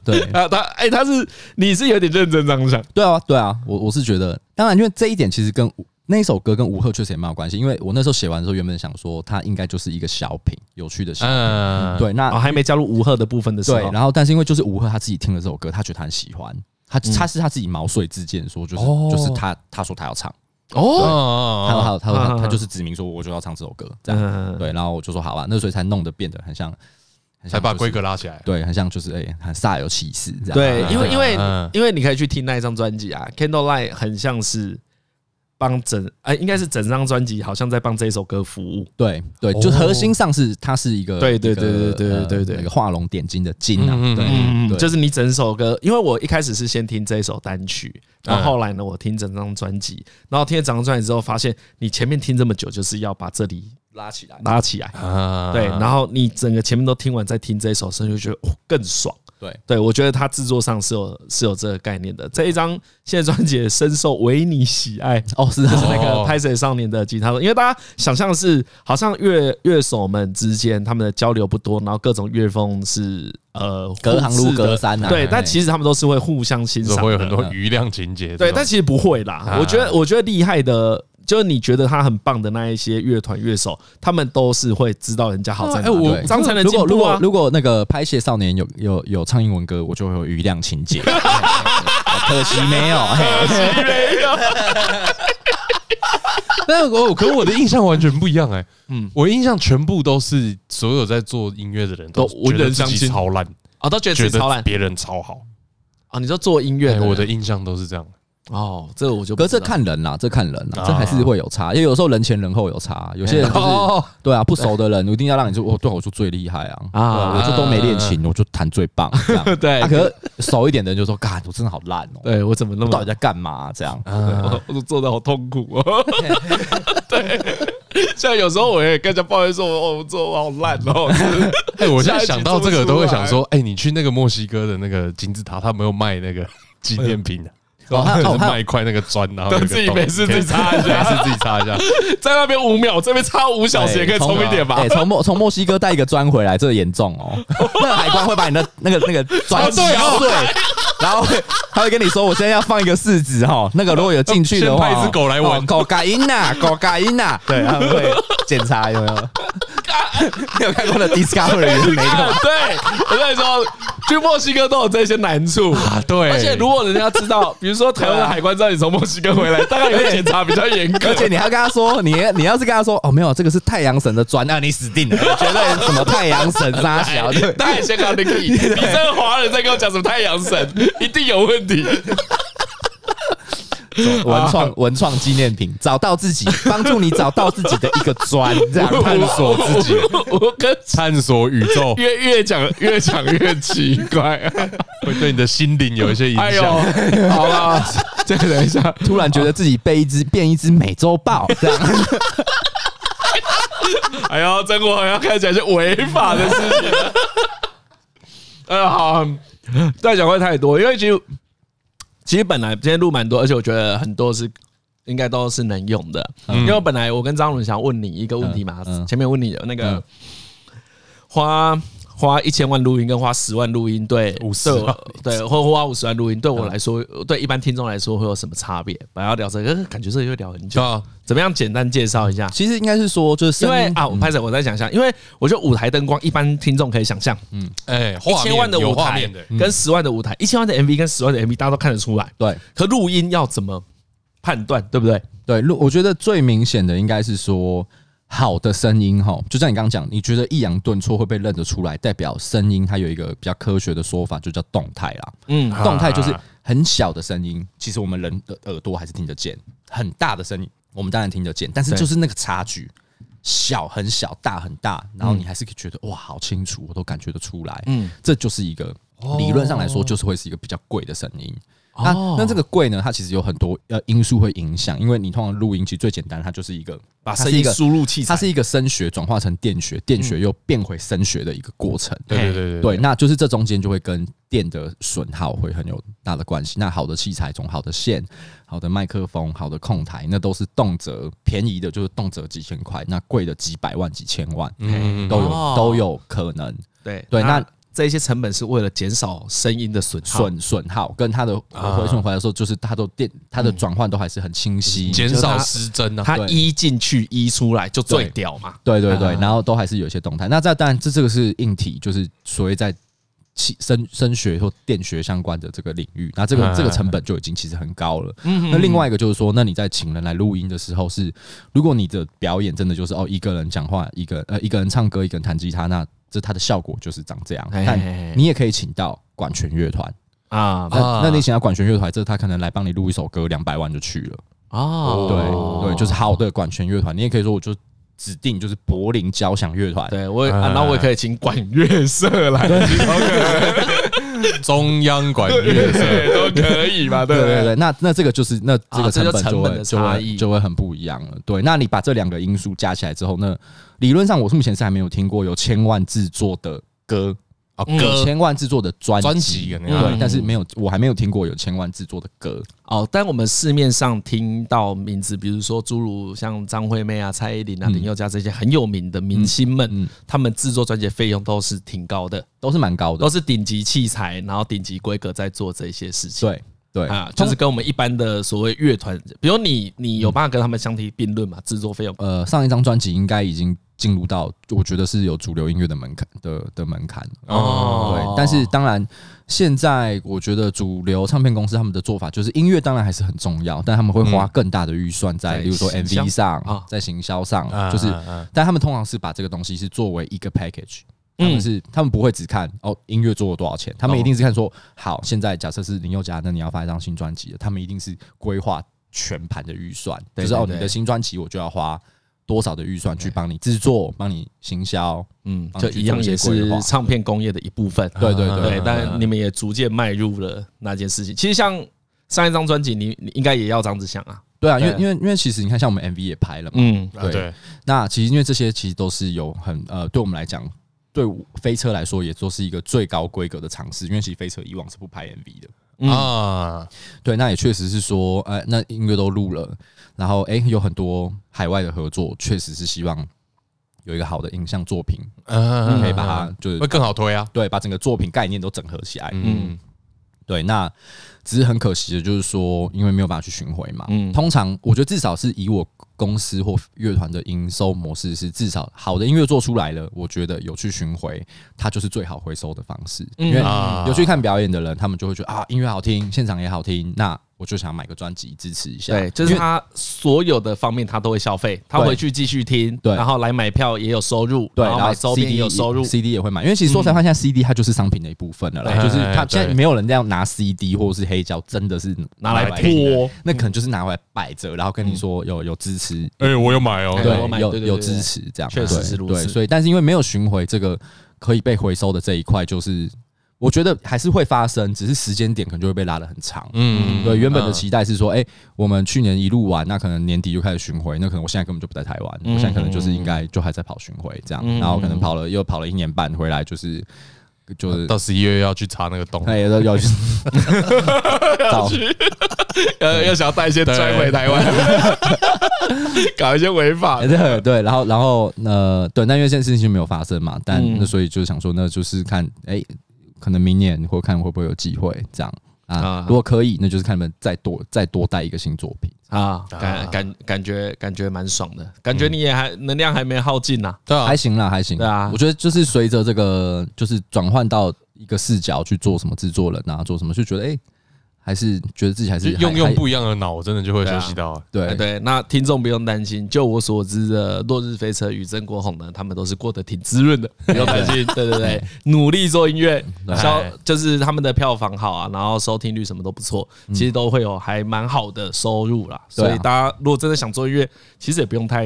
对他他哎、他是你是有点认真这样想，对啊对啊，我我是觉得，当然因为这一点其实跟吴那一首歌跟吴赫确实也蛮有关系，因为我那时候写完的时候，原本想说它应该就是一个小品，有趣的小品。嗯，对，那哦，还没加入吴赫的部分的时对候，，然后但是因为就是吴赫他自己听了这首歌，他觉得他很喜欢，他他是他自己毛遂自荐说就是哦就是他他说他要唱，哦，他哦，他他他啊他就是指明说我就要唱这首歌这样，嗯，对，然后我就说好吧，那所以才弄得变得很像，很像才把就是规格拉起来。对，很像就是哎，很煞有其事这样，对，因为因为嗯因为你可以去听那一张专辑啊，Candlelight 很像是帮整哎，应该是整张专辑好像在帮这一首歌服务。对对，哦就核心上是它是一个对对一个对对对呃对对那个画龙点睛的睛啊嗯嗯，对嗯，对，就是你整首歌，因为我一开始是先听这一首单曲，然后后来呢，我听整张专辑，然后听了整张专辑之后，发现你前面听这么久，就是要把这里拉起来，拉起来。啊对，然后你整个前面都听完，再听这一首，所以就觉得哦更爽。对对，我觉得他制作上是有是有这个概念的。这一张现在专辑也深受维尼喜爱，哦是啊就是那个哦拍水少年的吉他手，因为大家想象是好像乐乐手们之间他们的交流不多，然后各种乐风是呃隔行如隔山互斥的啊对哎，但其实他们都是会互相欣就赏会有的很多余量情节这种。对，但其实不会啦啊。我觉得，我觉得厉害的，就是你觉得他很棒的那一些乐团乐手，他们都是会知道人家好在哪哎里。我对张才能如果进如步果啊！如果那个拍戏少年有有有唱英文歌，我就会有余量情节，嘿嘿嘿可惜没有。嘿但我可我的印象完全不一样哎，嗯，我印象全部都是所有在做音乐的人都觉得自己超烂，啊，都觉得觉自己超得烂别人超好。啊！你说做音乐对，的，我的印象都是这样。哦，这个我就不可是这知道看人啦，这看人啦啊，这还是会有差，因为有时候人前人后有差，有些哎人哦就是对啊，不熟的人我一定要让你说，哦，对啊我就最厉害啊， 啊啊，我就都没练琴，我就弹最棒，这样对啊可是熟一点的人就说，干，我真的好烂哦，对哦我怎么那我么到底在干嘛？这样，我我做的好痛苦 哦。对， 像有时候我也跟人家抱怨说，哦，我做我好烂哦。 哎，我现在想到这个都会想说，哎，你去那个墨西哥的那个金字塔，他没有卖那个纪念品的。哦他就哦是他卖一块那个砖，然后有一个自己洞没事自己插一下没事自己插一下。在那边五秒，这边差五小时也可以对从冲一啊点吧哎，？从墨从墨西哥带一个砖回来，这严重 哦，那个海关会把你的那个那个砖哦击对哦碎， 然后会他会跟你说，我现在要放一个柿子哈，那个如果有进去的话，先派一只狗来闻哦狗嘎音呐，狗嘎音啊呐，对，他们会检查有没有。 你有看过的 Discovery 也是没用， 对，我跟你说，去墨西哥都有这些难处。啊，对，而且如果人家知道，比如说台湾的海关知道你从墨西哥回来，大概也会检查比较严格而。且你还要跟他说，你你要是跟他说哦没有，这个是太阳神的砖，那你死定了，绝对什么太阳神杀小，对，哎大家先搞定你，你这个华人在跟我讲什么太阳神，一定有问题。文创文创纪念品，找到自己，帮助你找到自己的一个砖，这样探索 自己，我跟探索宇宙，越越讲越讲 越奇怪、会对你的心灵有一些影哎呦，响。好 了，再等一下，突然觉得自己被一只变一只美洲豹，这样 哎呦，真我好像开始讲一些违法的事情了。呃，好，再讲会太多，因为其实其实本来今天录蛮多，而且我觉得很多是应该都是能用的。因为本来我跟张伦想问你一个问题嘛，嗯嗯嗯前面问你的那个、嗯花花一千万录音跟花十万录音，对50对万我对，或或花五十万录音，对我来说，对一般听众来说会有什么差别？本来要聊这个，呃感觉这个又聊很久，啊，怎么样简单介绍一下？其实应该是说就是因声为音啊，我拍手，我再想象，因为我觉得舞台灯光一般听众可以想象，哎，一画面千万的有舞画台嗯面的，跟十万的舞台，一千万的 MV 跟十万的 MV 大家都看得出来，嗯对可录音要怎么判断，对不对？对，录我觉得最明显的应该是说好的声音哈，就像你刚刚讲，你觉得抑扬顿挫会被认得出来，代表声音它有一个比较科学的说法，就叫动态啦。嗯，动态就是很小的声音，其实我们人的耳朵还是听得见；很大的声音，我们当然听得见，但是对就是那个差距，小很小，大很大，然后你还是可以觉得哇，好清楚，我都感觉得出来。嗯，这就是一个理论上来说，就是会是一个比较贵的声音。那哦那这个贵呢，它其实有很多呃因素会影响，因为你通常录音机最简单，它就是一个把它声是一音个输入器它材，是一个声学转化成电学，电学又变回声学的一个过程。对对对对，那就是这中间就会跟电的损耗会很有大的关系。那好的器材中，好的线、好的麦克风、好的控台，那都是动辄便宜的，就是动辄几千块；那贵的几百万、几千万，嗯都有、哦都有可能对对那这一些成本是为了减少声音的损耗，损损耗跟它的回损回来的时候，就是它都电它的转换都还是很清晰。减就是少它失真啊。它对一进去一出来就最对屌嘛。对对对，啊然后都还是有一些动态。那在当然，这这个是硬体，就是所谓在气声声学或电学相关的这个领域，那这个嗯这个成本就已经其实很高了。嗯那另外一个就是说，那你在请人来录音的时候是，如果你的表演真的就是哦一个人讲话，一个呃一个人唱歌，一个人弹吉他，那这它的效果就是长这样。嘿但嘿嘿你也可以请到管弦乐团，啊那那你请到管弦乐团，这他可能来帮你录一首歌，两百万就去了。哦，对对，就是好的管弦乐团，你也可以说我就指定就是柏林交响乐团。对我也，啊那我也可以请管乐社来，中央管乐社，对，都可以嘛，对对不对对？对，那那这个就是那这啊个这就成本就成会、本的就差会异就会很不一样了。对，那你把这两个因素加起来之后，那理论上我是目前是还没有听过有千万制作的歌啊嗯歌千万制作的专专辑辑，可能要对，但是没有我还没有听过有千万制作的歌。哦，但我们市面上听到名字，比如说诸如像张惠妹啊、蔡依林啊、嗯林宥嘉这些很有名的明星们嗯嗯，他们制作专辑的费用都是挺高的，都是蛮高的都，是顶级器材，然后顶级规格在做这些事情。对对啊，就是跟我们一般的所谓乐团，比如你你有办法跟他们相提并论嘛？制作费用呃，上一张专辑应该已经进入到我觉得是有主流音乐的门槛的的门槛哦哦。对，但是当然，现在我觉得主流唱片公司他们的做法就是音乐当然还是很重要，但他们会花更大的预算在，在例如说行销 MV 上，啊在行销上，啊就是啊啊，但他们通常是把这个东西是作为一个 package。他嗯们是，他们不会只看哦，音乐做了多少钱，他哦们一定是看说，好，现在假设是林宥嘉，那你要发一张新专辑了，他们一定是规划全盘的预算，对就是哦，对你对的新专辑我就要花多少的预算去帮你制作，帮你行销，嗯，帮就你去一样做也一些规是划唱片工业的一部分。对对对对，嗯但你们也逐渐迈入了那件事情。其实像上一张专辑，你你应该也要张子祥啊，对啊，因为对因为因为其实你看，像我们 MV 也拍了嘛，嗯，啊对，那其实因为这些其实都是有很呃，对我们来讲，对我飞车来说也都是一个最高规格的尝试，因为其实飞车以往是不拍 MV 的，啊，对，那也确实是说，呃，那音乐都录了，然后哎、诶有很多海外的合作，确实是希望有一个好的影像作品，嗯可以把它就是会更好推啊。对，把整个作品概念都整合起来，嗯，对，那只是很可惜的就是说，因为没有办法去巡回嘛。嗯通常我觉得至少是以我公司或乐团的营收模式是，至少好的音乐做出来了，我觉得有去巡回，它就是最好回收的方式。因为啊有去看表演的人，他们就会觉得啊，音乐好听，现场也好听，那我就想买个专辑支持一下。对，就是他所有的方面他都会消费，他对回去继续听，对然后来买票也有收入，对，然后然买后周边 CD 也有收入嗯也，CD 也会买，因为其实说实在话，现在 CD 它就是商品的一部分了啦，对就是它对现在没有人这样拿 CD 或是黑胶，真的是拿来听的播，那可能就是拿回来摆着，然后跟你说有有支持，哎，我有买哦。对我买有对对对有对支持这样，确实对是如对，此所以但是因为没有巡回这个可以被回收的这一块，就是我觉得还是会发生，只是时间点可能就会被拉得很长。嗯，对，原本的期待是说，哎，我们去年一路玩，那可能年底就开始巡回，那可能我现在根本就不在台湾，我现在可能嗯就是应该就还在跑巡回这样，然后可能跑了又跑了一年半回来，就是啊就是到十一月要去查那个洞。那也要 要去找呃， 要想要带一些对拽回台湾， 搞一些违法的，对 对，然后然后呃，对，那因为这件事情没有发生嘛，但那所以就是想说，那就是看哎、可能明年或看会不会有机会这样啊啊。如果可以，那就是看你们再多再多带一个新作品。啊，感感感觉感觉蛮爽的，感嗯觉你也还能量还没耗尽呐、对啊还，行啦，还行。对啊我觉得就是随着这个，就是转换到一个视角去做什么制作人啊，做什么，就觉得哎、还是觉得自己还就是用还用还不一样的脑，真的就会对啊休息到啊。哎对对，那听众不用担心。就我所知的，落日飞车与曾国宏呢，他们都是过得挺滋润 的，不用担心。对对对，哎努力做音乐，嗯销就是他们的票房好啊，然后收听率什么都不错，其实都会有还蛮好的收入啦。嗯对啊所以大家如果真的想做音乐，其实也不用太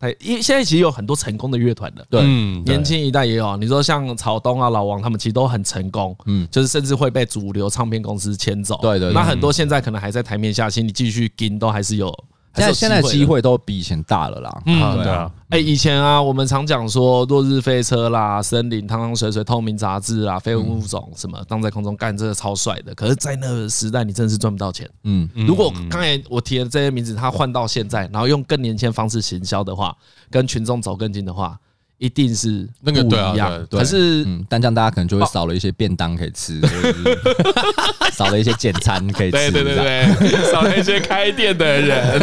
哎，因为现在其实有很多成功的乐团的，对啊嗯，对年轻一代也有啊。你说像草东啊、老王他们其实都很成功，嗯嗯，就是甚至会被主流唱片公司牵走。对对对那很多现在可能还在台面下，其实你继续跟都还是有。现还是在有现在的机，会都比以前大了啦。嗯，对对啊啊。哎，以前啊，我们常讲说落日飞车啦、森林、汤汤水水、透明杂志啊、飞物物种什嗯么，荡在空中干，真的超帅的。可是，在那个时代，你真的是赚不到钱。嗯，如果刚才我提的这些名字，他换到现在，然后用更年轻的方式行销的话，跟群众走更近的话，一定是那个不对啊一对样。对可是嗯，但这样大家可能哦就会少了一些便当可以吃， 或者是 少了一些简餐可以对吃。对对这样，对，少了一些开店的人。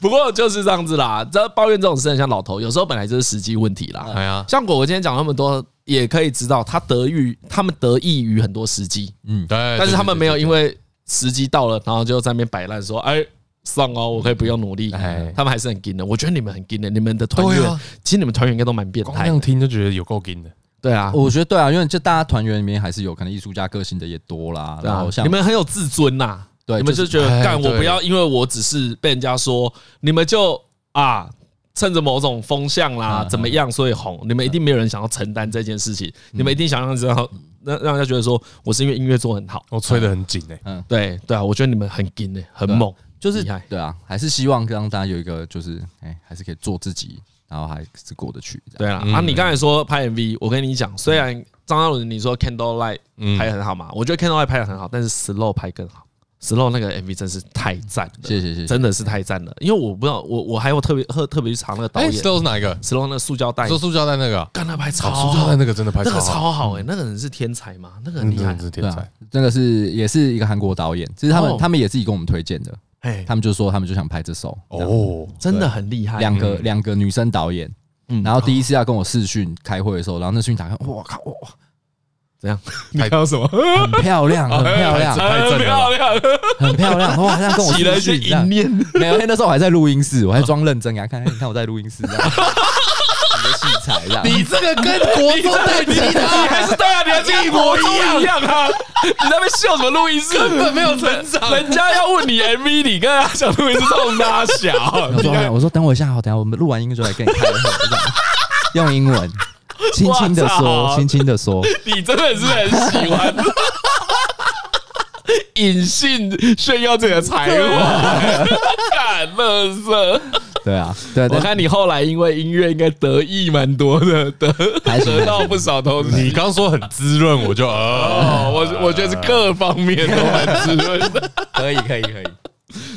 不过就是这样子啦，这抱怨这种事很像老头，有时候本来就是时机问题啦。哎呀，像果果今天讲那么多，也可以知道他得益，他们得益于很多时机，对，但但是他们没有因为时机到了，然后就在那边摆烂说，哎。算哦，我可以不用努力。哎他们还是很劲的。我觉得你们很劲的，你们的团对员啊，其实你们团员应该都蛮变光态那的。样听就觉得有够劲的，对啊，我觉得对啊，因为这大家团员里面还是有可能艺术家个性的也多啦，对然啊后，像你们很有自尊呐，对你们就就是觉得哎干我对不要，因为我只是被人家说，你们就啊趁着某种风向啦嗯怎么样，所以红，你们一定没有人想要承担这件事情，你们一定想让人知道，让让人家觉得说我是因为音乐做很好，我吹得很紧哎，对对啊，我觉得你们很劲的，很对啊猛，就是厉害对啊，还是希望让大家有一个就是哎、还是可以做自己，然后还是过得去这样。对啦，啊，你刚才说拍 MV，我跟你讲，虽然张嘉伦你说 Candlelight 拍得很好嘛，我觉得 Candlelight 拍得很好，但是 Slow 拍更好。Slow 那个 MV 真是太赞了，谢谢谢谢真的是太赞了。因为我不知道，我我还有特别特特别去查那个导哎演，Slow 是哪一个？ Slow 那个塑胶袋说，塑胶袋那个啊，干他拍超哦塑胶好袋，那个真的拍那个好，超好哎，那个人是天才嘛，那个很嗯厉害真的，是对天啊才，，那个是也是一个韩国导演，其实他们、哦他们也自己跟我们推荐的，哎，他们就说他们就想拍这首这样哦，真的很厉害。两个两个女生导演，哎嗯然后第一次要跟我视讯开会的时候，然后那视讯打开，哇靠，哇 哇怎样？你看到什么？很漂亮， 很漂亮，太正了吧，漂亮，很漂亮， 哇，好像跟我起了视一些讯这淫样。念。没有，那时候我还在录音室，我还装认真给他看，哎你看我在录音室 这样，很多器材这样。这个跟国中代机的还是对啊，你还是一模一样啊！你那边秀什么录音室？根本没有成长。人家要问你 MV，你跟他讲录音室冲他小然后我。说哎我说等我一下，好，等一下我们录完音就来跟你开会，这样用英文，轻轻的哇说，操轻轻的说，你真的是很喜欢 隐性炫耀自己的才华， 干乐色。对啊，对，我但看你后来因为音乐应该得意蛮多的，得还行得到不少东西。你刚说很滋润，我就哦，哦，我我觉得是各方面 都蛮滋润的。可以，可以，可以，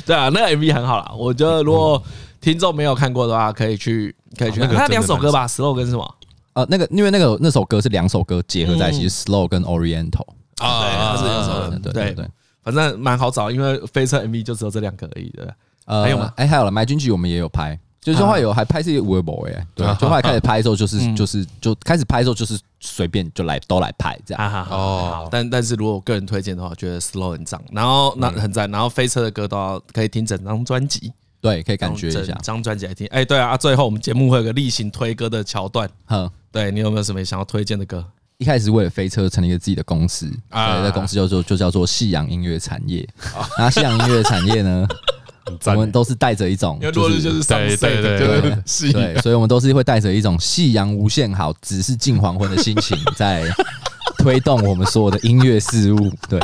对啊，那个 MV 很好啦，我觉得如果听众没有看过的话，可以去可以去哦那看。个它真的两首歌吧，slow 跟什么？呃，那个因为那个那首歌是两首歌结合在嗯一起是，slow 跟 oriental，啊，是两嗯首歌，对对对对，，反正蛮好找，因为飞车 MV 就只有这两个而已，对吧？呃，还有吗？啊哎，还有了，买军局我们也有拍。就是后来有还拍是 w e b o 哎，对，就后来开始拍的时候嗯就是就是就开始拍的时候就是随便就来都来拍这样，哈哈，哦哦，但但是如果我个人推荐的话，我觉得 slow 很赞，然后那很赞，然后飞车的歌都要可以听整张专辑，对，可以感觉一整下，张专辑来听。哎，对啊，啊最后我们节目会有个例行推歌的桥段，哼。对你有没有什么想要推荐的歌？一开始为了飞车成立了自己的公司，啊对，这公司叫做就叫做夕阳音乐产业。啊那夕阳音乐产 业呢，很我赞们都是带着一种因为落日就是 s u 对 n s 对 e 对就是对夕对，所以我们都是会带着一种夕阳无限好，只是近黄昏的心 情，在推动我们所有的音乐事物。对，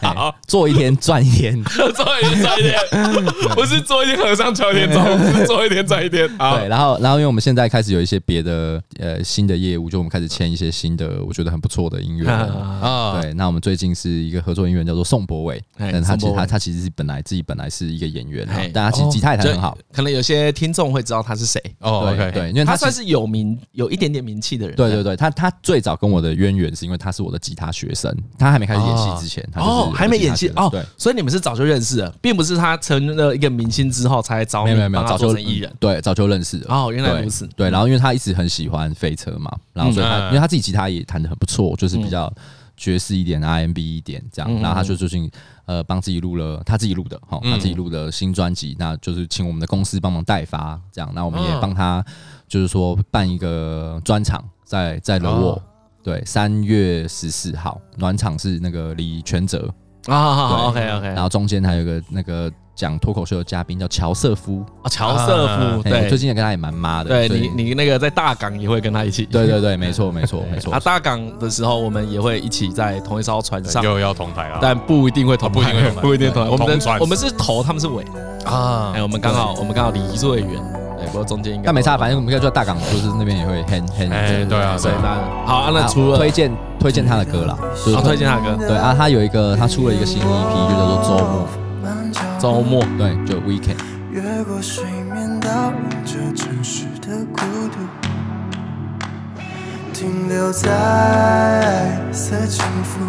哎做一天赚一天。做一天赚一天，不是做一天和尚敲一天钟，是做一天赚一天。好，对，然后然后因为我们现在开始有一些别的呃新的业务，就我们开始签一些新的，我觉得很不错的 音乐人。啊，对，那我们最近是一个合作演员叫做宋博伟，哎但他宋其实博伟他他其实是本来自己本来是一个演员啊哎，但他其实吉他也弹得很好。可能有些听众会知道他是谁，哦对，OK，对，因为哎他他其算实是有名、有一点点名气的人。对对对，他他最早跟我的渊源是因为他是我的吉他学生，他还没开始演戏之前，他就是我哦的，还没演戏吉他学哦生，所以你们是早就认识了，并不是他成了一个明星之后才找对，没你有没有没有，帮他早做就成艺人嗯。对，早就认识了。哦，原来对如此。对，然后因为他一直很喜欢飞车嘛，然后所以嗯他因为他自己吉他也弹得很不错，就是比较嗯爵士一点、RMB 啊一点这样，然后他就最近呃帮自己录了他自己录的哈，嗯他自己录的新专辑，那就是请我们的公司帮忙代发这样，那我们也帮他就是说办一个专场在在楼哦沃。对，三月十四号暖场是那个李全哲，啊，好好嗯对啊好，OK 然 OK，后中间还有一个那个讲脱口秀的嘉宾叫乔瑟夫，啊，乔瑟夫，哎我对，最近也跟他也蛮妈的，对所以你你那个在大港也会跟他一起，对对对，没错没错没错啊，，大港的时候我们也会一起在同一艘船上，又要同台啊但不一定会同啊不一定会台同 台不一定同台，对我们同的船我们是头，他们是尾，啊哎，我们刚好我们刚好离最远，对，不过中间应该但没差，反正我们可以叫大港，就是那边也会很很哎对啊所以对啊，那好，啊那啊除了哦推荐推荐他的歌啦，就是好推荐他的歌，对啊，他有一个他出了一个新 EP，就叫做周末，周末对，就 Weekend。越过水面，倒映着真实的孤独，停留在爱色轻浮，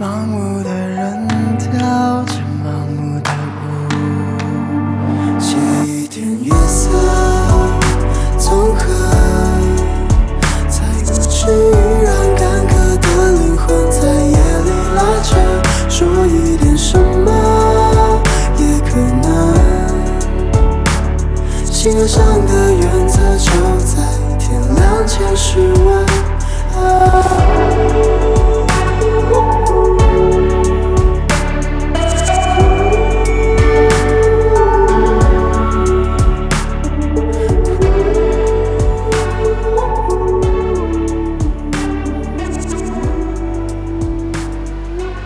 盲目的人跳着盲目的舞，写一点夜色纵横，才不至于让干渴的灵魂在夜里拉扯，说一点什么也可能。心上的原则就在天亮前试问。啊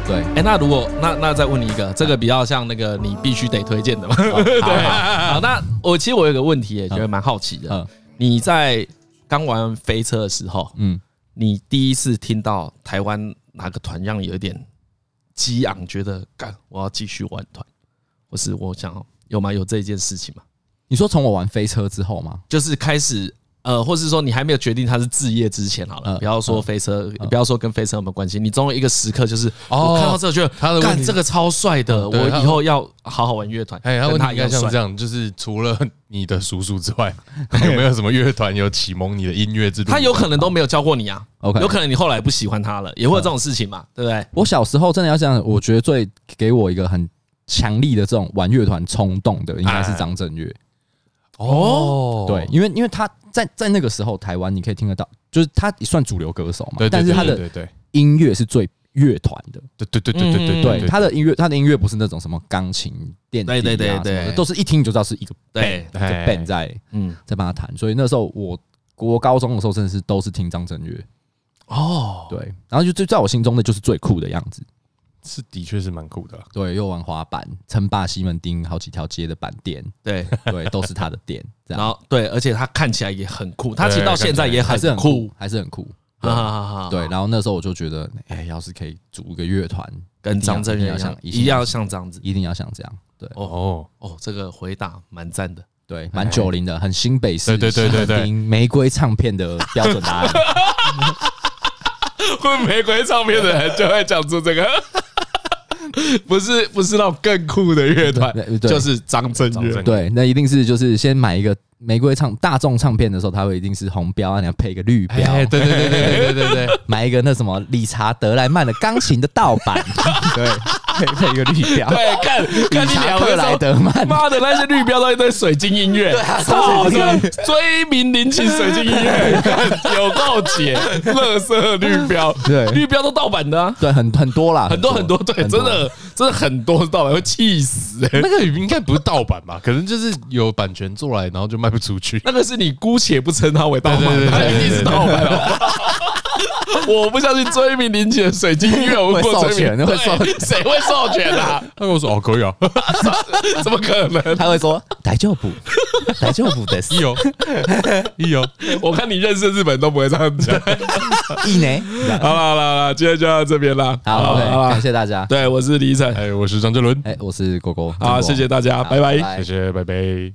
对，哎，那如果那那再问你一个，这个比较像那个你必须得推荐的嘛？哦 对，好，那我其实我有个问题也觉得蛮好奇的嗯，你在刚玩完飞车的时候，嗯，你第一次听到台湾哪个团让你有一点激昂，觉得干我要继续玩团，或是我想要有吗？有这件事情吗？你说从我玩飞车之后吗？就是开始呃，或是说你还没有决定他是置业之前好了，嗯不要说飞车，不要说跟飞车有没有关系，你总有一个时刻就是、哦我看到这个觉得他的问题干这个超帅的，对我他以后要好好玩乐团，哎，他跟问题他应一该样像帅这。样，就是除了你的叔叔之外， 有没有什么乐团有启蒙你的音乐之路？他有可能都没有教过你啊 OK 有可能你后来不喜欢他了，也会有这种事情嘛，对不对？我小时候真的要这样，我觉得最给我一个很强力的这种玩乐团冲动的，应该是张震岳。哎哦，对，因为因为他在在那个时候台湾你可以听得到，就是他也算主流歌手嘛对，，对但是他对的对音乐是最乐团的，对对对对对对嗯对，他的音乐他的音乐不是那种什么钢琴、电吉对他对对什么的对都是一听就知道是一个对 band 一个哎 band 在嗯，在帮他弹，所以那时候我国高中的时候真的是都是听张震岳，哦，对，然后就就在我心中的就是最酷的样子。是的确是蛮酷的啊。对，又玩滑板，称霸西门町好几条街的板店， 对，对，都是他的店，这然样后对，而且他看起来也很酷，他其实对到现在也还是很酷啊酷，，还是很酷。哈哈哈。对，然后那时候我就觉得，哎、要是可以组一个乐团，跟张震岳一定要像一样像这样子。一定要像这样。对哦， 哦，这个回答蛮赞的。对，蛮九零的，很新北市，对对对对对西门町玫瑰唱片的标准答 案。 混玫瑰唱片的人就会讲出这个， 不是不是那种更酷的乐团对，对就是张震张岳震。对，那一定是就是先买一个玫瑰唱大众唱片的时候，它会一定是红标啊，你要配一个绿标，哎，对对对对对对对对， 买一个那什么理查德莱曼的钢琴的盗版，对，配配一个绿 标，对，看看理你查两克个莱来的。德曼，妈的，那些绿标都一堆水晶音乐，操！追名林檎水晶音乐，看有够解，乐色绿标，对绿标都盗版的啊，对，很很多啦，很多很多，对，真。的真的很多盗版，会气死欸那个应该不是盗版吧？可能就是有版权做来，然后就卖不出 去。那个是你姑且不称它为盗对版，对对对它对一定是盗版，哦好不好？ 我不相信追名林檎的水晶音乐，我问过会授追名，权会授对谁会授权 啊？他跟我说哦，可以啊， 怎么可 能？他会说“大丈夫，大丈夫的 有有，我看你认识日本都不会这样 讲。意呢好了好了好了，今天就到这边啦”。。好，OK，好感啦，谢大家。对，我是李晨，哎，我是张哲伦，哎，我是果果。好，谢谢大家，拜拜。谢谢，拜拜。